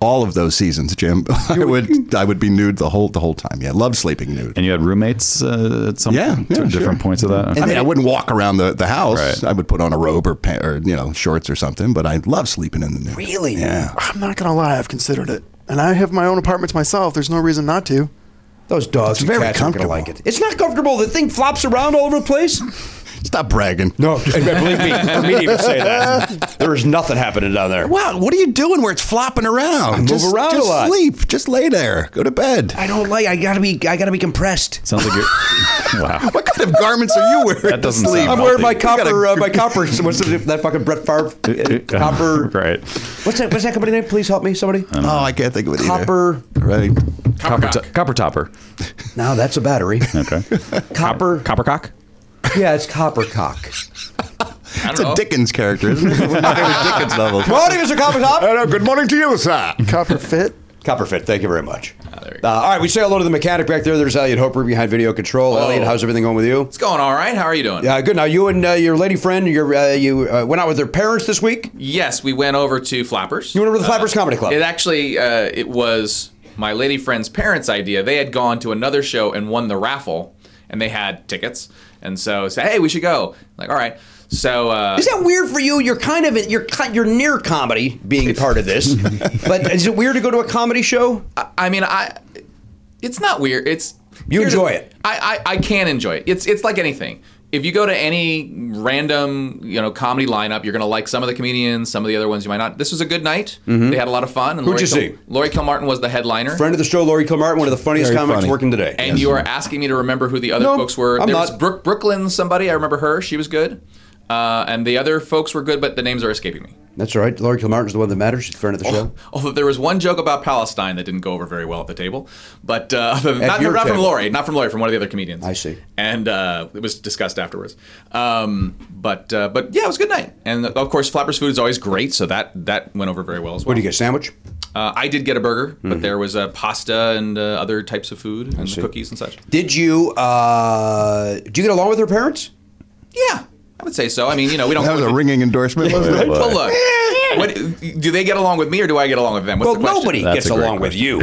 All of those seasons, Jim, I would I would be nude the whole the whole time. Yeah, love sleeping nude. and you had roommates uh, at some Yeah, yeah, sort of different sure. points of that. I mean, I wouldn't walk around the, the house. Right. I would put on a robe or, pa- or you know shorts or something. But I love sleeping in the nude. Really? Yeah. I'm not gonna lie. I've considered it, and I have my own apartment to myself. There's no reason not to. Those dogs It's and very cats aren't gonna comfortable. like it. It's not comfortable. The thing flops around all over the place. Stop bragging. No, and believe me, let me even say that. There is nothing happening down there. Wow, what are you doing where it's flopping around? move just, around just a lot. sleep. Just lay there. Go to bed. I don't like. I gotta be. I gotta be compressed. Sounds like you're. wow. What kind of garments are you wearing? That doesn't to sleep? sound I'm wearing my healthy. copper. uh, my copper. What's the, that fucking Brett Favre uh, copper? right. What's that? What's that company name? Please help me, somebody. Oh, I can't think of it either. Copper. Right. Copper, to- copper topper. Now that's a battery. Okay. Copper. Copper cock. Yeah, it's copper cock. It's a Dickens character, isn't it? One of my favorite Dickens novels. Morning, Mr. Copper Top. Hello, good morning to you, sir. Copper fit. Copperfit, thank you very much. Uh, all right, we say hello to the mechanic back there. There's Elliot Hoper behind video control. Elliot, how's everything going with you? It's going all right. How are you doing? Uh, good. Now, you and uh, your lady friend, your, uh, you uh, went out with their parents this week. Yes, we went over to Flappers. You went over to the Flappers Comedy Club. It actually uh, it was my lady friend's parents' idea. They had gone to another show and won the raffle, and they had tickets. And so said, "Hey, we should go." Like, all right. So uh, Is that weird for you? You're kind of in, you're ki- you're near comedy being part of this, but is it weird to go to a comedy show? I, I mean, I it's not weird. It's You here's enjoy the- it. I, I I can enjoy it. It's it's like anything. If you go to any random you know comedy lineup, you're gonna like some of the comedians, some of the other ones you might not. This was a good night. They had a lot of fun. And Mm-hmm. Who'd Lori you Kil- see? Lori Kilmartin was the headliner. Friend of the show, Lori Kilmartin, one of the funniest Very comics funny. working today. and you are asking me to remember who the other No, folks were. I'm there not. was Brook Brooklyn, somebody. I remember her. She was good. Uh, and the other folks were good, but the names are escaping me. That's all right. Lori Kilmartin's the one that matters. She's friend of the Oh. show. Although there was one joke about Palestine that didn't go over very well at the table, but uh, other than- At not, your not from table. Lori, not from Lori, from one of the other comedians. I see. And uh, it was discussed afterwards. Um, but uh, but yeah, it was a good night. And of course, Flappers food is always great, so that that went over very well as well. What do you Mm-hmm. get? Sandwich? Uh, I did get a burger, but there was uh, pasta and uh, other types of food and cookies and such. Did you uh, did you get along with her parents? Yeah, I would say so. I mean, you know, we don't. That was a ringing endorsement, wasn't it? Well, look. What, do they get along with me, or do I get along with them? What's well, the question? nobody That's gets a great along with you.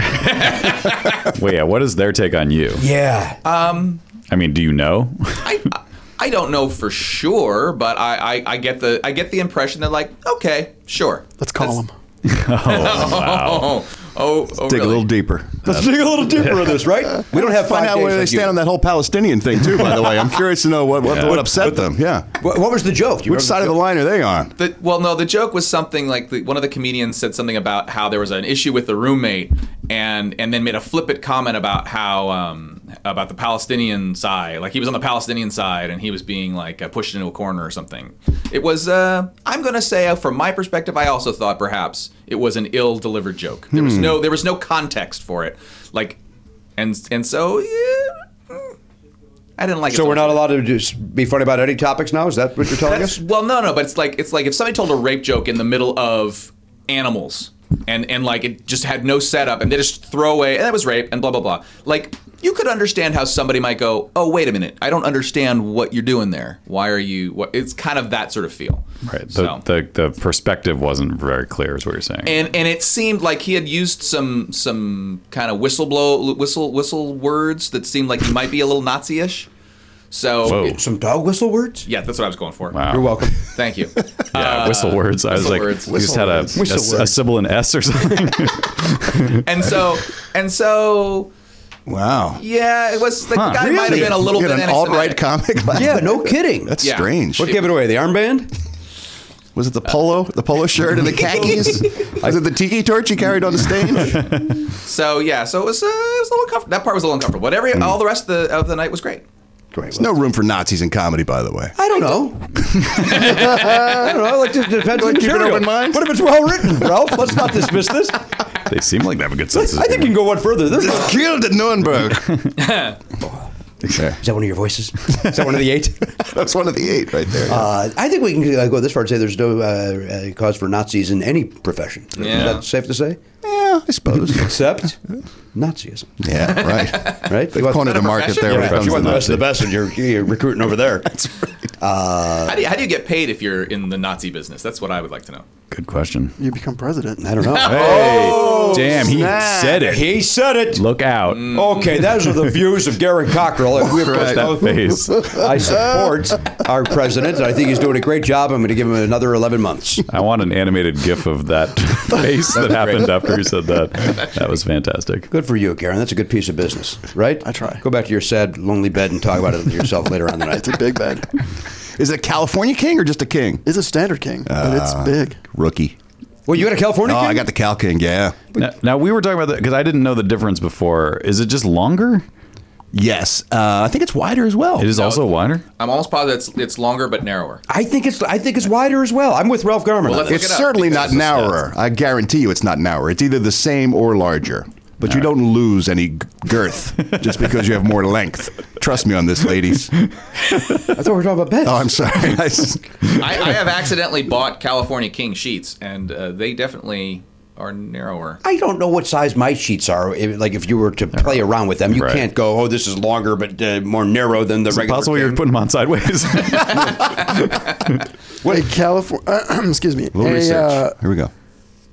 Well, yeah. What is their take on you? yeah. I mean, do you know? I, I- I don't know for sure, but I, I, I get the I get the impression that like, okay, sure. Let's call him. Oh, oh, oh, oh, Dig a really? little deeper. Let's dig a little deeper on this, right? We don't have Find five out days where they like you. stand on that whole Palestinian thing, too, by the way. I'm curious to know what, what, what upset them. Yeah. What, what was the joke? You Which remember side of the joke? line are they on? The- well, no, the joke was something like the, one of the comedians said something about how there was an issue with the roommate, and and then made a flippant comment about how um, about the Palestinian side, like he was on the Palestinian side and he was being like uh, pushed into a corner or something. It was, uh, I'm gonna say, uh, from my perspective, I also thought perhaps it was an ill-delivered joke. There Hmm. was no there was no context for it, like, and and so yeah, mm, I didn't like. it So so we're much. not allowed to just be funny about any topics now. Is that what you're telling That's- us? well, no, no, but it's like it's like if somebody told a rape joke in the middle of animals, and and like it just had no setup, and they just throw away, and that was rape, and blah blah blah. Like you could understand how somebody might go, oh wait a minute, I don't understand what you're doing there. Why are you? What? It's kind of that sort of feel. Right. The, So- the the perspective wasn't very clear, is what you're saying. and and it seemed like he had used some some kind of whistleblow whistle whistle words that seemed like he might be a little Nazi-ish. So Whoa. it- Some dog whistle words. yeah, that's what I was going for. wow. You're welcome. Thank you. Yeah, Uh, whistle words. I was whistle like, words. you just had a, a, Whistle a words. syllable and S or something. and so and so Wow. yeah it was the guy might have been a little you bit had an alt right anti-Semitic. comic. yeah, no kidding. That's Yeah. strange. what gave it away? The armband? Was it the polo, the polo shirt, and the khakis? Was it the tiki torch he carried on the stage? so yeah so it was uh, it was a little comfortable that part was a little uncomfortable but every all the rest of the, of the night was great There's no room for Nazis in comedy, by the way. I don't know. I don't know. Like, just depends on Keep an material. open mind. What if it's well written, Ralph? Let's not dismiss this. they seem like they have a good sense of I think you can humor. go one further. There's no- Killed at Nuremberg. Is that one of your voices? Is that one of the eight? That's one of the eight right there. Uh, I think we can uh, go this far and say there's no uh, uh, cause for Nazis in any profession. Is Yeah. that safe to say? yeah, I suppose. Except Nazism, yeah, right. right? They've You want- cornered a market there when it Yeah, comes you to want the best Nazis. of the best, and you're, you're recruiting over there. Uh, how, do you, how do you get paid if you're in the Nazi business that's what I would like to know Good question. You become president. I don't know. Hey, damn, he said it. Oh, He Oh, said it. Look out. Okay, those are the views of Darren Cockrell. And we, of course, Right. That both- face. I support our president, and I think he's doing a great job. I'm going to give him another 11 months. I want an animated GIF of that face that That'd be happened great. after he said that. That was fantastic. Good for you, Karen. That's a good piece of business, right? I try. Go back to your sad, lonely bed and talk about it yourself later on in the night. It's a big bed. Is it a California king or just a king? It's a standard king, but it's Ah, big. Rookie. Well, you got a California oh, king? I got the Cal King, yeah. Now, now we were talking about that because I didn't know the difference before. Is it just longer? Yes, uh, I think it's wider as well. It is also wider. I'm almost positive it's, it's longer but narrower. I think it's I think it's wider as well. I'm with Ralph Garman. Well, on let's this. It's Look it up, certainly because not it's- narrower. I guarantee you it's not narrower. It's either the same or larger. But you don't lose any g- girth just because you have more length. Trust me on this, ladies. Oh, I thought we were talking about beds. I'm sorry. I s- I, I have accidentally bought California King sheets, and uh, they definitely are narrower. I don't know what size my sheets are. If, like if you were to play around with them, you Right. can't go. Oh, this is longer but uh, more narrow than the Is it regular. possible you're king." putting them on sideways? Wait, California. excuse me. A little a, research. uh, Here we go.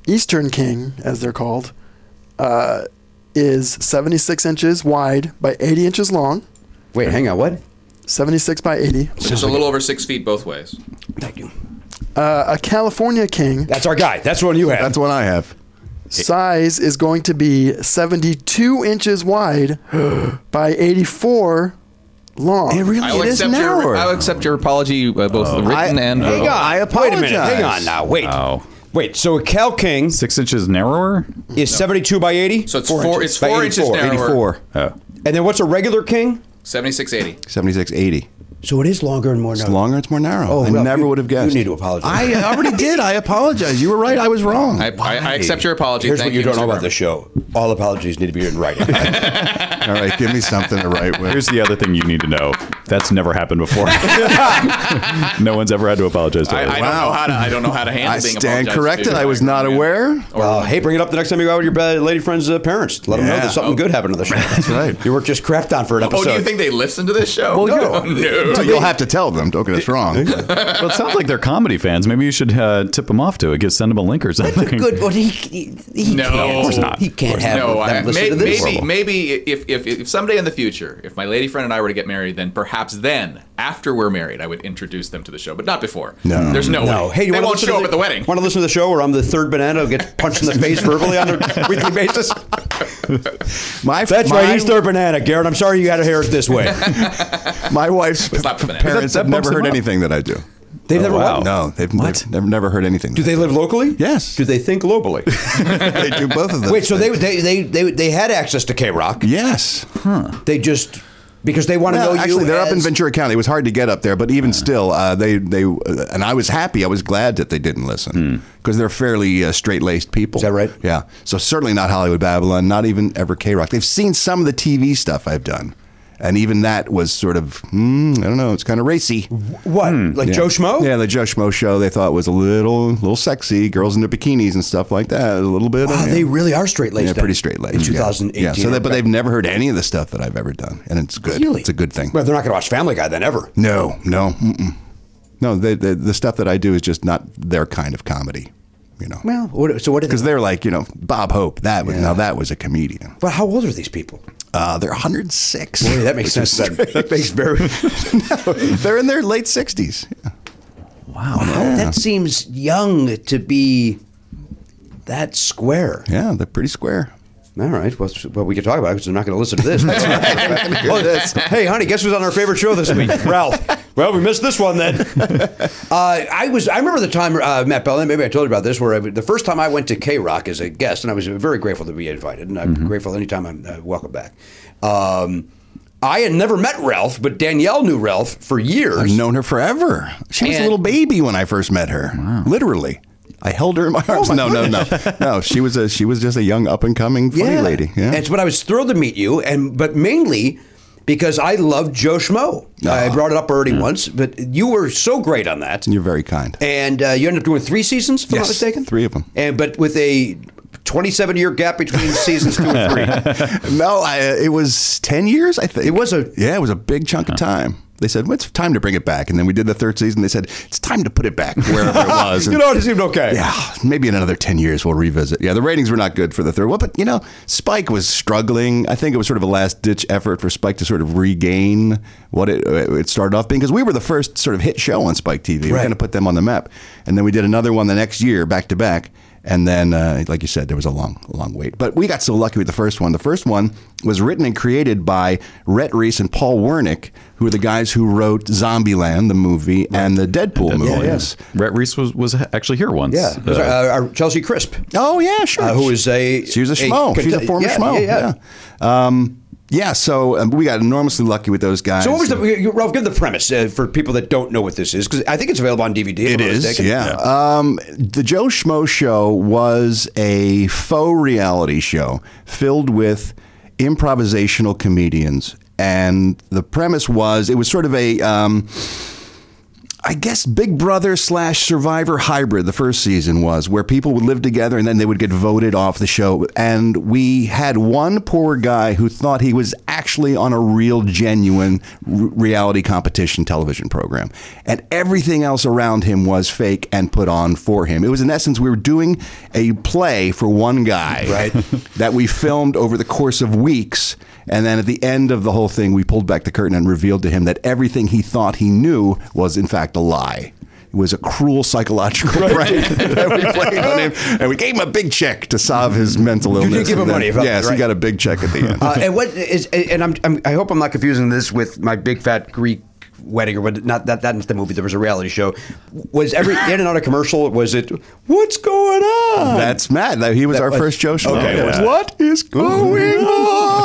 Eastern King, as they're called, uh, is 76 inches wide by 80 inches long. Wait, hang on. What? 76 by 80. It's a little over six feet both ways. Thank you. Uh, a California King That's our guy. That's the one you have. That's what I have. size is going to be 72 inches wide by 84 long. It really I will it is accept your narrower. Oh, I will accept your apology, uh, both written and verbal. Hang on. I Wait a minute. Hang on apologize. now. Wait. Wow. Wait. So a Cal King is Six inches narrower? 72 by 80. So it's four. it's By four inches 84, narrower. 84. Oh. And then what's a regular king? 76, 80. 76, 80. So it is longer and more It's longer, it's more narrow. Oh, I Ralph, never you- would have guessed. you need to apologize. I already did. I apologize. You were right. I was wrong. I, I, I accept your apology. Here's Thank what you, don't Mr. know about Berman. this show. All apologies need to be in writing. All right, give me something to write with. Here's the other thing you need to know. That's never happened before. no one's ever had to apologize to I, I us. don't know how to. I don't know how to handle. I being stand apologized corrected. to. I was not aware. well, Uh, hey, bring it up the next time you go out with your bad lady friend's uh, parents. Let them know Yeah. that something good happened to the show. That's right. You were just crapped on for an Oh, episode. do you think they listen to this show? Well, no. no. So you'll have to tell them. Don't get us wrong. Well, it sounds like they're comedy fans. Maybe you should uh, tip them off to it. Give send them a link or something. Good, but he, he, he No. can't. Of course not. He can't have no, them I, listen may- to maybe, this. maybe, if, if if someday in the future, if my lady friend and I were to get married, then perhaps then after we're married, I would introduce them to the show, but not before. No, there's no, No. way. Hey, you they wanna won't listen show to up at the wedding. Want to listen to the show where I'm the third banana who gets punched in the face verbally on a weekly basis? My That's my, right. He's third banana, Garrett. I'm sorry you got to hear it this way. My wife's not the banana. parents That- that have bumps never them heard up. anything that I do. They've never wow. what? Oh, No, they've, they've never, never heard anything. Do they live locally? Yes. Do they think globally? they do both of them. Wait, so they, they they they they had access to K Rock. Yes. They just because they want to Well, know actually, you. they're up in as- Ventura County. It was hard to get up there, but even still, uh, they they uh, and I was happy. I was glad that they didn't listen because they're fairly uh, straight laced people. Is that right? Yeah. So certainly not Hollywood Babylon, not even ever K Rock. They've seen some of the TV stuff I've done, and even that was sort of hmm, I don't know. It's kind of racy. What? like Hmm, Yeah. Joe Schmo? Yeah, the Joe Schmo show. They thought was a little little sexy, girls in their bikinis and stuff like that. A little bit. Wow, yeah. Ah, they really are straight laced. Yeah, pretty straight laced. In yeah. 2018. Yeah. So, they, but they've never heard any of the stuff that I've ever done, and it's good. Really? It's a good thing. Well, they're not going to watch Family Guy then ever. No, no, mm-mm. no. The, the the stuff that I do is just not their kind of comedy, you know. Well, what, so what? did because they? they're like you know Bob Hope. That was now that was a comedian. But how old are these people? Uh, they're 106. Boy, that makes which is sense. Then. That makes very. strange. they're in their late 60s. Wow, that seems young to be that square. Yeah, they're pretty square. All right, well, s- well we can talk about it because I'm not going to listen to this. Oh, this. Hey, honey, guess who's on our favorite show this week? Ralph. Well, we missed this one then. uh, I was. I remember the time uh, Matt Bellin. Maybe I told you about this. Where I, the first time I went to K Rock as a guest, and I was very grateful to be invited, and I'm grateful anytime I'm uh, welcome back. Um, I had never met Ralph, but Danielle knew Ralph for years. I've known her forever. She was And- a little baby when I first met her. Literally. I held her in Oh my arms. no, no, no, no. She was a she was just a young up and coming funny lady. Yeah. And so, but I was thrilled to meet you, and but mainly because I loved Joe Schmo. Ah. I brought it up already Mm. once, but you were so great on that. You're very kind. And uh, you ended up doing three seasons, if I'm not Yes, mistaken. three of 'em. And but with a 27 year gap between seasons two and three. no, I, it was ten years. I think It was a- yeah, it was a big chunk of time. They said, well, it's time to bring it back. And then we did the third season. They said, it's time to put it back wherever it was. You And- know, it seemed okay. Yeah, maybe in another 10 years we'll revisit. Yeah, the ratings were not good for the third one, but you know, Spike was struggling. I think it was sort of a last ditch effort for Spike to sort of regain what it, it started off being because we were the first sort of hit show on Spike TV. We Right. are going to put them on the map. And then we did another one the next year back to back. And then, uh, like you said, there was a long, long wait. But we got so lucky with the first one. The first one was written and created by Rhett Reese and Paul Wernick, who are the guys who wrote Zombieland, the movie, and the Deadpool, movie. yeah. Yes. Rhett Reese was, was actually here once. Yeah, Uh, Uh, Chelsea Crisp. Oh yeah, sure. Uh, who is a She was a schmo. She's a former yeah, schmo. yeah, yeah. Yeah. Yeah. Um, yeah. So um, we got enormously lucky with those guys. So what was the Ralph? Give the premise uh, for people that don't know what this is because I think it's available on DVD. It is, yeah. Um, the Joe Schmo Show was a faux reality show filled with improvisational comedians, and the premise was it was sort of a. Um, I guess Big Brother slash Survivor hybrid, the first season was, where people would live together and then they would get voted off the show. And we had one poor guy who thought he was actually on a real, genuine r- reality competition television program. And everything else around him was fake and put on for him. It was, in essence, we were doing a play for one guy right. that we filmed over the course of weeks. And then at the end of the whole thing, we pulled back the curtain and revealed to him that everything he thought he knew was, in fact, a lie. It was a cruel psychological prank that we played on him. And we gave him a big check to solve his mental You did illness. give him And then- money, if I'm Yes, right. he got a big check at the end. Uh, and what is? And I'm, I'm, I hope I'm not confusing this with my big fat Greek wedding or what? Not that that's the movie. There was a reality show. Was every in and out of commercial? Was it? What's going on? That's Matt. That- He was That our was- first Joe Schmo. Okay, Yeah. well- What is going on?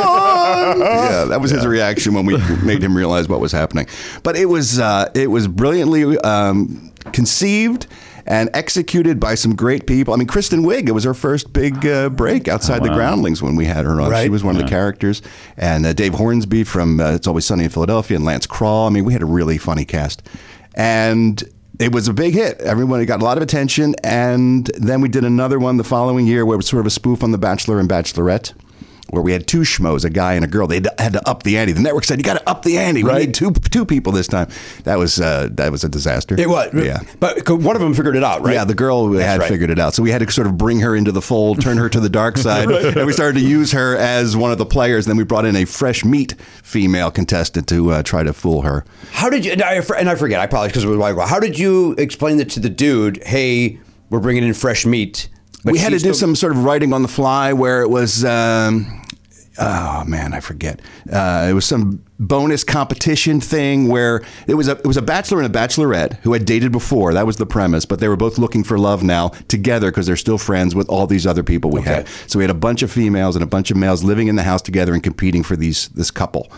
yeah, that was his reaction when we made him realize what was happening. But it was uh, it was brilliantly um, conceived and executed by some great people. I mean, Kristen Wiig. It was her first big uh, break outside the Groundlings when we had her on. She Right. was one of the characters, and uh, Dave Hornsby from uh, It's Always Sunny in Philadelphia, and Lance Crawl. I mean, we had a really funny cast, and it was a big hit. Everyone it got a lot of attention, and then we did another one the following year where it was sort of a spoof on The Bachelor and Bachelorette. Where we had two schmoes, a guy and a girl. They had to up the ante. The network said, "You got to up the ante. We need two two people this time." That was uh, that was a disaster. It was. yeah. But c- one of them figured it out, right? Yeah, the girl had right. figured it out. So we had to sort of bring her into the fold, turn her to the dark side. And we started to use her as one of the players. Then we brought in a fresh meat female contestant to uh, try to fool her. How did you? And I, for- and I forget. I probably because it was a while ago. How did you explain that to the dude? Hey, we're bringing in fresh meat. but we had to she's do still- some sort of writing on the fly where it was. Um, Oh man, I forget. Uh, it was some bonus competition thing where it was a it was a bachelor and a bachelorette who had dated before. That was the premise, but they were both looking for love now together because they're still friends with all these other people we had. So we had a bunch of females and a bunch of males living in the house together and competing for these this couple.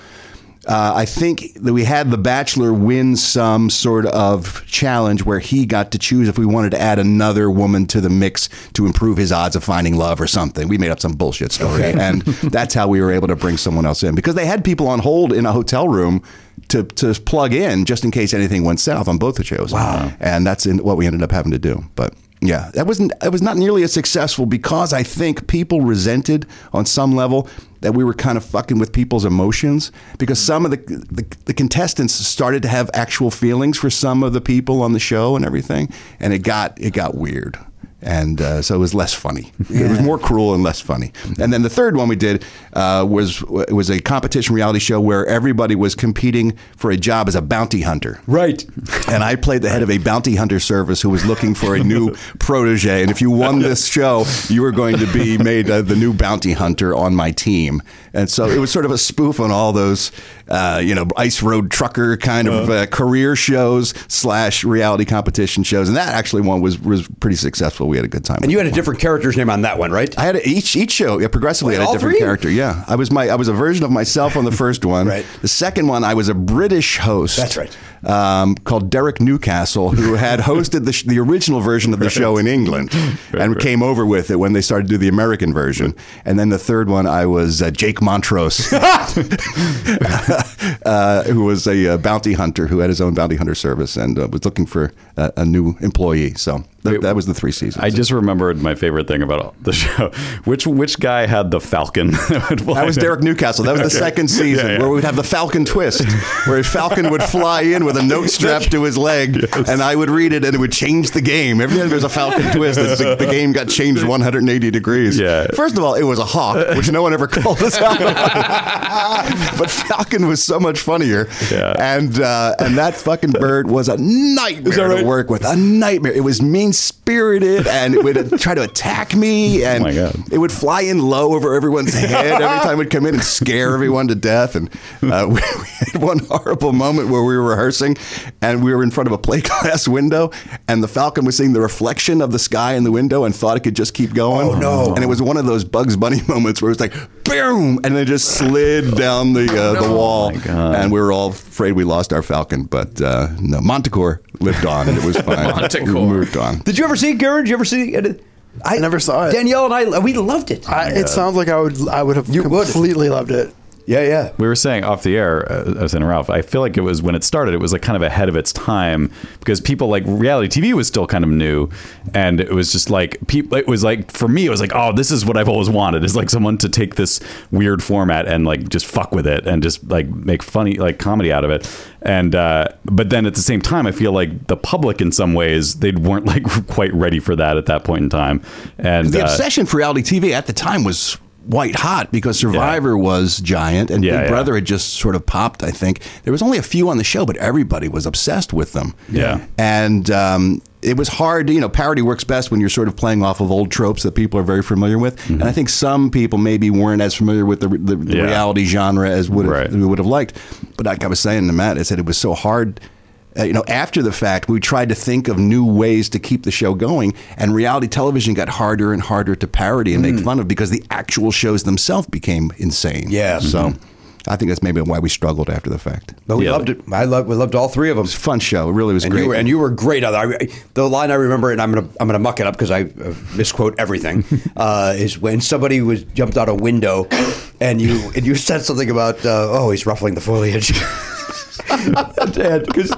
Uh, I think that we had The Bachelor win some sort of challenge where he got to choose if we wanted to add another woman to the mix to improve his odds of finding love or something. We made up some bullshit story. And that's how we were able to bring someone else in because they had people on hold in a hotel room to, to plug in just in case anything went south on both the shows. Wow. And that's in what we ended up having to do. But yeah, that wasn't it was not nearly as successful because I think people resented on some level that we were kind of fucking with people's emotions because some of the, the the contestants started to have actual feelings for some of the people on the show and everything, and it got it got weird. And uh, so it was less funny. It was more cruel and less funny. And then the third one we did uh, was was a competition reality show where everybody was competing for a job as a bounty hunter. Right. And I played the head of a bounty hunter service who was looking for a new protege. And if you won this show, you were going to be made uh, the new bounty hunter on my team. And so it was sort of a spoof on all those, uh, you know, ice road trucker kind Uh-huh. of uh, career shows slash reality competition shows. And that actually one was was pretty successful. We had a good time. And you had a different character's name on that one, right? I had a, each each show yeah, progressively Wait, had a all different three? character. Yeah, I was my I was a version of myself on the first one. Right. The second one, I was a British host. That's right. Um, called Derek Newcastle, who had hosted the, sh- the original version of the show in England, and came over with it when they started to do the American version. And then the third one, I was uh, Jake Montrose, uh, who was a uh, bounty hunter who had his own bounty hunter service and uh, was looking for a, a new employee. So That, that was the three seasons. I just remembered my favorite thing about all- the show. Which which guy had the falcon? that would fly That was down? Derek Newcastle. That was the Okay. second season Yeah, yeah. where we would have the Falcon twist, where Falcon would fly in with a note strapped to his leg, and I would read it, and it would change the game. Every time there was a Falcon twist, it's like the game got changed 180 degrees. Yeah. First of all, it was a hawk, which no one ever called us out. on. but Falcon was so much funnier, and uh, and that fucking bird was a nightmare to work with. A nightmare. It was mean spirited, and it would try to attack me, and it would fly in low over everyone's head every time we'd come in and scare everyone to death. And uh, we, we had one horrible moment where we were rehearsing and we were in front of a plate glass window and the Falcon was seeing the reflection of the sky in the window and thought it could just keep going. Oh, no. And it was one of those Bugs Bunny moments where it was like, boom, and then it just slid down the, uh, the wall. and we were all afraid we lost our Falcon, but uh, no, Montecore lived on and it was fine. Manticore. We moved on. Did you ever see Garen? Did you ever see it? I, never saw it. Danielle and I, we loved it. I, Yeah. It sounds like I would I would have completely loved it. Yeah, yeah. We were saying off the air, uh, us and Ralph. I feel like it was when it started. It was like kind of ahead of its time because people like reality TV was still kind of new, and it was just like people. It was like for me, it was like, oh, this is what I've always wanted. Is like someone to take this weird format and like just fuck with it and just like make funny like comedy out of it. And uh, but then at the same time, I feel like the public in some ways they weren't like quite ready for that at that point in time. And the uh, obsession for reality TV at the time was white hot because Survivor was giant and Big yeah. Brother had just sort of popped. I think there was only a few on the show, but everybody was obsessed with them. Yeah. and um, it was hard. to- You know, parody works best when you're sort of playing off of old tropes that people are very familiar with. And I think some people maybe weren't as familiar with the, the, the Mm-hmm. Yeah. reality genre as would have we would have liked. But like I was saying to Matt, I said it was so hard. Uh, you know, after the fact, we tried to think of new ways to keep the show going, and reality television got harder and harder to parody and Hmm. make fun of because the actual shows themselves became insane. Yeah. Hmm. So. I think that's maybe why we struggled after the fact. But we loved it. I loved, we loved all three of them. It was a fun show. It really was and great. You were, and you were great. on that. I, the line I remember, and I'm gonna I'm gonna muck it up because I uh, misquote everything, uh, is when somebody was jumped out a window, and you and you said something about uh, oh he's ruffling the foliage. and, 'cause-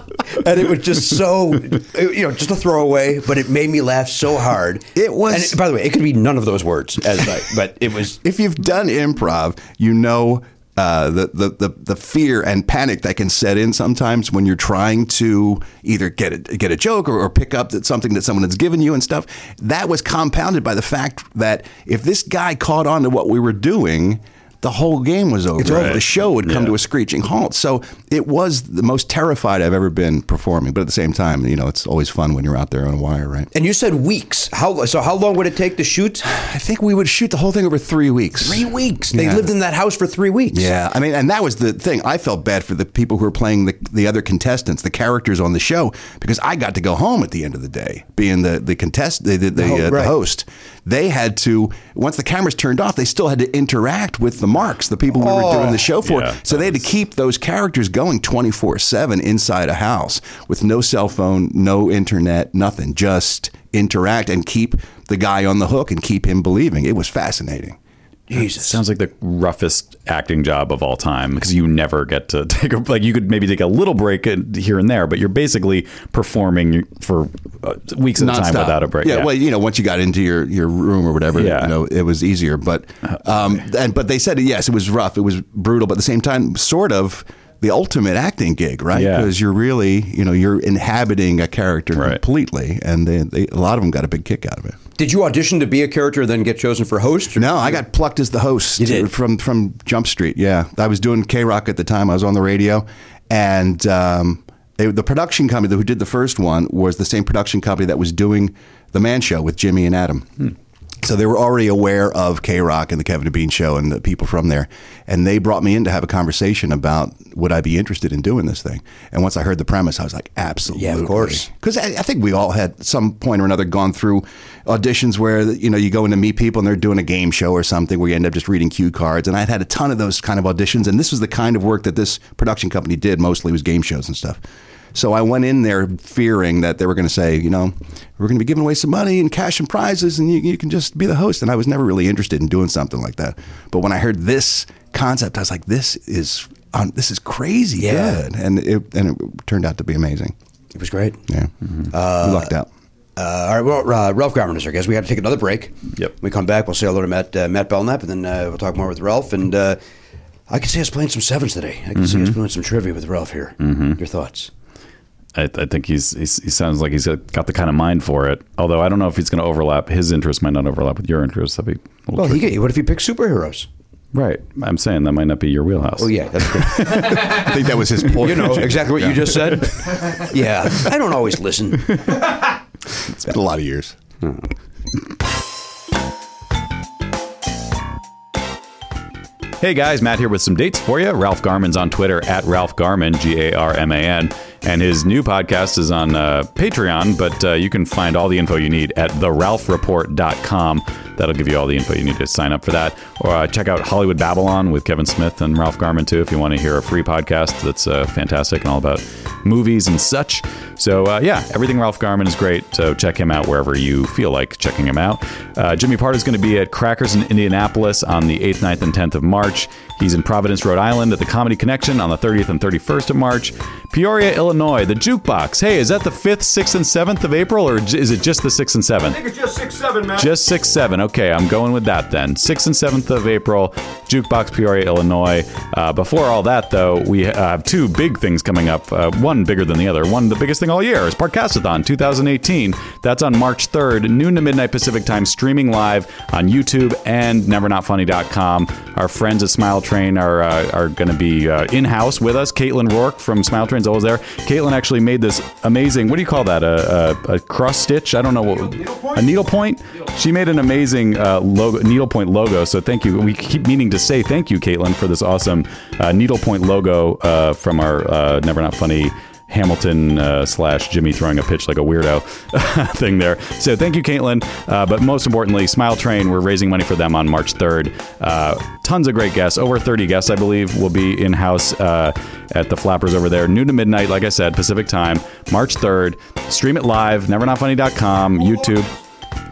and it was just so, it- you know, just a throwaway, but it made me laugh so hard. It was. And it- by the way, it could be none of those words, as I, but it was. if you've done improv, you know uh, the, the the the fear and panic that can set in sometimes when you're trying to either get a, get a joke or, or pick up that something that someone has given you and stuff. That was compounded by the fact that if this guy caught on to what we were doing. The whole game was over. It's over. The show would come to a screeching halt. So it was the most terrified I've ever been performing. But at the same time, you know, it's always fun when you're out there on a wire, right? And you said weeks. How so? How long would it take to shoot? I think we would shoot the whole thing over three weeks. Three weeks. They Yeah. lived in that house for three weeks. Yeah, I mean, and that was the thing. I felt bad for the people who were playing the, the other contestants, the characters on the show, because I got to go home at the end of the day, being the the contest, the, the, the, Oh, uh, the right. host. They had to once the cameras turned off, they still had to interact with the marks, the people we were Oh, doing the show for. Yeah, so they had to keep those characters going twenty four seven inside a house with no cell phone, no internet, nothing, just interact and keep the guy on the hook and keep him believing. It was fascinating. Jesus. Sounds like the roughest acting job of all time because you never get to take a, like you could maybe take a little break and- here and there, but you're basically performing for uh, weeks at a time Nonstop. without a break. Yeah, well, you know, once you got into your, your room or whatever, Yeah. you know, it was easier. But um, and but they said yes, it was rough, it was brutal, but at the same time, sort of the ultimate acting gig, right? Yeah. Because you're really, you know, you're inhabiting a character completely, and they, they, a lot of them got a big kick out of it. Did you audition to be a character, then get chosen for host? No, I got plucked as the host from from Jump Street. Yeah, I was doing K Rock at the time. I was on the radio, and um, they, the production company who did the first one was the same production company that was doing the Man Show with Jimmy and Adam. Hmm. So they were already aware of K Rock and the Kevin and Bean Show and the people from there, and they brought me in to have a conversation about would I be interested in doing this thing. And once I heard the premise, I was like, absolutely, Yeah, of course. because I, I think we all had some point or another gone through auditions where you know you go in to meet people and they're doing a game show or something where you end up just reading cue cards. And I'd had a ton of those kind of auditions, and this was the kind of work that this production company did mostly was game shows and stuff. So I went in there fearing that they were going to say, you know, we're going to be giving away some money and cash and prizes, and you, you can just be the host. And I was never really interested in doing something like that. But when I heard this concept, I was like, this is um, this is crazy Yeah. good, and it and it turned out to be amazing. It was great. Yeah, we lucked out. Uh, all right, well, uh, Ralph Garman is our guest. We got to take another break. Yep. When we come back, we'll say hello to Matt uh, Matt Belknap, and then uh, we'll talk more with Ralph. And uh, I can see us playing some sevens today. I can see us Mhm. doing some trivia with Ralph here. Mhm. Your thoughts? I, I think he's, he's he sounds like he's got the kind of mind for it. Although I don't know if he's going to overlap. His interest might not overlap with your interest. That'd be a little Well, he tricky. could- what if he picks superheroes? right. I'm saying that might not be your wheelhouse. Oh yeah, that's good. I think that was his point. You know exactly what Yeah. you just said. yeah, I don't always listen. It's been a lot of years. Hey guys, Matt here with some dates for you. Ralph Garman's on Twitter at Ralph Garman, G A R M A N. And his new podcast is on uh, Patreon, but uh, you can find all the info you need at theralphreport.com. That'll give you all the info you need to sign up for that. Or uh, check out Hollywood Babylon with Kevin Smith and Ralph Garman, too, if you want to hear a free podcast that's uh, fantastic and all about movies and such. So, uh, yeah, everything Ralph Garman is great. So, check him out wherever you feel like checking him out. Uh, Jimmy Parter is going to be at Crackers in Indianapolis on the 8th, 9th, and 10th of March. He's in Providence, Rhode Island at the Comedy Connection on the 30th and 31st of March. Peoria, Illinois, the Jukebox. Hey, is that the 5th, 6th, and 7th of April, or j- is it just the 6th and 7th? it's just six seven, man. Just six, seven. Okay, I'm going with that then. Sixth and seventh of April, Jukebox Peoria, Illinois. Uh, before all that, though, we uh, have two big things coming up. Uh, one bigger than the other. One, the biggest thing all year, is Parkastathon 2018. That's on March 3rd, noon to midnight Pacific time, streaming live on YouTube and NeverNotFunny.com. Our friends at Smile Train are uh, are going to be uh, in house with us. Caitlin Rourke from Smile Train's always there. Caitlin actually made this amazing. What do you call that? A, a, a cross stitch? I don't know what. A needlepoint. She made an amazing uh, logo, needlepoint logo. So thank you. We keep meaning to say thank you, Caitlin, for this awesome uh, needlepoint logo uh, from our uh, Never Not Funny. Hamilton uh, slash Jimmy throwing a pitch like a weirdo thing there. So thank you, Caitlin. Uh, but most importantly, Smile Train, we're raising money for them on March 3rd. Uh, tons of great guests. Over 30 guests, I believe, will be in house uh, at the Flappers over there, noon to midnight, like I said, Pacific time, March 3rd. Stream it live, nevernotfunny.com, YouTube.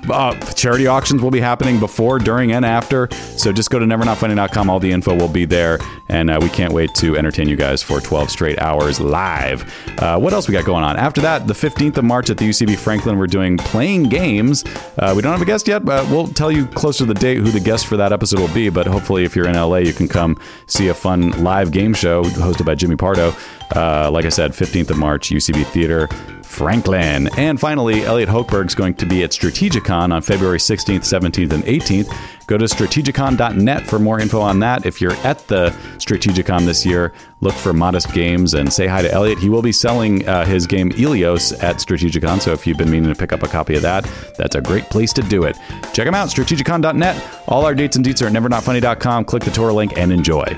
Uh, charity auctions will be happening before, during, and after. So just go to nevernotfunny.com. All the info will be there. And uh, we can't wait to entertain you guys for 12 straight hours live. Uh, what else we got going on? After that, the 15th of March at the UCB Franklin, we're doing playing games. Uh, we don't have a guest yet, but we'll tell you closer to the date who the guest for that episode will be. But hopefully, if you're in LA, you can come see a fun live game show hosted by Jimmy Pardo. Uh, like I said, 15th of March, UCB Theater. Franklin. And finally, Elliot Hochberg's going to be at Strategicon on February 16th, 17th, and 18th. Go to strategicon.net for more info on that. If you're at the Strategicon this year, look for Modest Games and say hi to Elliot. He will be selling uh, his game Elios at Strategicon, so if you've been meaning to pick up a copy of that, that's a great place to do it. Check him out, strategicon.net. All our dates and deets are at nevernotfunny.com. Click the tour link and enjoy.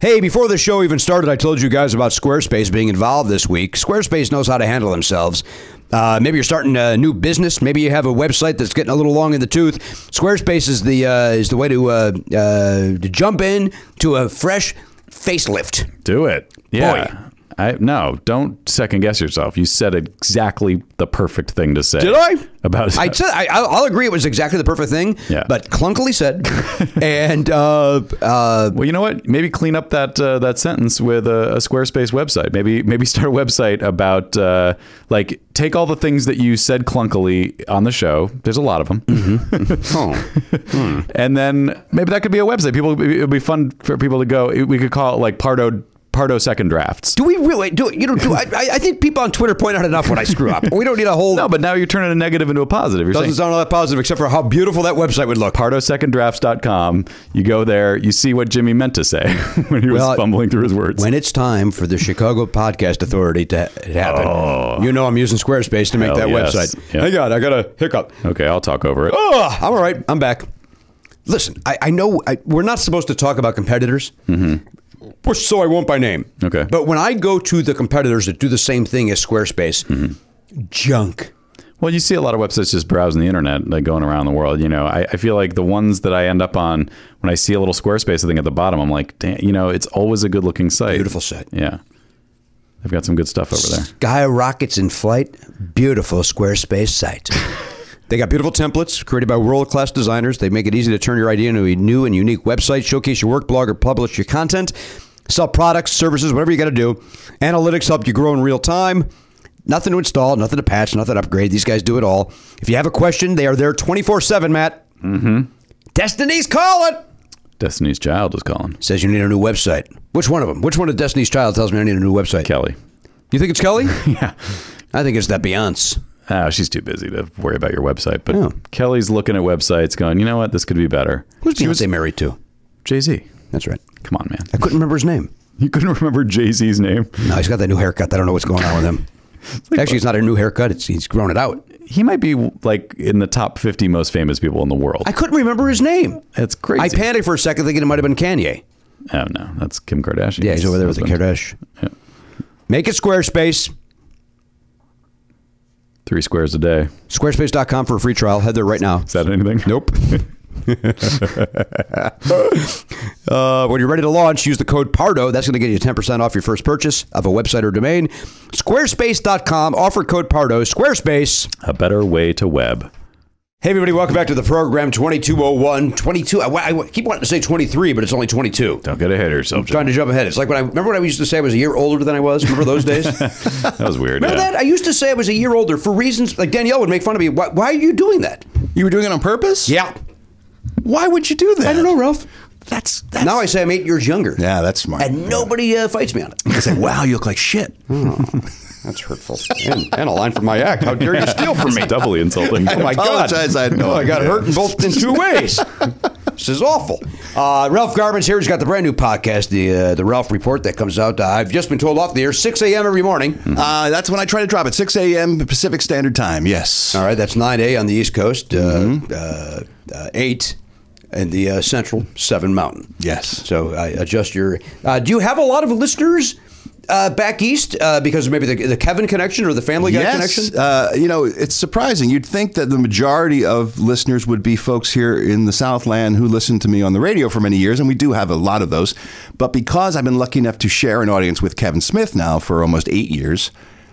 Hey, before the show even started, I told you guys about Squarespace being involved this week. Squarespace knows how to handle themselves. Uh, maybe you're starting a new business. Maybe you have a website that's getting a little long in the tooth. Squarespace is the uh, is the way to uh, uh, to jump in to a fresh facelift. Do it. Yeah. I no, don't second guess yourself. You said exactly the perfect thing to say. Did I? About I said I, I'll I'll agree it was exactly the perfect thing, Yeah. but clunkily said. and uh, uh, Well, you know what? Maybe clean up that uh, that sentence with a, a Squarespace website. Maybe maybe start a website about uh, like take all the things that you said clunkily on the show. There's a lot of them, Oh. and then maybe that could be a website. People, it would be fun for people to go. We could call it like Pardo Pardo Second Drafts. do we really do you know? Do, I, I I think people on Twitter point out enough when I screw up. We don't need a whole. No, but now you're turning a negative into a positive. You're Doesn't saying, sound all that positive, except for how beautiful that website would look. PardoSecondDrafts.com. You go there, you see what Jimmy meant to say when he was Well, fumbling through his words. When it's time for the Chicago Podcast Authority to ha- happen, you know I'm using Squarespace to make Oh. Hell that yes. website. Yeah. Hang on, I got a hiccup. Okay, I'll talk over it. Ugh, I'm all right. I'm back. Listen, I, I know I, we're not supposed to talk about competitors, Or so I won't by name. Mm-hmm. Okay. But when I go to the competitors that do the same thing as Squarespace, Mm-hmm. junk. Well, you see a lot of websites just browsing the internet, like going around the world. You know, I, I feel like the ones that I end up on when I see a little Squarespace thing at the bottom, I'm like, damn, you know, it's always a good looking site. Beautiful site. Yeah. They've got some good stuff over there. Sky rockets in flight. Beautiful Squarespace site. They got beautiful templates created by world class designers. They make it easy to turn your idea into a new and unique website, showcase your work, blog, or publish your content, sell products, services, whatever you got to do. Analytics help you grow in real time. Nothing to install, nothing to patch, nothing to upgrade. These guys do it all. If you have a question, they are there 24 7, Matt. Mm-hmm. Destiny's calling. Destiny's Child is calling. Says you need a new website. Which one of them? Which one of Destiny's Child tells me I need a new website? Kelly. You think it's Kelly? Yeah. I think it's that Beyonce. Oh, she's too busy to worry about your website. But Yeah. Kelly's looking at websites going, you know what? This could be better. Who's Beyonce married to? Jay Z. That's right. Come on, man. I couldn't remember his name. You couldn't remember Jay Z's name. No, he's got that new haircut. I don't know what's going on with him. Actually, it's not a new haircut. It's he's grown it out. He might be like in the top 50 most famous people in the world. I couldn't remember his name. That's crazy. I panicked for a second, thinking it might have been Kanye. Oh no, that's Kim Kardashian. Yeah, he's over there with the Kardash. Yeah. Make it Squarespace. Three squares a day. Squarespace.com for a free trial. Head there right now. Is that anything? Nope. uh, when you're ready to launch, use the code PARDO. That's going to get you 10% off your first purchase of a website or domain. Squarespace.com. Offer code PARDO. Squarespace. A better way to web. Hey, everybody, welcome back to the program 2201. 22, I, I keep wanting to say 23, but it's only 22. Don't get ahead of yourself. I'm trying to jump ahead. It's like when I remember when I used to say I was a year older than I was. Remember those days? That was weird. Remember yeah. that? I used to say I was a year older for reasons like Danielle would make fun of me. Why, why are you doing that? You were doing it on purpose? Yeah. Why would you do that? I don't know, Ralph. That's, Now I say I'm eight years younger. yeah, that's smart. And nobody uh, fights me on it. I say, wow, you look like shit. That's hurtful. and, and a line from my act. How dare you steal from me? It's doubly insulting. Oh my apologize, God! I had no Oh, I got idea. hurt in both in two ways. this is awful. Uh, Ralph Garvin's here. He's got the brand new podcast, the uh, the Ralph Report, that comes out. Uh, I've just been told off the air, six a.m. every morning. Uh, that's when I try to drop it, 6 a.m. Pacific Standard Time. Yes. All right, that's nine a on the East Coast, uh, Mm-hmm. uh, uh, eight in the uh, Central, seven Mountain. Yes. So I adjust your. Uh, do you have a lot of listeners? Uh, back east, uh, because of maybe the, the Kevin connection or the Family Guy yes. connection. Uh, you know, it's surprising. You'd think that the majority of listeners would be folks here in the Southland who listened to me on the radio for many years, and we do have a lot of those. But because I've been lucky enough to share an audience with Kevin Smith now for almost eight years,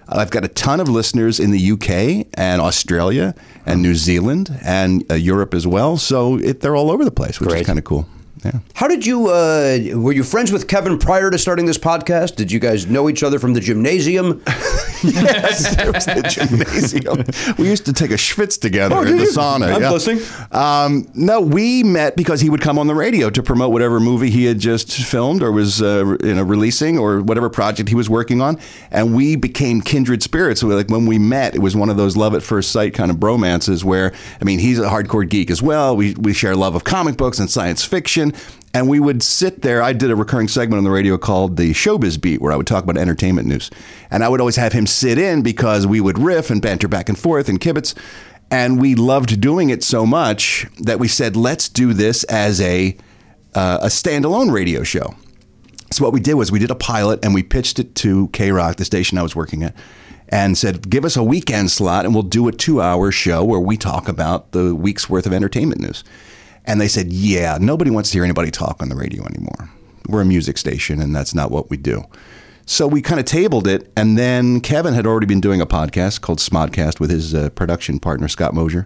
I've got a ton of listeners in the UK and Australia and New Zealand and uh, Europe as well. So it, they're all over the place, which is kind of cool. Yeah. How did you? Uh, were you friends with Kevin prior to starting this podcast? Did you guys know each other from the gymnasium? yes, it was the gymnasium. We used to take a schwitz together in the sauna. Oh, I'm yeah. listening. Um, no, we met because he would come on the radio to promote whatever movie he had just filmed or was uh, you know releasing or whatever project he was working on, and we became kindred spirits. So, like when we met, it was one of those love at first sight kind of bromances where I mean he's a hardcore geek as well. We we share love of comic books and science fiction. And we would sit there. I did a recurring segment on the radio called the Showbiz Beat, where I would talk about entertainment news. And I would always have him sit in because we would riff and banter back and forth and kibitz. And we loved doing it so much that we said, let's do this as a, uh, a standalone radio show. So what we did was we did a pilot and we pitched it to K Rock, the station I was working at, and said, "Give us a weekend slot and we'll do a two-hour show where we talk about the week's worth of entertainment news." And they said, "Yeah, nobody wants to hear anybody talk on the radio anymore. We're a music station, and that's not what we do." So we kind of tabled it, and then Kevin had already been doing a podcast called Smodcast with his uh, production partner Scott Mosier.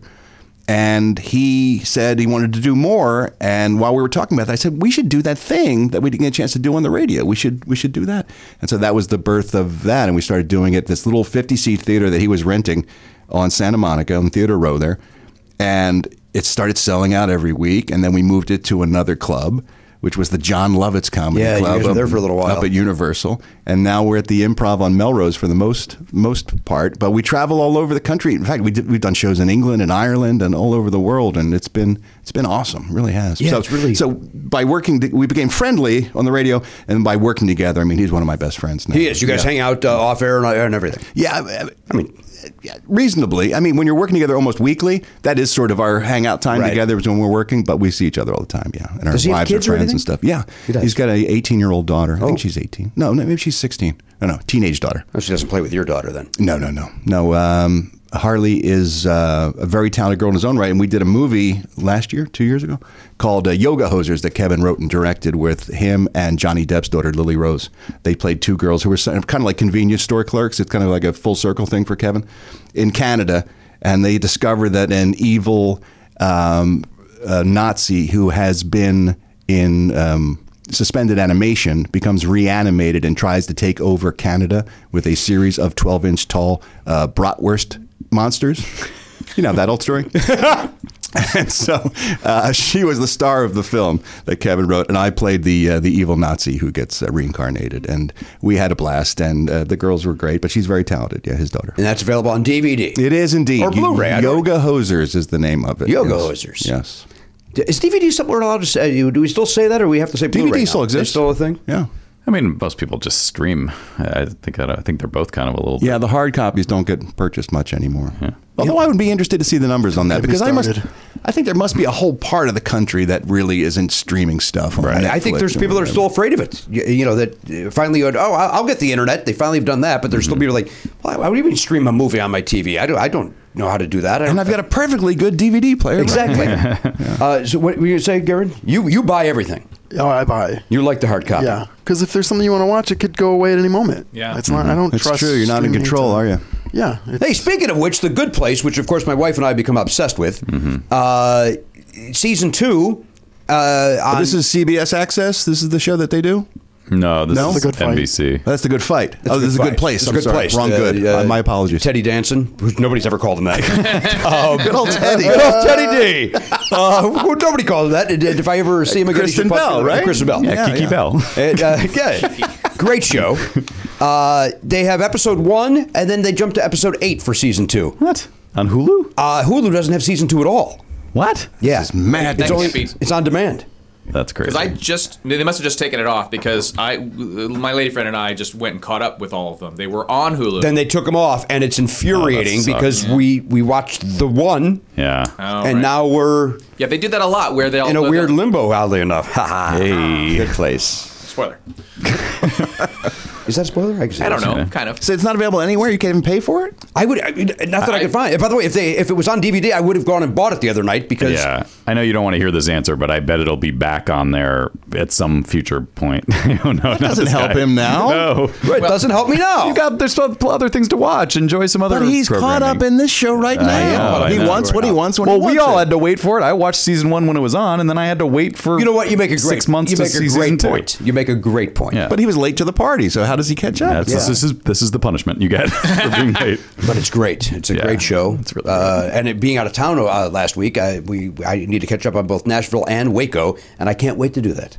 And he said he wanted to do more. And while we were talking about that, I said we should do that thing that we didn't get a chance to do on the radio. We should we should do that. And so that was the birth of that. And we started doing it this little fifty seat theater that he was renting on Santa Monica on Theater Row there. And it started selling out every week. And then we moved it to another club, which was the John Lovitz Comedy Yeah, you Club guys were up- there for a little while. up at Universal, and now we're at the Improv on Melrose for the most most part. But we travel all over the country. In fact, we did, we've done shows in England and Ireland and all over the world, and it's been it's been awesome. It really has. Yeah, so, it's really- So by working, to- we became friendly on the radio, and by working together, I mean he's one of my best friends. Now. He is. You guys hang out uh, off air and, and everything. Yeah, I- I, I mean. yeah, Reasonably, I mean, when you're working together almost weekly, that is sort of our hangout time Right. together is when we're working, but we see each other all the time, yeah. And our Does he have wives and kids or friends anything? and stuff. Yeah, He does. has got a 18 year old daughter. I Oh. think she's 18. No, no, maybe she's 16. No, no, teenage daughter. Oh, she doesn't play with your daughter then. No, no, no, no. Um, Harley is uh, a very talented girl in his own right, and we did a movie last year, two years ago, called uh, Yoga Hosers that Kevin wrote and directed with him and Johnny Depp's daughter Lily Rose. They played two girls who were sort of- kind of like convenience store clerks. It's kind of like a full circle thing for Kevin in Canada, and they discover that an evil um, uh, Nazi who has been in um, suspended animation becomes reanimated and tries to take over Canada with a series of 12 inch tall uh, bratwurst monsters. You know that old story. and so uh, she was the star of the film that Kevin wrote, and I played the uh, the evil Nazi who gets uh, reincarnated. And we had a blast, and uh, the girls were great. But she's very talented. Yeah, his daughter. And that's available on DVD. It is indeed Or Blu-ray, I don't- Yoga Hosers is the name of it. Yoga yes. Hosers. Yes. Is DVD something we're allowed to say? Do we still say that, or we have to say Blu-ray? DVD now? still It's exists. still a thing. Yeah. I mean, most people just stream. I think I think they're both kind of a little. Yeah, the hard copies don't get purchased much anymore. Although I would be interested to see the numbers on Get that me because I must, started. I think there must be a whole part of the country that really isn't streaming stuff. On I- I think Netflix there's or people that are whatever. still afraid of it. You, you know that uh, finally, oh, I'll I'll get the internet. They finally have done that, but there's still people Mm-hmm. like, well, I would even stream a movie on my TV. I don't, I don't know how to do that. And I've got a perfectly good DVD player. Exactly. uh, so what were you saying, Garen? You you buy everything. Oh, I buy. You like the hard copy. Yeah, because if there's something you want to watch, it could go away at any moment. Yeah. it's not. I don't Mm-hmm. That's trust. true. You're not in streaming control, to- are you? Yeah. Hey, speaking of which, The Good Place, which of course my wife and I become obsessed with, Mm-hmm. uh, season two. Uh, But on, Oh, this is CBS Access. This is the show that they do. No, this No? is The Good Fight. NBC. That's the good fight. oh, this is a good fight. place. This is I'm sorry. Wrong Uh, good. uh, Uh, my apologies. Teddy Danson, who nobody's ever called him that. um, Good old Teddy. Good old Teddy D. Uh, who nobody calls him that. And If I ever see him again, he should Kristen punch me Bell, in the- right? Kristen Bell. Yeah, Yeah, Kiki yeah. Bell. And, uh, yeah. Great show. Uh, they have episode one, and then they jump to episode eight for season two. What? On Hulu? Uh, Hulu doesn't have season two at all. What? Yeah. is madness. It's, That only, can't it's on demand. That's crazy. Because I just they must have just taken it off because I my lady friend and I just went and caught up with all of them. They were on Hulu. Then they took them off, and it's Oh, infuriating sucks. because we, we watched the one, Yeah. and now we're yeah, they did that a lot where they'll in a they'll- weird limbo, oddly enough. hey. Good place. spoiler. Is that a spoiler? I, I don't know, kind of. So it's not available anywhere. You can't even pay for it. I would I mean, not that I, could find. it. By the way, if they if it was on DVD, I would have gone and bought it the other night because yeah, I know you don't want to hear this answer, but I bet it'll be back on there at some future point. no, that doesn't help him now. No, it doesn't help me now. You've got there's other things to watch. Enjoy some other. Oh. But he's caught programming. up in this show right now. I know, I he know. wants what he wants when well, he wants we all it. had to wait for it. I watched season one when it was on, and then I had to wait for You know what? You make a great six months you to make see a season great two. point. You make a great point. Yeah. But he was late to the party, so how does he catch up? That's, this, is this is the punishment you get for being late. But it's great. It's a great show. It's really uh, and it being out of town uh, last week, I we I need to catch up on both Nashville and Waco, and I can't wait to do that.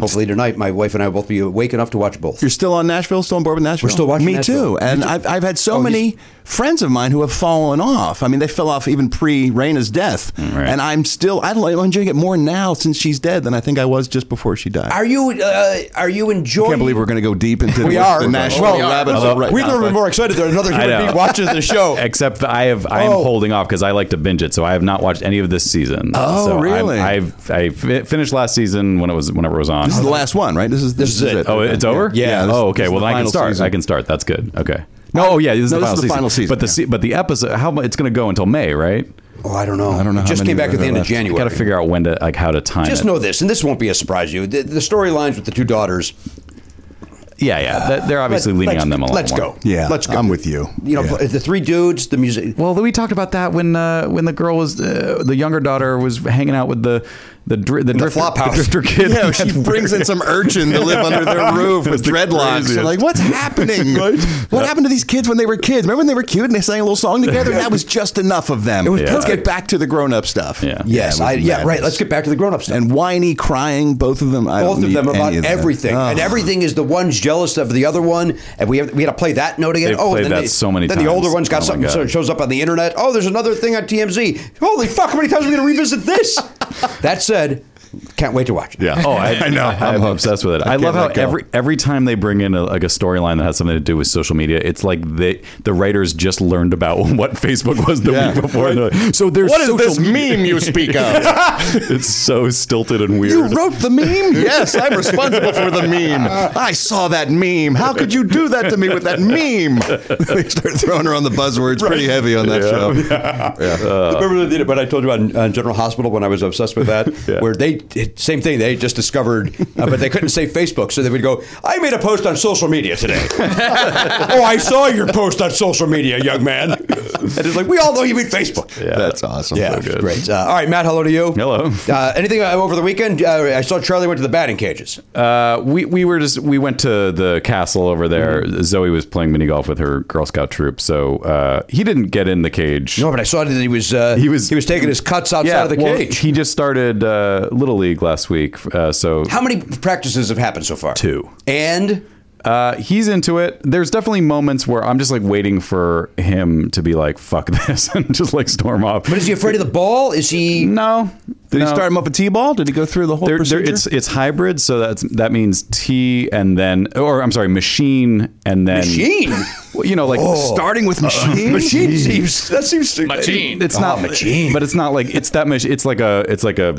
Hopefully tonight, my wife and I will both be awake enough to watch both. You're still on Nashville, still on board with Nashville. We're still watching Me Nashville. too. And Me too. I've, I've had so Oh, many friends of mine who have fallen off. I mean, they fell off even pre Raina's death. Mm, And I'm still, I don't, I'm enjoying it more now since she's dead than I think I was just before she died. Are you uh, are you I enjoying? can't believe we're going to go deep into we the, are the Nashville Well, rabbit hole right We've now. never been more excited that another I human know. being watches the show. Except that I have I am holding off because I like to binge it, so I have not watched any of this season. Oh, so I'm- really? I've I fi- finished last season when it was whenever it was on. This is the last one, right? This is this, is, it. Oh, it's over. Yeah. this- oh, this okay. is Well, the then I can final start. season. I can start. That's good. Okay. No. Oh, yeah. This is, the, No, this final is the final season, But the se- but the episode. How mu- it's going to go until May, right? Oh, I don't know. I don't know It how just many came back there at the are end of left. January. Got to figure out when to like how to time Just it. know this, and this won't be a surprise to you. The, the storylines with the two daughters. yeah, yeah. Th- They're obviously Let- leaning let's- on them a lot. Let's more. go. Yeah. Let's go. I'm with you. You know, Yeah. the three dudes, the music. Well, we talked about that when uh, when the girl was uh, the younger daughter was hanging out with the the dri- the, drifter, flop house. the drifter kid. Yeah, she brings in some urchin to live under their roof with It's the dreadlocks. craziest. Like, what's happening? What happened to these kids when they were kids? Remember when they were cute and they sang a little song together? That was just enough of them. was Let's get perfect. back to the grown up stuff. Yeah. Yes, it was I, yeah, right. madness. Let's get back to the grown-up stuff. And whiny crying, both of them. I both don't of need them about any of that. everything, Ah. and Ugh. everything is the one's jealous of the other one, and we have, we had to play that note again. They've and played then that the- so many Then the times. older one's Oh got my something, so God. it shows up on the internet. Oh, there's another thing on TMZ. Holy fuck! How many times are we going to revisit this? that said, can't wait to watch it. Yeah. Oh, I, I know. I, am obsessed with it. I, can't love how let go. every every time they bring in a, like a storyline that has something to do with social media, it's like they the writers just learned about what Facebook was the Yeah. week before. And they're like, so there's What is social this media." meme you speak of? it's so stilted and weird. You wrote the meme? Yes, I'm responsible for the meme. I saw that meme. How could you do that to me with that meme? they start throwing around the buzzwords pretty heavy on that show. Uh. Remember they did it, but I told you on, on General Hospital when I was obsessed with that, where they it- same thing. They just discovered, uh, but they couldn't say Facebook, so they would go, "I made a post on social media today." oh, I saw your post on social media, young man. And it's like we all know you mean Facebook. Yeah. That's awesome. Yeah, good. great. Uh, all right, Matt. Hello to you. Hello. Uh, anything uh, over the weekend? Uh, I saw Charlie went to the batting cages. Uh, we we were just we went to the castle over there. Zoe was playing mini golf with her Girl Scout troop, so uh, he didn't get in the cage. No, but I saw that he was uh, He was- he was taking his cuts outside yeah, of the well, cage. he just started uh, little league last week, uh, so How many practices have happened so far? Two. And Uh, he's into it. There's definitely moments where I'm just like waiting for him to be like, "Fuck this," and just like storm off. But is he afraid of the ball? Is he no? Did he No. start him off a T-ball? Did he go through the whole They're- they're- procedure? it's it's hybrid, so that's that means T and then, or I'm sorry, machine and then Machine? Well, you know, like Oh. starting Uh, with machine. machine seems that seems to Machine. Oh, It's not machine, but it's not like it's that much. It's like a it's like a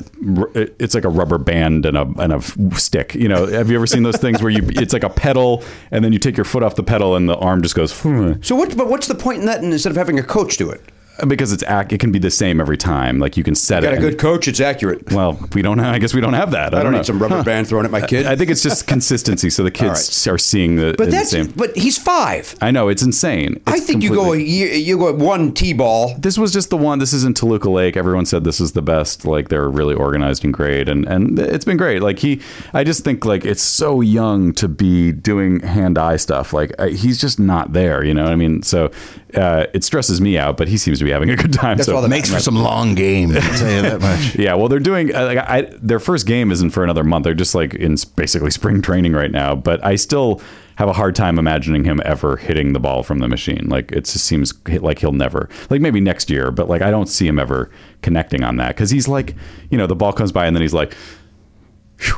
it's like a rubber band and a and a f- stick. You know, have you ever seen those things where you it's like a pedal and then you take your foot off the pedal and the arm just goes "Hmm," So what? But what's the point in that? Instead of having a coach do it, because it's ac- it can be the same every time. Like you can set got it. a and- good coach. It's accurate. well, we don't. I guess we don't have that. I, I don't know. need some rubber band thrown at my kid. I, I think it's just consistency, so the kids are seeing the. But the that's same. but he's five. I know it's insane. I It's think you go a completely- year, you go at one T ball. This was just the one. This is in Toluca Lake. Everyone said this is the best. Like they're really organized and great, and and it's been great. Like he, I just think like it's so young to be doing hand eye stuff. Like I, he's just not there. You know what I mean? So uh, it stresses me out, but he seems to be having a good time. That's so all that makes for some long games. I'll tell you that much. yeah, well, they're doing uh, like I, their first game isn't for another month. They're just like in s- basically spring training right now. But I still have a hard time imagining him ever hitting the ball from the machine. Like it just seems hi- like he'll never, like maybe next year, but like I don't see him ever connecting on that because he's like, you know, the ball comes by and then he's like. "Phew,"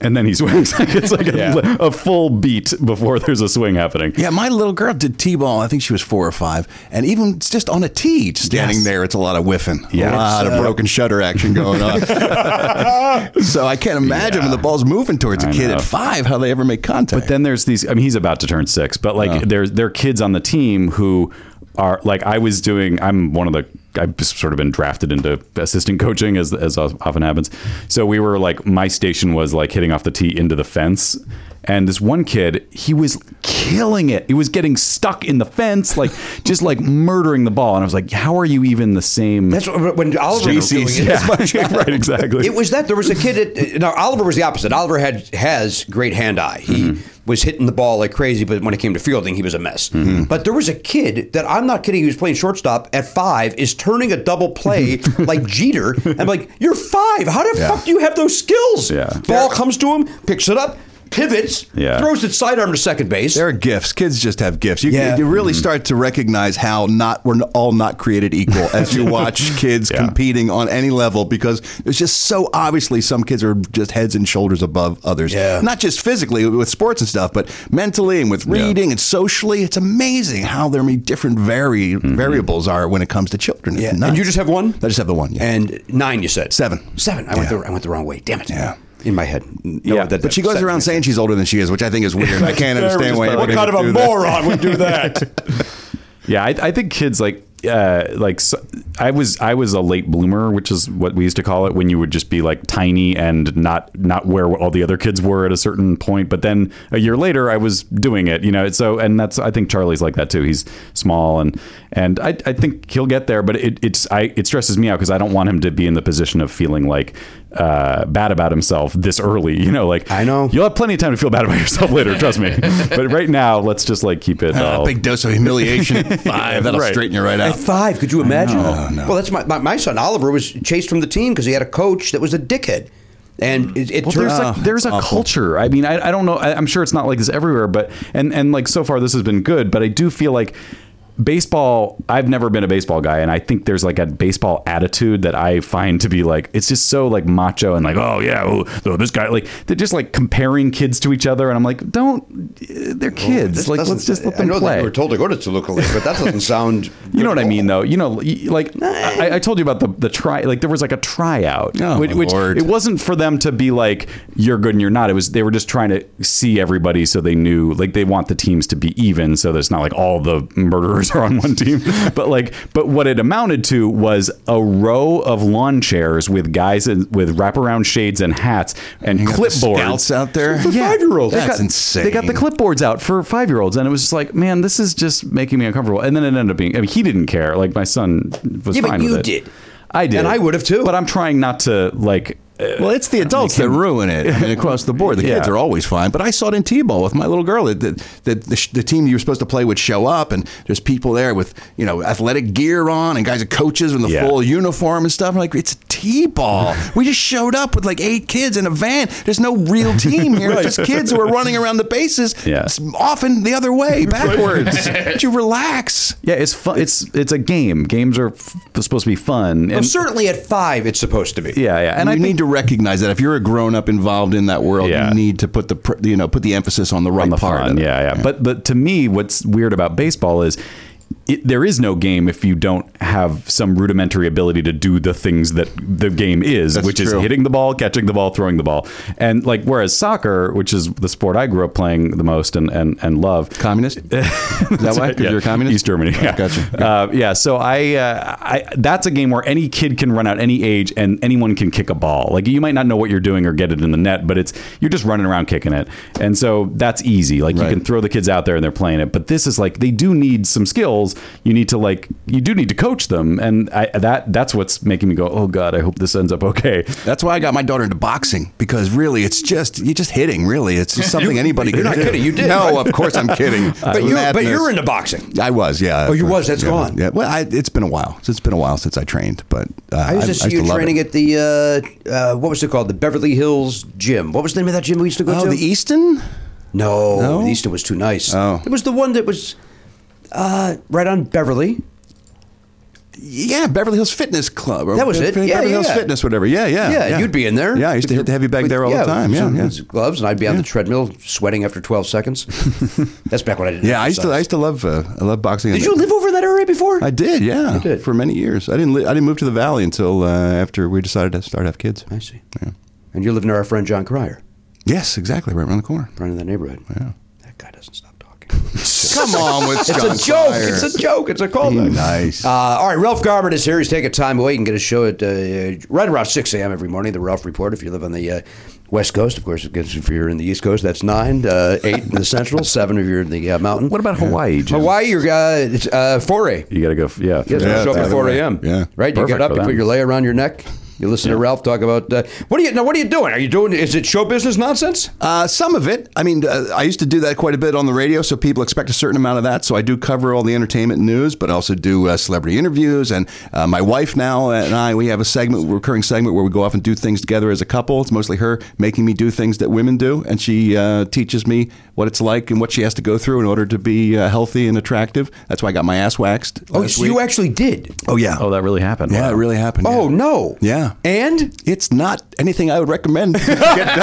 And then he swings. it's like a, a full beat before there's a swing happening. Yeah, my little girl did T-ball. I think she was four or five, and even it's just on a tee, just standing Yes. there, it's a lot of whiffing, Yeah. a lot of Uh, broken shutter action going on. so I can't imagine when the ball's moving towards a I kid know. at five how they ever make contact. But then there's these. I mean, he's about to turn six, but like there's there are kids on the team who are like I was doing. I'm one of the. I've just sort of been drafted into assistant coaching, as as often happens. So we were like, my station was like hitting off the tee into the fence, and this one kid, he was killing it. He was getting stuck in the fence, like just like murdering the ball. And I was like, how are you even the same? That's what, when Oliver was doing it. species? Yeah. right, exactly. It was that there was a kid. At, now Oliver was the opposite. Oliver had has great hand eye. He Mm-hmm. was hitting the ball like crazy, but when it came to fielding, he was a mess. But there was a kid that I'm not kidding. He was playing shortstop at five, is turning a double play like Jeter. I'm like, you're five. How the Yeah. fuck do you have those skills? Yeah. Ball comes to him, picks it up, pivots, Yeah. throws it sidearm to second base. There are gifts. Kids just have gifts. You, Yeah. Mm-hmm. you really start to recognize how not we're all not created equal as you watch kids competing on any level because it's just so obviously some kids are just heads and shoulders above others. Yeah. Not just physically with sports and stuff, but mentally and with reading and socially. It's amazing how there many different vari- variables are when it comes to children. It's Mm-hmm. Yeah. nuts. And you just have one? I just have the one. Yeah. And nine, you said Seven. Seven. I went the I went the wrong way. Damn it. Yeah. In my head. No, Yeah. that- But she goes seven. around saying she's older than she is, which I think is weird. I can't understand why. What everybody kind would of a do that. moron would do that? Yeah, I, I think kids like uh, like so, I was I was a late bloomer, which is what we used to call it when you would just be like tiny and not not where all the other kids were at a certain point. But then a year later, I was doing it, you know. So and that's I think Charlie's like that too. He's small and and I, I think he'll get there, but it, it's I it stresses me out because I don't want him to be in the position of feeling like uh, bad about himself this early, you know. Like I know you'll have plenty of time to feel bad about yourself later, trust me. but right now, let's just like keep it. uh, A all- big dose of humiliation at five. That'll Right. straighten you right out. At five, could you imagine? know, no. Well, that's my, my my son Oliver was chased from the team because he had a coach that was a dickhead, and it, it Well, turned there's like there's a culture. I mean, I, I don't know. I, I'm sure it's not like this everywhere, but and and like so far this has been good. But I do feel like baseball. I've never been a baseball guy, and I think there's like a baseball attitude that I find to be like it's just so like macho and like oh yeah, oh, oh, this guy like they're just like comparing kids to each other, and I'm like don't they're kids. This like doesn't- let's just let I them know that play. you were told to go to uh, Toluca Lake, but that doesn't sound. You know what I mean, though. You know, y- like I, I told you about the the try. Like there was like a tryout, Oh, which, my which Lord. it wasn't for them to be like you're good and you're not. It was they were just trying to see everybody, so they knew like they want the teams to be even, so that it's not like all the murderers are on one team. but like, but what it amounted to was a row of lawn chairs with guys in, with wraparound shades and hats and You got the clipboards Scouts out there. for five-year-olds. That's they got, insane. They got the clipboards out for five-year-olds, and it was just like, man, this is just making me uncomfortable. And then it ended up being, I mean, he didn't care. Like my son was Yeah, but fine you with it. did. I did, And I would have, too. But I'm trying not to like uh, Well, it's the adults that ruin it I mean, across the board. The kids Yeah. are always fine, but I saw it in T-ball with my little girl. That that that the, sh- the team you were supposed to play would show up, and there's people there with you know athletic gear on, and guys are coaches in the full uniform and stuff. i like, it's T-ball. we just showed up with like eight kids in a van. There's no real team here. Right. It's Just kids who are running around the bases, Yeah. s- often the other way, backwards. Would you relax? Yeah, it's fun. It's it's a game. Games are f- supposed to be fun. Well, certainly at five, it's supposed to be. Yeah, yeah. And And Oh, you I need to recognize that if you're a grown up involved in that world, you need to put the pr- you know put the emphasis on the right part. fun. of it. Yeah, yeah, But but to me, what's weird about baseball is it, there is no game if you don't have some rudimentary ability to do the things that the game is, That's which true. is hitting the ball, catching the ball, throwing the ball, and like whereas soccer, which is the sport I grew up playing the most and and, and love, communist. is that why? 'Cause you're a communist? East Germany. Yeah. Gotcha. Uh, yeah. So I, uh, I, that's a game where any kid can run out any age and anyone can kick a ball. Like you might not know what you're doing or get it in the net, but it's you're just running around kicking it, and so that's easy. Like you can throw the kids out there and they're playing it. But this is like they do need some skills. You need to like you do need to coach them, and I, that that's what's making me go, oh god, I hope this ends up okay. That's why I got my daughter into boxing because really, it's just you're just hitting. Really, it's just something anybody. You're can not do. kidding. You did. No, of course I'm kidding. But you- but you're into boxing. I was, yeah. Oh, you was. That's That's gone. Yeah. Well, I, it's been a while. It's been a while since I trained, but uh, I used to see you love training it. at the uh, uh, what was it called? The Beverly Hills gym. What was the name of that gym we used to go Oh, to? the Easton. no, No? the Easton was too nice. Oh. It was the one that was uh, right on Beverly. Yeah, Beverly Hills Fitness Club. or That was it. Beverly Yeah, Hills yeah. Fitness, whatever. Yeah, yeah, Yeah, you'd be in there. Yeah, I used to hit the heavy bag there all the time. Yeah, with yeah. some gloves, and I'd be on the treadmill sweating after 12 seconds. That's back when I didn't. Yeah, I used to. I exercise. used to love. Uh, I love boxing. Did you live over in that area before? I did. Yeah, You did. for many years. I didn't. Li- I didn't move to the valley until uh, after we decided to start have kids. I see. And you're living near our friend John Cryer, Yes, exactly. Right around the corner. right in that neighborhood. Yeah. Come on with it's John a joke. Cryer. It's a joke. It's a callback. Nice. Uh, all right, Ralph Garman is here. He's taking time away. You can get a show at uh, right around 6 a.m. every morning, the Ralph Report. If you live on the uh, West Coast, of course, it gets- if you're in the East Coast, that's 9, uh, 8 in the Central, 7 if you're in the uh, Mountain. What about Hawaii? Jim? Hawaii, you're uh, it's, uh, foray. You got to go. f- Yeah. You guys yeah, show up yeah. at 4 a.m. Yeah. Right? You Perfect get up, for you put them. your layer around your neck. You listen to Ralph talk about uh, what are you now? What are you doing? Are you doing? Is it show business nonsense? Uh, some of it. I mean, uh, I used to do that quite a bit on the radio, so people expect a certain amount of that. So I do cover all the entertainment news, but I also do uh, celebrity interviews. And uh, my wife now and I, we have a segment, recurring segment, where we go off and do things together as a couple. It's mostly her making me do things that women do, and she uh, teaches me what it's like and what she has to go through in order to be uh, healthy and attractive. That's why I got my ass waxed. Oh, last so week. you actually did. Oh yeah. Oh, that really happened. Yeah, Wow. it really happened. Oh no. Yeah. And It's not anything I would recommend, you get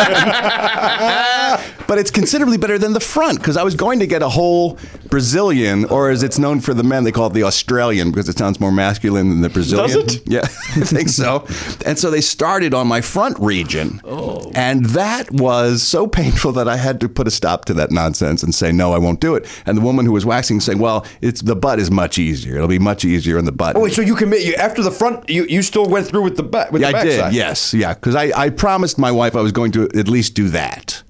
done. but it's considerably better than the front because I was going to get a whole Brazilian, or as it's known for the men, they call it the Australian because it sounds more masculine than the Brazilian. Does it? Yeah, I think so. And so they started on my front region, oh. and that was so painful that I had to put a stop to that nonsense and say no, I won't do it. And the woman who was waxing saying, "Well, it's the butt is much easier. It'll be much easier in the butt." Oh wait, so you commit you after the front you, you still went through with the back with yeah, the I back did. side. Yes, yeah, because I, I promised my wife I was going to at least do that,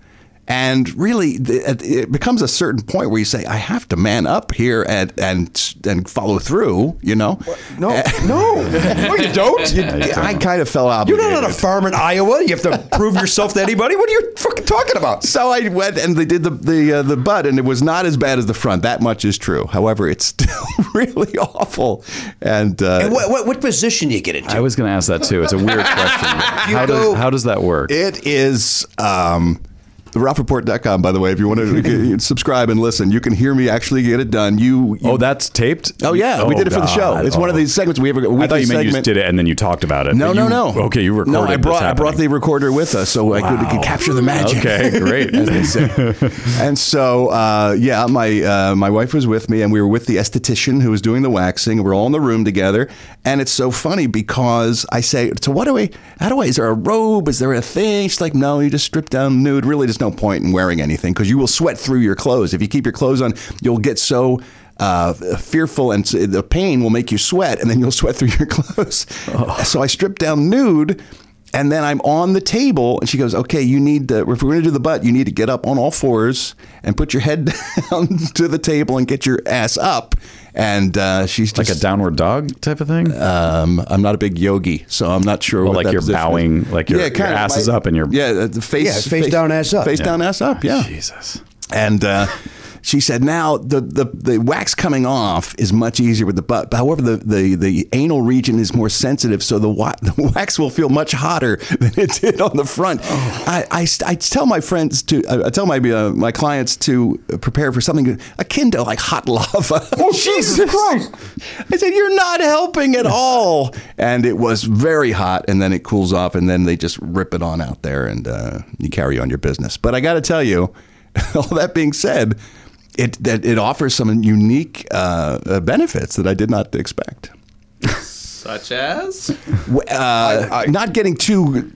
and really, th- it- it becomes a certain point where you say I have to man up here and and and follow through. You know, No, no, no, you don't. You- I kind of fell out. You're not on a farm in Iowa. You have to prove yourself to anybody. What are you fucking talking about? So I went and they did the the uh, the butt, and it was not as bad as the front. That much is true. However, it's still really awful. And, uh, And what, what, what position do you get into? I was going to ask that too. It's a weird question. how go- does how does that work? It is. Um, RalphReport.com, by the way, if you want to subscribe and listen, you can hear me actually get it done. You, you Oh, that's taped. Oh, yeah, we did it for the show. God. Oh. It's one of these segments we have. A I thought weekly you meant you just segment. did it and then you talked about it. No, But no, you- no. Okay, you recorded. No, I brought this I brought happening. the recorder with us so I could, could capture the magic. Okay, great. as they say. and so, uh, yeah, my uh, my wife was with me, and we were with the esthetician who was doing the waxing. and We're all in the room together, and it's so funny because I say, "So what do I? How do I? Is there a robe? Is there a thing?" She's like, "No, you just strip down nude. Really, there's no point in wearing anything because you will sweat through your clothes. If you keep your clothes on, you'll get so." Uh, fearful and s- the pain will make you sweat, and then you'll sweat through your clothes. So I stripped down nude, And then I'm on the table, and she goes, "Okay, you need to. If we're going to do the butt, you need to get up on all fours and put your head down to the table and get your ass up." And uh, she's just, like a downward dog type of thing. Um, I'm not a big yogi, so I'm not sure. Well, what like that you're position is. bowing, like your- your kinda, ass is up and you're- yeah, uh, the face, Yeah, face down, ass up. face Yeah. down, ass up. Yeah, Jesus. and uh, she said, now the, the, the wax coming off is much easier with the butt. However, the, the, the anal region is more sensitive, so the, wa- the wax will feel much hotter than it did on the front. I, I, st- I tell my friends to, I I tell my, uh, my clients to prepare for something akin to like hot lava. Oh, Jesus Christ. I said, you're not helping at all. And it was very hot, and then it cools off, and then they just rip it on out there, and uh, you carry on your business. But I got to tell you, all that being said, it that it offers some unique uh, uh, benefits that I did not expect. Such as? W- Uh, not getting too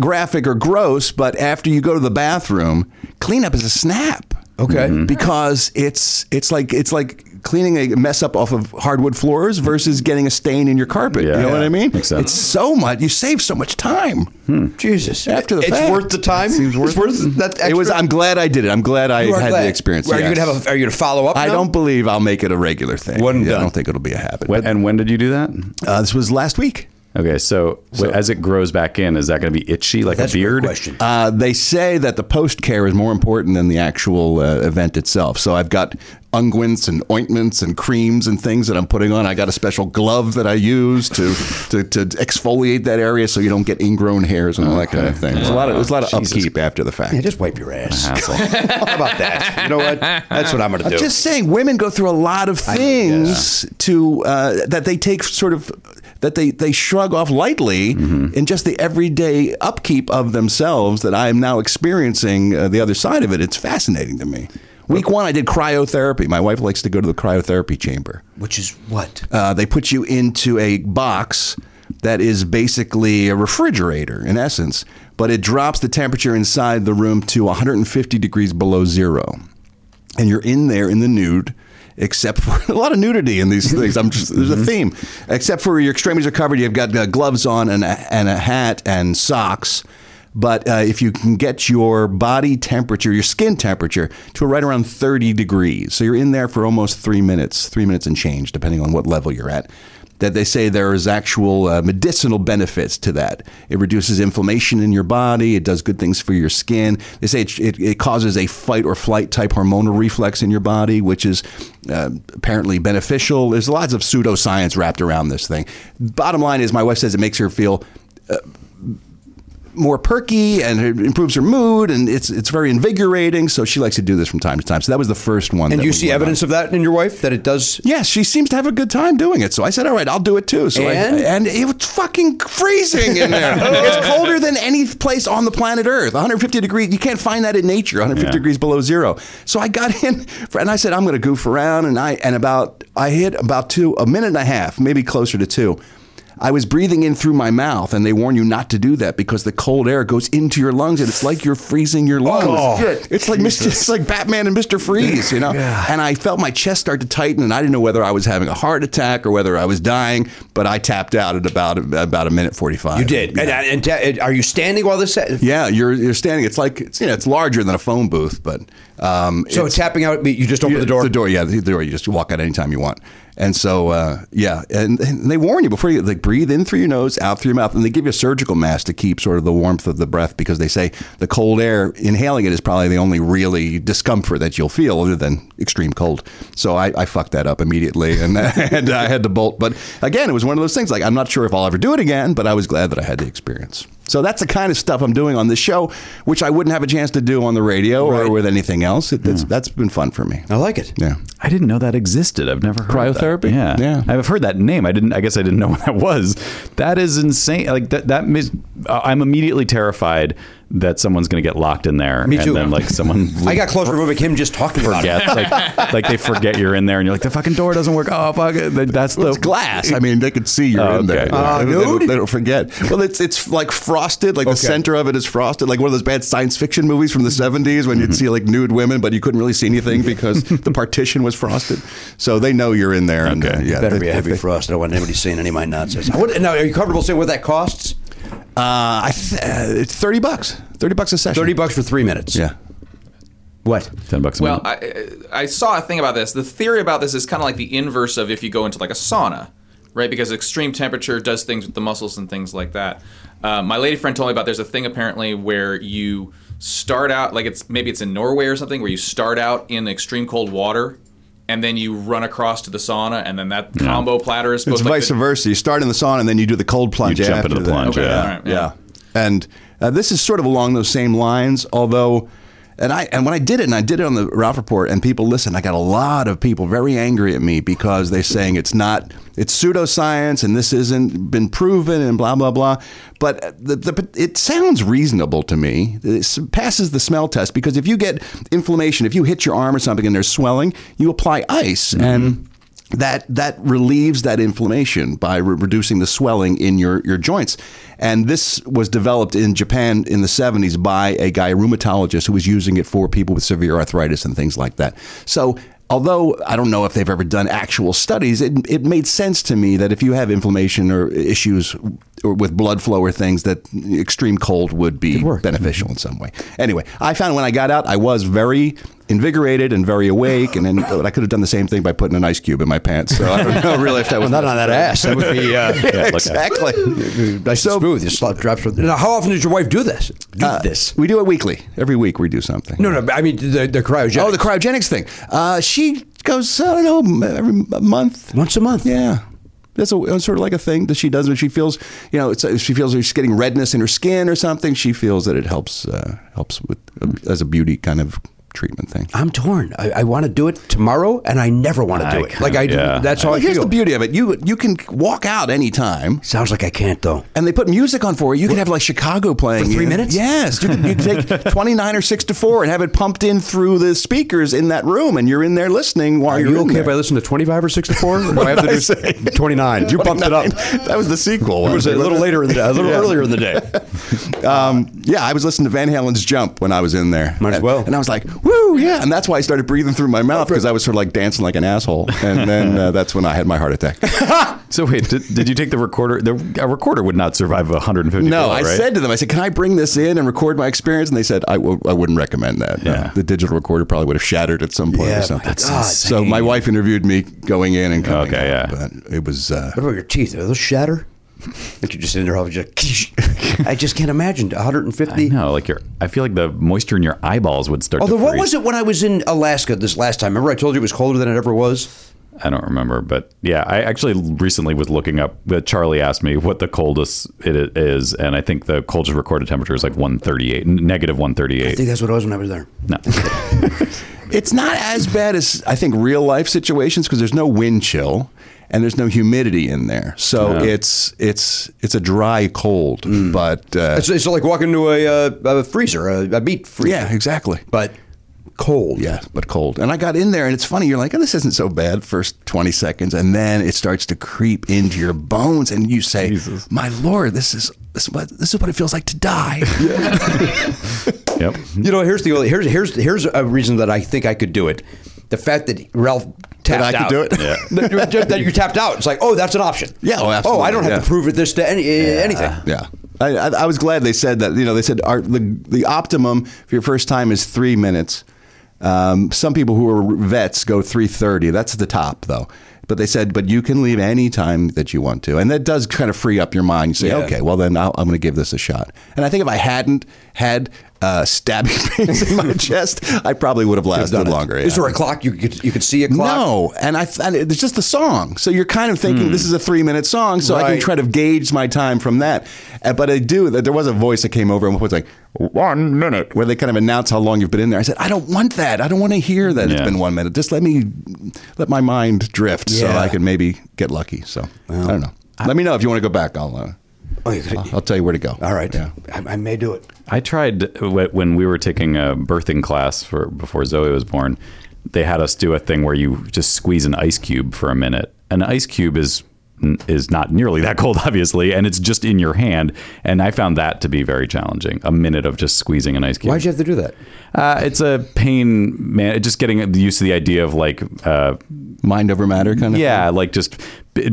graphic or gross, but after you go to the bathroom, cleanup is a snap. Okay. Mm-hmm. because it's it's like it's like cleaning a mess up off of hardwood floors versus getting a stain in your carpet. you know what I mean? Makes sense. Hmm. It's so much. You save so much time. Jesus. After the it's fact. worth the time. Seems worth it's worth that extra, It was. I'm glad I did it. I'm glad I You are had glad. the experience. Are you yes. gonna have a- are you gonna follow up I now? don't believe I'll make it a regular thing. One Yeah, I done. don't think it'll be a habit. When, and when did you do that? Uh, this was last week. Okay, so, w- as it grows back in, is that going to be itchy like That's a a great beard? question. Uh, they say that the post care is more important than the actual uh, event itself. So I've got unguents and ointments and creams and things that I'm putting on. I got a special glove that I use to to, to exfoliate that area so you don't get ingrown hairs and all that kind of thing. There's a lot of there's a lot of upkeep after the fact. Yeah, just wipe your ass. Uh-huh. Hassle. How about that? You know what? That's what I'm going to I'm do. just saying, women go through a lot of things to uh, that they take sort of that they they shrug off lightly in just the everyday upkeep of themselves. That I am now experiencing uh, the other side of it. It's fascinating to me. Week one, I did cryotherapy. My wife likes to go to the cryotherapy chamber. Which is what? Uh, they put you into a box that is basically a refrigerator in essence, but it drops the temperature inside the room to 150 degrees below zero, and you're in there in the nude. Except for a lot of nudity in these things. I'm just, there's a theme. Except for your extremities are covered. You've got uh, gloves on and a, and a hat and socks. But uh, if you can get your body temperature, your skin temperature, to right around 30 degrees, so you're in there for almost three minutes, three minutes and change, depending on what level you're at, that they say there is actual uh, medicinal benefits to that. It reduces inflammation in your body, it does good things for your skin. They say it, it, it causes a fight or flight type hormonal reflex in your body, which is uh, apparently beneficial. There's lots of pseudoscience wrapped around this thing. Bottom line is, my wife says it makes her feel uh, more perky and it improves her mood and it's it's very invigorating. So she likes to do this from time to time. So that was the first one. And that you we see went on. evidence of that in your wife that it does. Yes, she seems to have a good time doing it. So I said, "All right, I'll do it too." So And? I, and it was fucking freezing in there. it's colder than any place on the planet Earth. 150 degrees. You can't find that in nature. 150 Yeah. degrees below zero. So I got in for, and I said, "I'm going to goof around." And I and about I hit about two a minute and a half, maybe closer to two. I was breathing in through my mouth, and they warn you not to do that because the cold air goes into your lungs, and it's like you're freezing your lungs. Oh, it's like Mr. It's like Batman and Mr. Freeze, you know. And I felt my chest start to tighten, and I didn't know whether I was having a heart attack or whether I was dying. But I tapped out at about about a minute forty five. You did. And, and, and are you standing while this? So Yeah, you're you're standing. It's like it's, you know, it's larger than a phone booth, but um, it's- tapping out, you just open the door. the door, yeah, the door. You just walk out anytime you want. And so, uh, yeah, and, and they warn you before you like breathe in through your nose, out through your mouth, and they give you a surgical mask to keep sort of the warmth of the breath because they say the cold air, inhaling it is probably the only really discomfort that you'll feel other than extreme cold. So I, I fucked that up immediately, and, and I had to bolt. But again, it was one of those things. Like I'm not sure if I'll ever do it again, but I was glad that I had the experience. So that's the kind of stuff I'm doing on this show, which I wouldn't have a chance to do on the radio or with anything else. It, it's, That's been fun for me. I like it. Yeah. I didn't know that existed. I've never heard Cryotherapy? That. Yeah, Yeah. I've heard that name. I didn't. I guess I didn't know what that was. That is insane. Like that. That mis- uh, I'm immediately terrified that someone's going to get locked in there. Me and too. Then like someone. I got closer to Rubik, him just talking about it. forgets, like, like they forget you're in there, and you're like, the fucking door doesn't work. Oh fuck! it. That- That's the It's glass. I mean, they could see you're Oh, in there. okay. Ah, they, don't, dude. they don't forget. Well, it's it's like frosted. Like the Okay. center of it is frosted. Like one of those bad science fiction movies from the '70s when you'd Mm-hmm. see like nude women, but you couldn't really see anything because the partition was frosted. So they know you're in there. And, uh, yeah, Better they- be a heavy they- frost. I don't want anybody seeing any of my nonsense. I would, now, are you comfortable saying what that costs? Uh, I th- uh, it's thirty bucks. Thirty bucks a session. Thirty bucks for three minutes. Yeah. What? Ten bucks. Well, I, I saw a thing about this. The theory about this is kind of like the inverse of if you go into like a sauna, right? Because extreme temperature does things with the muscles and things like that. Uh, my lady friend told me about there's a thing apparently where you start out like it's maybe it's in Norway or something where you start out in extreme cold water. And then you run across to the sauna, and then that combo platter is supposed It's to vice versa. You start in the sauna and then you do the cold plunge. You jump after into the that. plunge, Okay, yeah. all yeah. right, yeah. And uh, this is sort of along those same lines, although. And I and when I did it, and I did it on the Ralph Report, and people listened. I got a lot of people very angry at me because they're saying it's not, it's pseudoscience, and this isn't been proven, and blah blah blah. But uh, the, the but it sounds reasonable to me. It s- passes the smell test because if you get inflammation, if you hit your arm or something and there's swelling, you apply ice, Mm-hmm. and that that relieves that inflammation by re- reducing the swelling in your, your joints. And this was developed in Japan in the 70s by a guy, a rheumatologist, who was using it for people with severe arthritis and things like that. So although I don't know if they've ever done actual studies, it, it made sense to me that if you have inflammation or issues or with blood flow or things, that extreme cold would be beneficial in some way. Anyway, I found when I got out, I was very invigorated and very awake. And then I could have done the same thing by putting an ice cube in my pants. So I don't know really if that was Well, not on that ass. That would be uh, Yeah, like- exactly. nice and smooth. Your slap drops. with- Now, how often does your wife do this? Do Uh, this? We do it weekly. Every week we do something. No, no. but I mean the, the cryogenic. Oh, the cryogenics thing. Uh, she goes, I don't know, every m- month. Once a month. Yeah. That's a, it's sort of like a thing that she does when she feels, you know, it's, if she feels she's getting redness in her skin or something. She feels that it helps uh, helps with uh, as a beauty kind of treatment thing. I'm torn. I, I want to do it tomorrow, and I never want to I do it. Like kinda- I, yeah. that's how Well, I here's feel. the beauty of it. You you can walk out anytime. Sounds like I can't though. And they put music on for you. You can have like Chicago playing For three And- minutes? Yes, you can, you can take twenty nine or six to four and have it pumped in through the speakers in that room, and you're in there listening while Are you're you in okay there. if I listen to 25 or 64? Or do What I have did I to say? do 29? You bumped it up. That was the sequel. It was a little later in the day, a little Yeah. earlier in the day. Um, yeah, I was listening to Van Halen's Jump when I was in there. Might as And- well. And I was like, woo, yeah. And that's why I started breathing through my mouth because I was sort of like dancing like an asshole. And then uh, that's when I had my heart attack. So wait, did, did you take the recorder? The, a recorder would not survive 150. No, below, I right? said to them, I said, can I bring this in and record my experience? And they said, I w- I wouldn't recommend that. No. Yeah. The digital recorder probably would have shattered at some point Yeah, or my something. That's God. so my wife interviewed me going in and coming Okay, out, yeah. But it was. Uh, What about your teeth? Are those shatter? That you just in there, all just. I just can't imagine 150. No, like your. I feel like the moisture in your eyeballs would start. Although, to what freeze. was it when I was in Alaska this last time? Remember, I told you it was colder than it ever was. I don't remember, but yeah, I actually recently was looking up. But Charlie asked me what the coldest it is, and I think the coldest recorded temperature is like 138, negative I think 138. that's what it was when I was there. No, It's not as bad as I think real life situations because there's no wind chill and there's no humidity in there, so Yeah. it's it's it's a dry cold. But uh, Mm. It's, it's like walking into a, uh, a freezer, a, a meat freezer. yeah, exactly. But cold. Yeah, but cold. And I got in there, and it's funny. You're like, oh, this isn't so bad. First 20 seconds, and then it starts to creep into your bones, and you say, Jesus. "My lord, this is this is what this is what it feels like to die." yep. You know, here's the only here's here's here's a reason that I think I could do it. The fact that Ralph tapped I could out. do it? Yeah. that, you- that you tapped out. It's like, oh, that's an option. Yeah, oh, Oh, absolutely, I don't have yeah. to prove it this to any, anything. Yeah. I, I, I was glad they said that. You know, they said our, the, the optimum for your first time is three minutes. Um, some people who are vets go 330. That's the top, though. But they said, but you can leave any time that you want to. And that does kind of free up your mind. You say, Yeah. okay, well, then I'll, I'm going to give this a shot. And I think if I hadn't had uh, stabbing pains in my chest, I probably would have Could've done lasted it. longer. Is yeah. there a clock? You could you could see a clock. No, and I and it's just the song. So you're kind of thinking this is a three minute song, so I can Hmm. Right. try to gauge my time from that. Uh, But I do. There was a voice that came over and was like one minute, where they kind of announce how long you've been in there. I said, I don't want that. I don't want to hear that it's Yeah. been one minute. Just let me let my mind drift, so Yeah. I can maybe get lucky. So I don't know. let me know if you want to go back. I'll. Uh, Oh, you could- I'll- I'll tell you where to go. All right. Yeah. I, I may do it. I tried wh- when we were taking a birthing class for before Zoe was born. They had us do a thing where you just squeeze an ice cube for a minute. An ice cube is n- is not nearly that cold, obviously, and it's just in your hand. And I found that to be very challenging. A minute of just squeezing an ice cube. Why'd you have to do that? Uh, it's a pain, man. Just getting used to the idea of like uh, mind over matter, kind of. Yeah, like just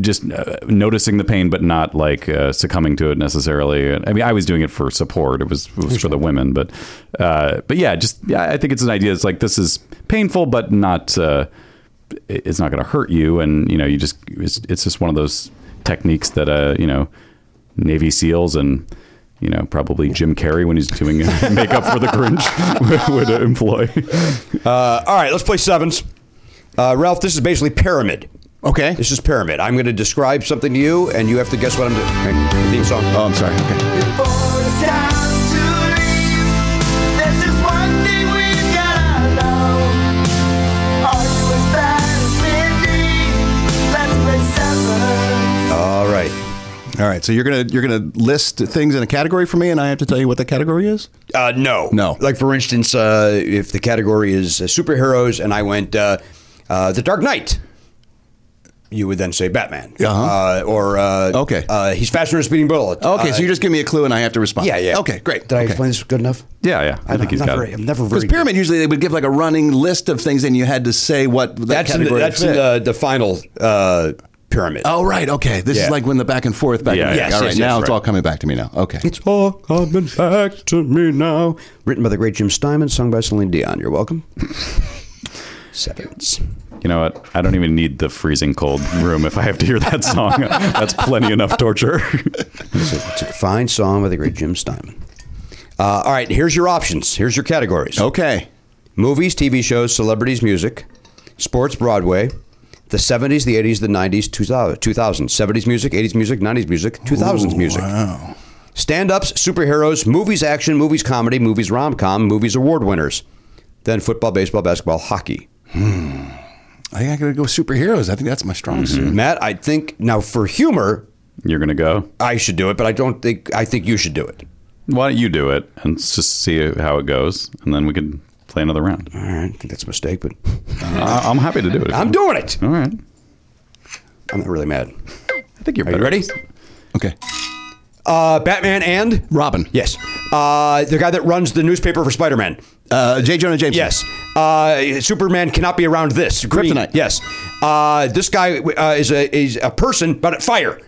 just uh, noticing the pain, but not like uh, succumbing to it necessarily. And, I mean, I was doing it for support. It was, it was for the women, but uh, but yeah, just yeah, I think it's an idea. It's like this is painful, but not. Uh, it- it's not going to hurt you, and you know, you just it's, it's just one of those techniques that uh, you know, Navy SEALs and. You know, probably Jim Carrey when he's doing makeup for the Grinch would employ. Uh, all right, let's play sevens. Uh, Ralph, this is basically pyramid. Okay. This is pyramid. I'm going to describe something to you, and you have to guess what I'm doing. Okay, Theme song. Oh, I'm sorry. Okay. All right. All right. So you're gonna you're gonna list things in a category for me, and I have to tell you what the category is. Uh, no. No. Like, for instance, uh, if the category is uh, superheroes and I went uh, uh, The Dark Knight, you would then say Batman. Uh-huh. or, uh, Okay. uh, he's faster than a speeding bullet. Okay. Uh, so you just give me a clue, and I have to respond. Yeah, yeah. Okay. Great. Did I explain this good enough? Yeah, yeah, I, think he's I'm got not it. very, I'm never Because very pyramid usually they would give like a running list of things, and you had to say what that That's in the, category that's in fit. the, the final uh, pyramid. Oh right, okay. This Yeah. is like when the back and forth, back Yeah, and yes, forth. All right, yes, now yes, it's right. all coming back to me now. Okay. It's all coming back to me now. Written by the great Jim Steinman, sung by Celine Dion. You're welcome. Sevens. You know what? I don't even need the freezing cold room if I have to hear that song. That's plenty enough torture. It's a, it's a fine song by the great Jim Steinman. Uh, all right, here's your options. Here's your categories. Okay. Movies, TV shows, celebrities, music, sports, Broadway, the 70s, the 80s, the 90s, 2000, 2000s. 70s music, 80s music, 90s music, 2000s music. Wow. Stand ups, superheroes, movies, action, movies, comedy, movies, rom com, movies, award winners. Then football, baseball, basketball, hockey. I think I gotta go with superheroes. I think that's my strong suit. Matt, I think now for humor, You're gonna go. I should do it, but I don't think, I think you should do it. Why don't you do it and s- just see how it goes, and then we could play another round. All right, I think that's a mistake, but I, I'm happy to do it. if I'm you- doing it. All right. I'm not really mad. I think you're Are you better. ready? Okay. Uh, Batman and Robin. yes, uh, the guy that runs the newspaper for Spider-Man. Uh, J. Jonah Jameson. Yes, uh, Superman cannot be around this. Green. Kryptonite. Yes, uh, this guy uh, is a is a person, but fire.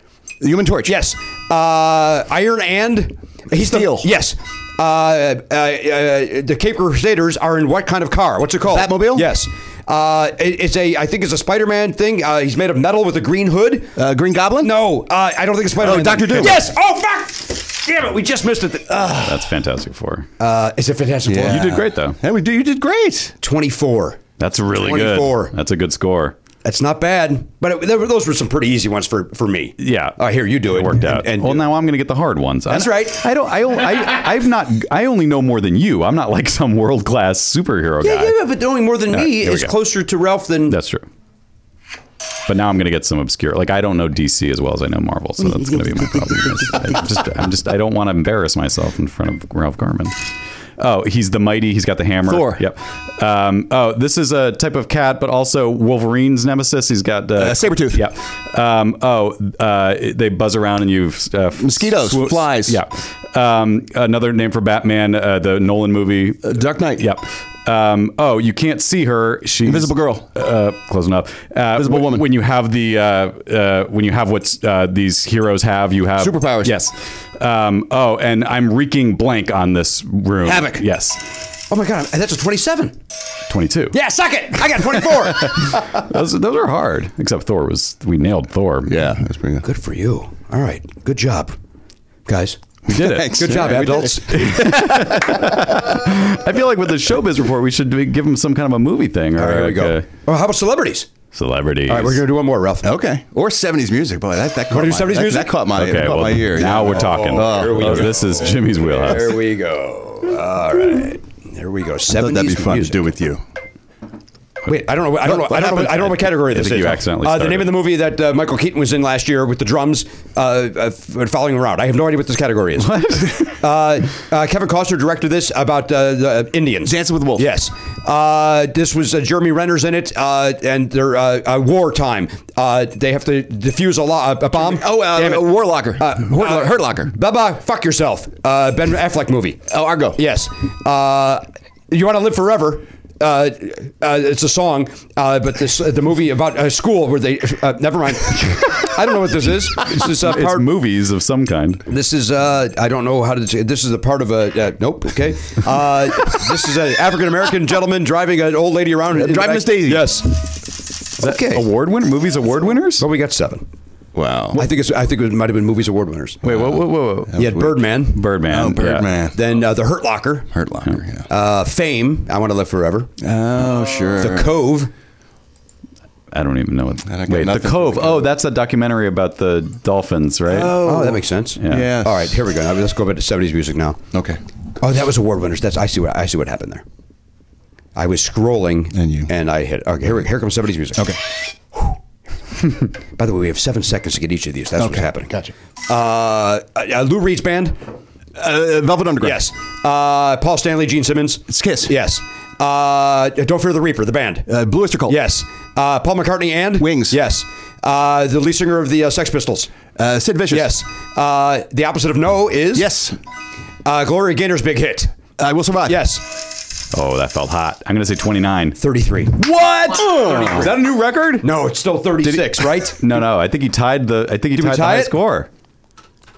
The Human Torch. Yes, uh, Iron and he's Steel. The, yes. Uh, uh, uh, the Cape Crusaders are in what kind of car? What's it called? Batmobile? Yes. Uh, it- it's a. I think it's a Spider-Man thing. Uh, he's made of metal with a green hood. Uh, Green Goblin? No, uh, I don't think it's Spider-Man. Oh, Dr. Doom. Yes. Oh fuck! Damn it! We just missed it. Uh, That's Fantastic Four. it's a fantastic Yeah. four. you did great though. Yeah, we do. You did great. Twenty-four. That's really 24. good. That's a good score. That's not bad. But it, there were- those were some pretty easy ones for for me. Yeah. Oh, here you do it. Worked And- out. And, well, now I'm going to get the hard ones. That's I, right. I don't. I, don't- I. I've not. I only know more than you. I'm not like some world class superhero yeah, guy. yeah, but knowing more than All right, me here we is go. closer to Ralph than That's true. But now I'm going to get some obscure. Like I don't know DC as well as I know Marvel, so that's going to be my problem. I just, I'm just, I don't want to embarrass myself in front of Ralph Garman. Oh, he's the mighty. He's got the hammer. Thor. Yep. Um, oh, this is a type of cat, but also Wolverine's nemesis. He's got uh, Uh, Sabretooth. Yep. Um, oh, uh, they buzz around and you uh, f- Mosquitoes, flies. Yeah. Um, another name for Batman, uh, the Nolan movie. Uh, Dark Knight. Yep. Um, oh, you can't see her. She's Invisible Girl. Uh, close enough. Uh, Invisible wh- Woman. When you have the uh, uh, when you have what uh, these heroes have, you have Superpowers. Yes. Um, oh, and I'm reeking blank on this room. Havoc. Yes. Oh my god, that's a 27. Twenty-two. Yeah, suck it. I got 24. Those, those are hard. Except Thor was. We nailed Thor. Yeah, that's pretty good. Good for you. All right. Good job. Guys. We did it. Thanks. Good job, Yeah, we did adults. I feel like with the showbiz report, we should give him some kind of a movie thing or All right, here we like go. a Oh, how about celebrities? celebrity. All right, we're going to do one more, Ralph. Okay. Or 70s music. Boy, that, that, caught, do my, 70s that, music? that caught my, Okay, caught well, my ear. now yeah. we're talking. Oh, Here we oh, go. This is Jimmy's wheelhouse. There we go. All right. There we go. I thought that'd be 70s fun music. to do with you. Wait, I don't know. I don't know. What I don't know. happened? I don't know what category I this think is. you accidentally Uh, the name started. of the movie that uh, Michael Keaton was in last year with the drums uh, uh, f- following around. I have no idea what this category is. uh, uh, Kevin Costner directed this about uh, the Indians dancing with wolves. Yes, uh, this was uh, Jeremy Renner's in it, uh, and they're uh, uh, wartime. Uh, they have to defuse a, lo- a bomb. Oh, uh, Damn it. Warlocker. Uh, Hurt- Hurt Locker. Bubba, fuck yourself. Uh, ben Affleck movie. Oh, Argo. Yes. Uh, you want to live forever. Uh, uh, it's a song, uh, but this the movie about a school where they. Uh, never mind. I don't know what this is. This is uh, It's part. movies of some kind. This is uh, I don't know how to. say- This is a part of a. Uh, nope. Okay. Uh, this is an African American gentleman driving an old lady around. in the Drive back- Miss Daisy. Yes. Okay. Award winner movies award winners. Well, we got seven. Wow. I think it's. I think it might have been movies award winners. Wait, whoa, whoa, whoa, whoa. You had Birdman. Birdman. Oh, Birdman. Then uh, the Hurt Locker. Hurt Locker. Yeah. Uh, Fame. I want to live forever. Oh, sure. The Cove. I don't even know what. got Wait, the nothing for Cove. The Oh, that's a documentary about the dolphins, right? Oh, that makes sense. Yeah. Yes. All right, here we go. Now, let's go back to seventies music now. Okay. Oh, that was award winners. That's I see what I see what happened there. I was scrolling And you. and I hit. Okay, here, we- here comes seventies music. Okay. By the way, we have seven seconds to get each of these. That's what's Okay, happening. gotcha. Uh, uh, Lou Reed's band. Uh, Velvet Underground. Yes. Uh, Paul Stanley, Gene Simmons. It's Kiss. Yes. Uh, Don't Fear the Reaper, the band. Uh, Blue Oyster Cult. Yes. Uh, Paul McCartney and Wings. Yes. Uh, the lead singer of the uh, Sex Pistols. Uh, Sid Vicious. Yes. Uh, the opposite of no is Yes. Uh, Gloria Gaynor's big hit. I will survive. Yes. Oh, that felt hot. I'm gonna say 29. Thirty-three. What? Is that a new record? No, it's still thirty-six, right? No, no. I think he tied the. I think he Did we tied the tie high it? score.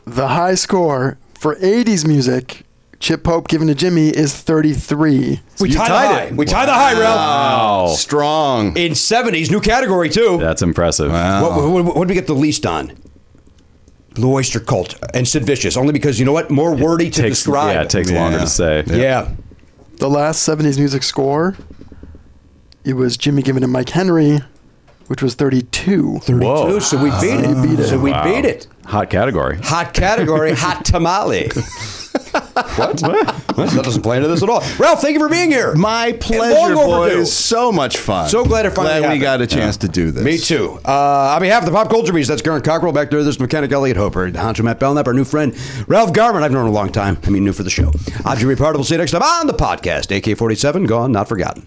The high score for 80s music, Chip Pope given to Jimmy, is 33. We You tied, tied the high. it. We tied the high, Ralph. Wow, Strong. In seventies, new category too. that's impressive. What, what, what, did we get the least on? Blue Oyster Cult and Sid Vicious, only because you know what? More wordy to takes- describe. yeah, it takes longer to say. Yeah. The last 70s music score, it was Jimmy given to Mike Henry, which was 32. Whoa. Dude, so we beat it. So we Wow. beat it. Hot category. Hot category, hot tamale. what? That doesn't play into this at all. Ralph, thank you for being here. My pleasure, Long overdue. boys. So much fun. So glad it Glad finally we happened. got a chance to do this. Me too. Uh, on behalf of the Pop Culture Beast, that's Garen Cockrell back there. This is Mechanic Elliot Hoper, the Honcho Matt Belknap, our new friend Ralph Garman. I've known a long time. I mean, new for the show. I'm Jimmy Pardo. We'll see you next time on the podcast. AK 47, gone, not forgotten.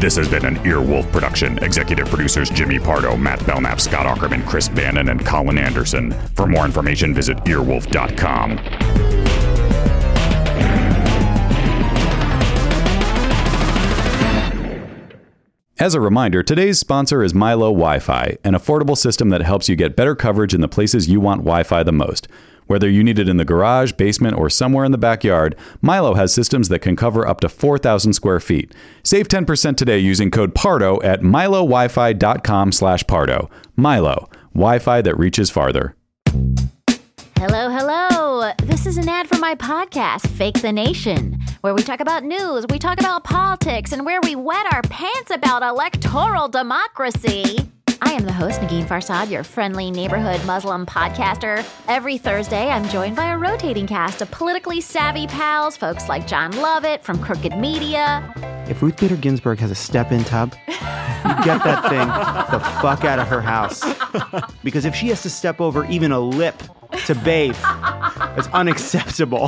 This has been an Earwolf production. Executive producers Jimmy Pardo, Matt Belknap, Scott Ackerman, Chris Bannon, and Colin Anderson. For more information, visit earwolf.com. As a reminder, today's sponsor is Milo Wi Fi, an affordable system that helps you get better coverage in the places you want Wi Fi the most. Whether you need it in the garage, basement, or somewhere in the backyard, Milo has systems that can cover up to 4,000 square feet. Save 10% today using code PARDO at milowifi.com slash PARDO. Milo, Wi-Fi that reaches farther. Hello, hello. This is an ad for my podcast, Fake the Nation, where we talk about news, we talk about politics, and where we wet our pants about electoral democracy. I am the host, Nagin Farsad, your friendly neighborhood Muslim podcaster. Every Thursday, I'm joined by a rotating cast of politically savvy pals, folks like John Lovett from Crooked Media, If Ruth Bader Ginsburg has a step in tub, you get that thing the fuck out of her house. Because if she has to step over even a lip to bathe, it's unacceptable.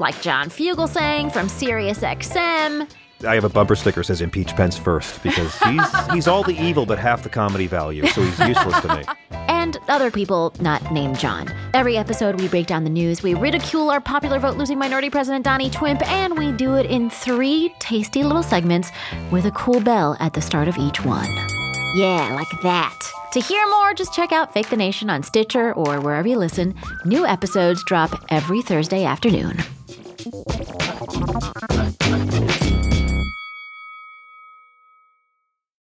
like John Fugelsang from SiriusXM. I have a bumper sticker that says impeach Pence first because he's he's all the evil but half the comedy value, so he's useless to me. and other people not named John. Every episode, we break down the news, we ridicule our popular vote losing minority president Donnie Twimp, and we do it in three tasty little segments with a cool bell at the start of each one. Yeah, like that. To hear more, just check out Fake the Nation on Stitcher or wherever you listen. New episodes drop every Thursday afternoon.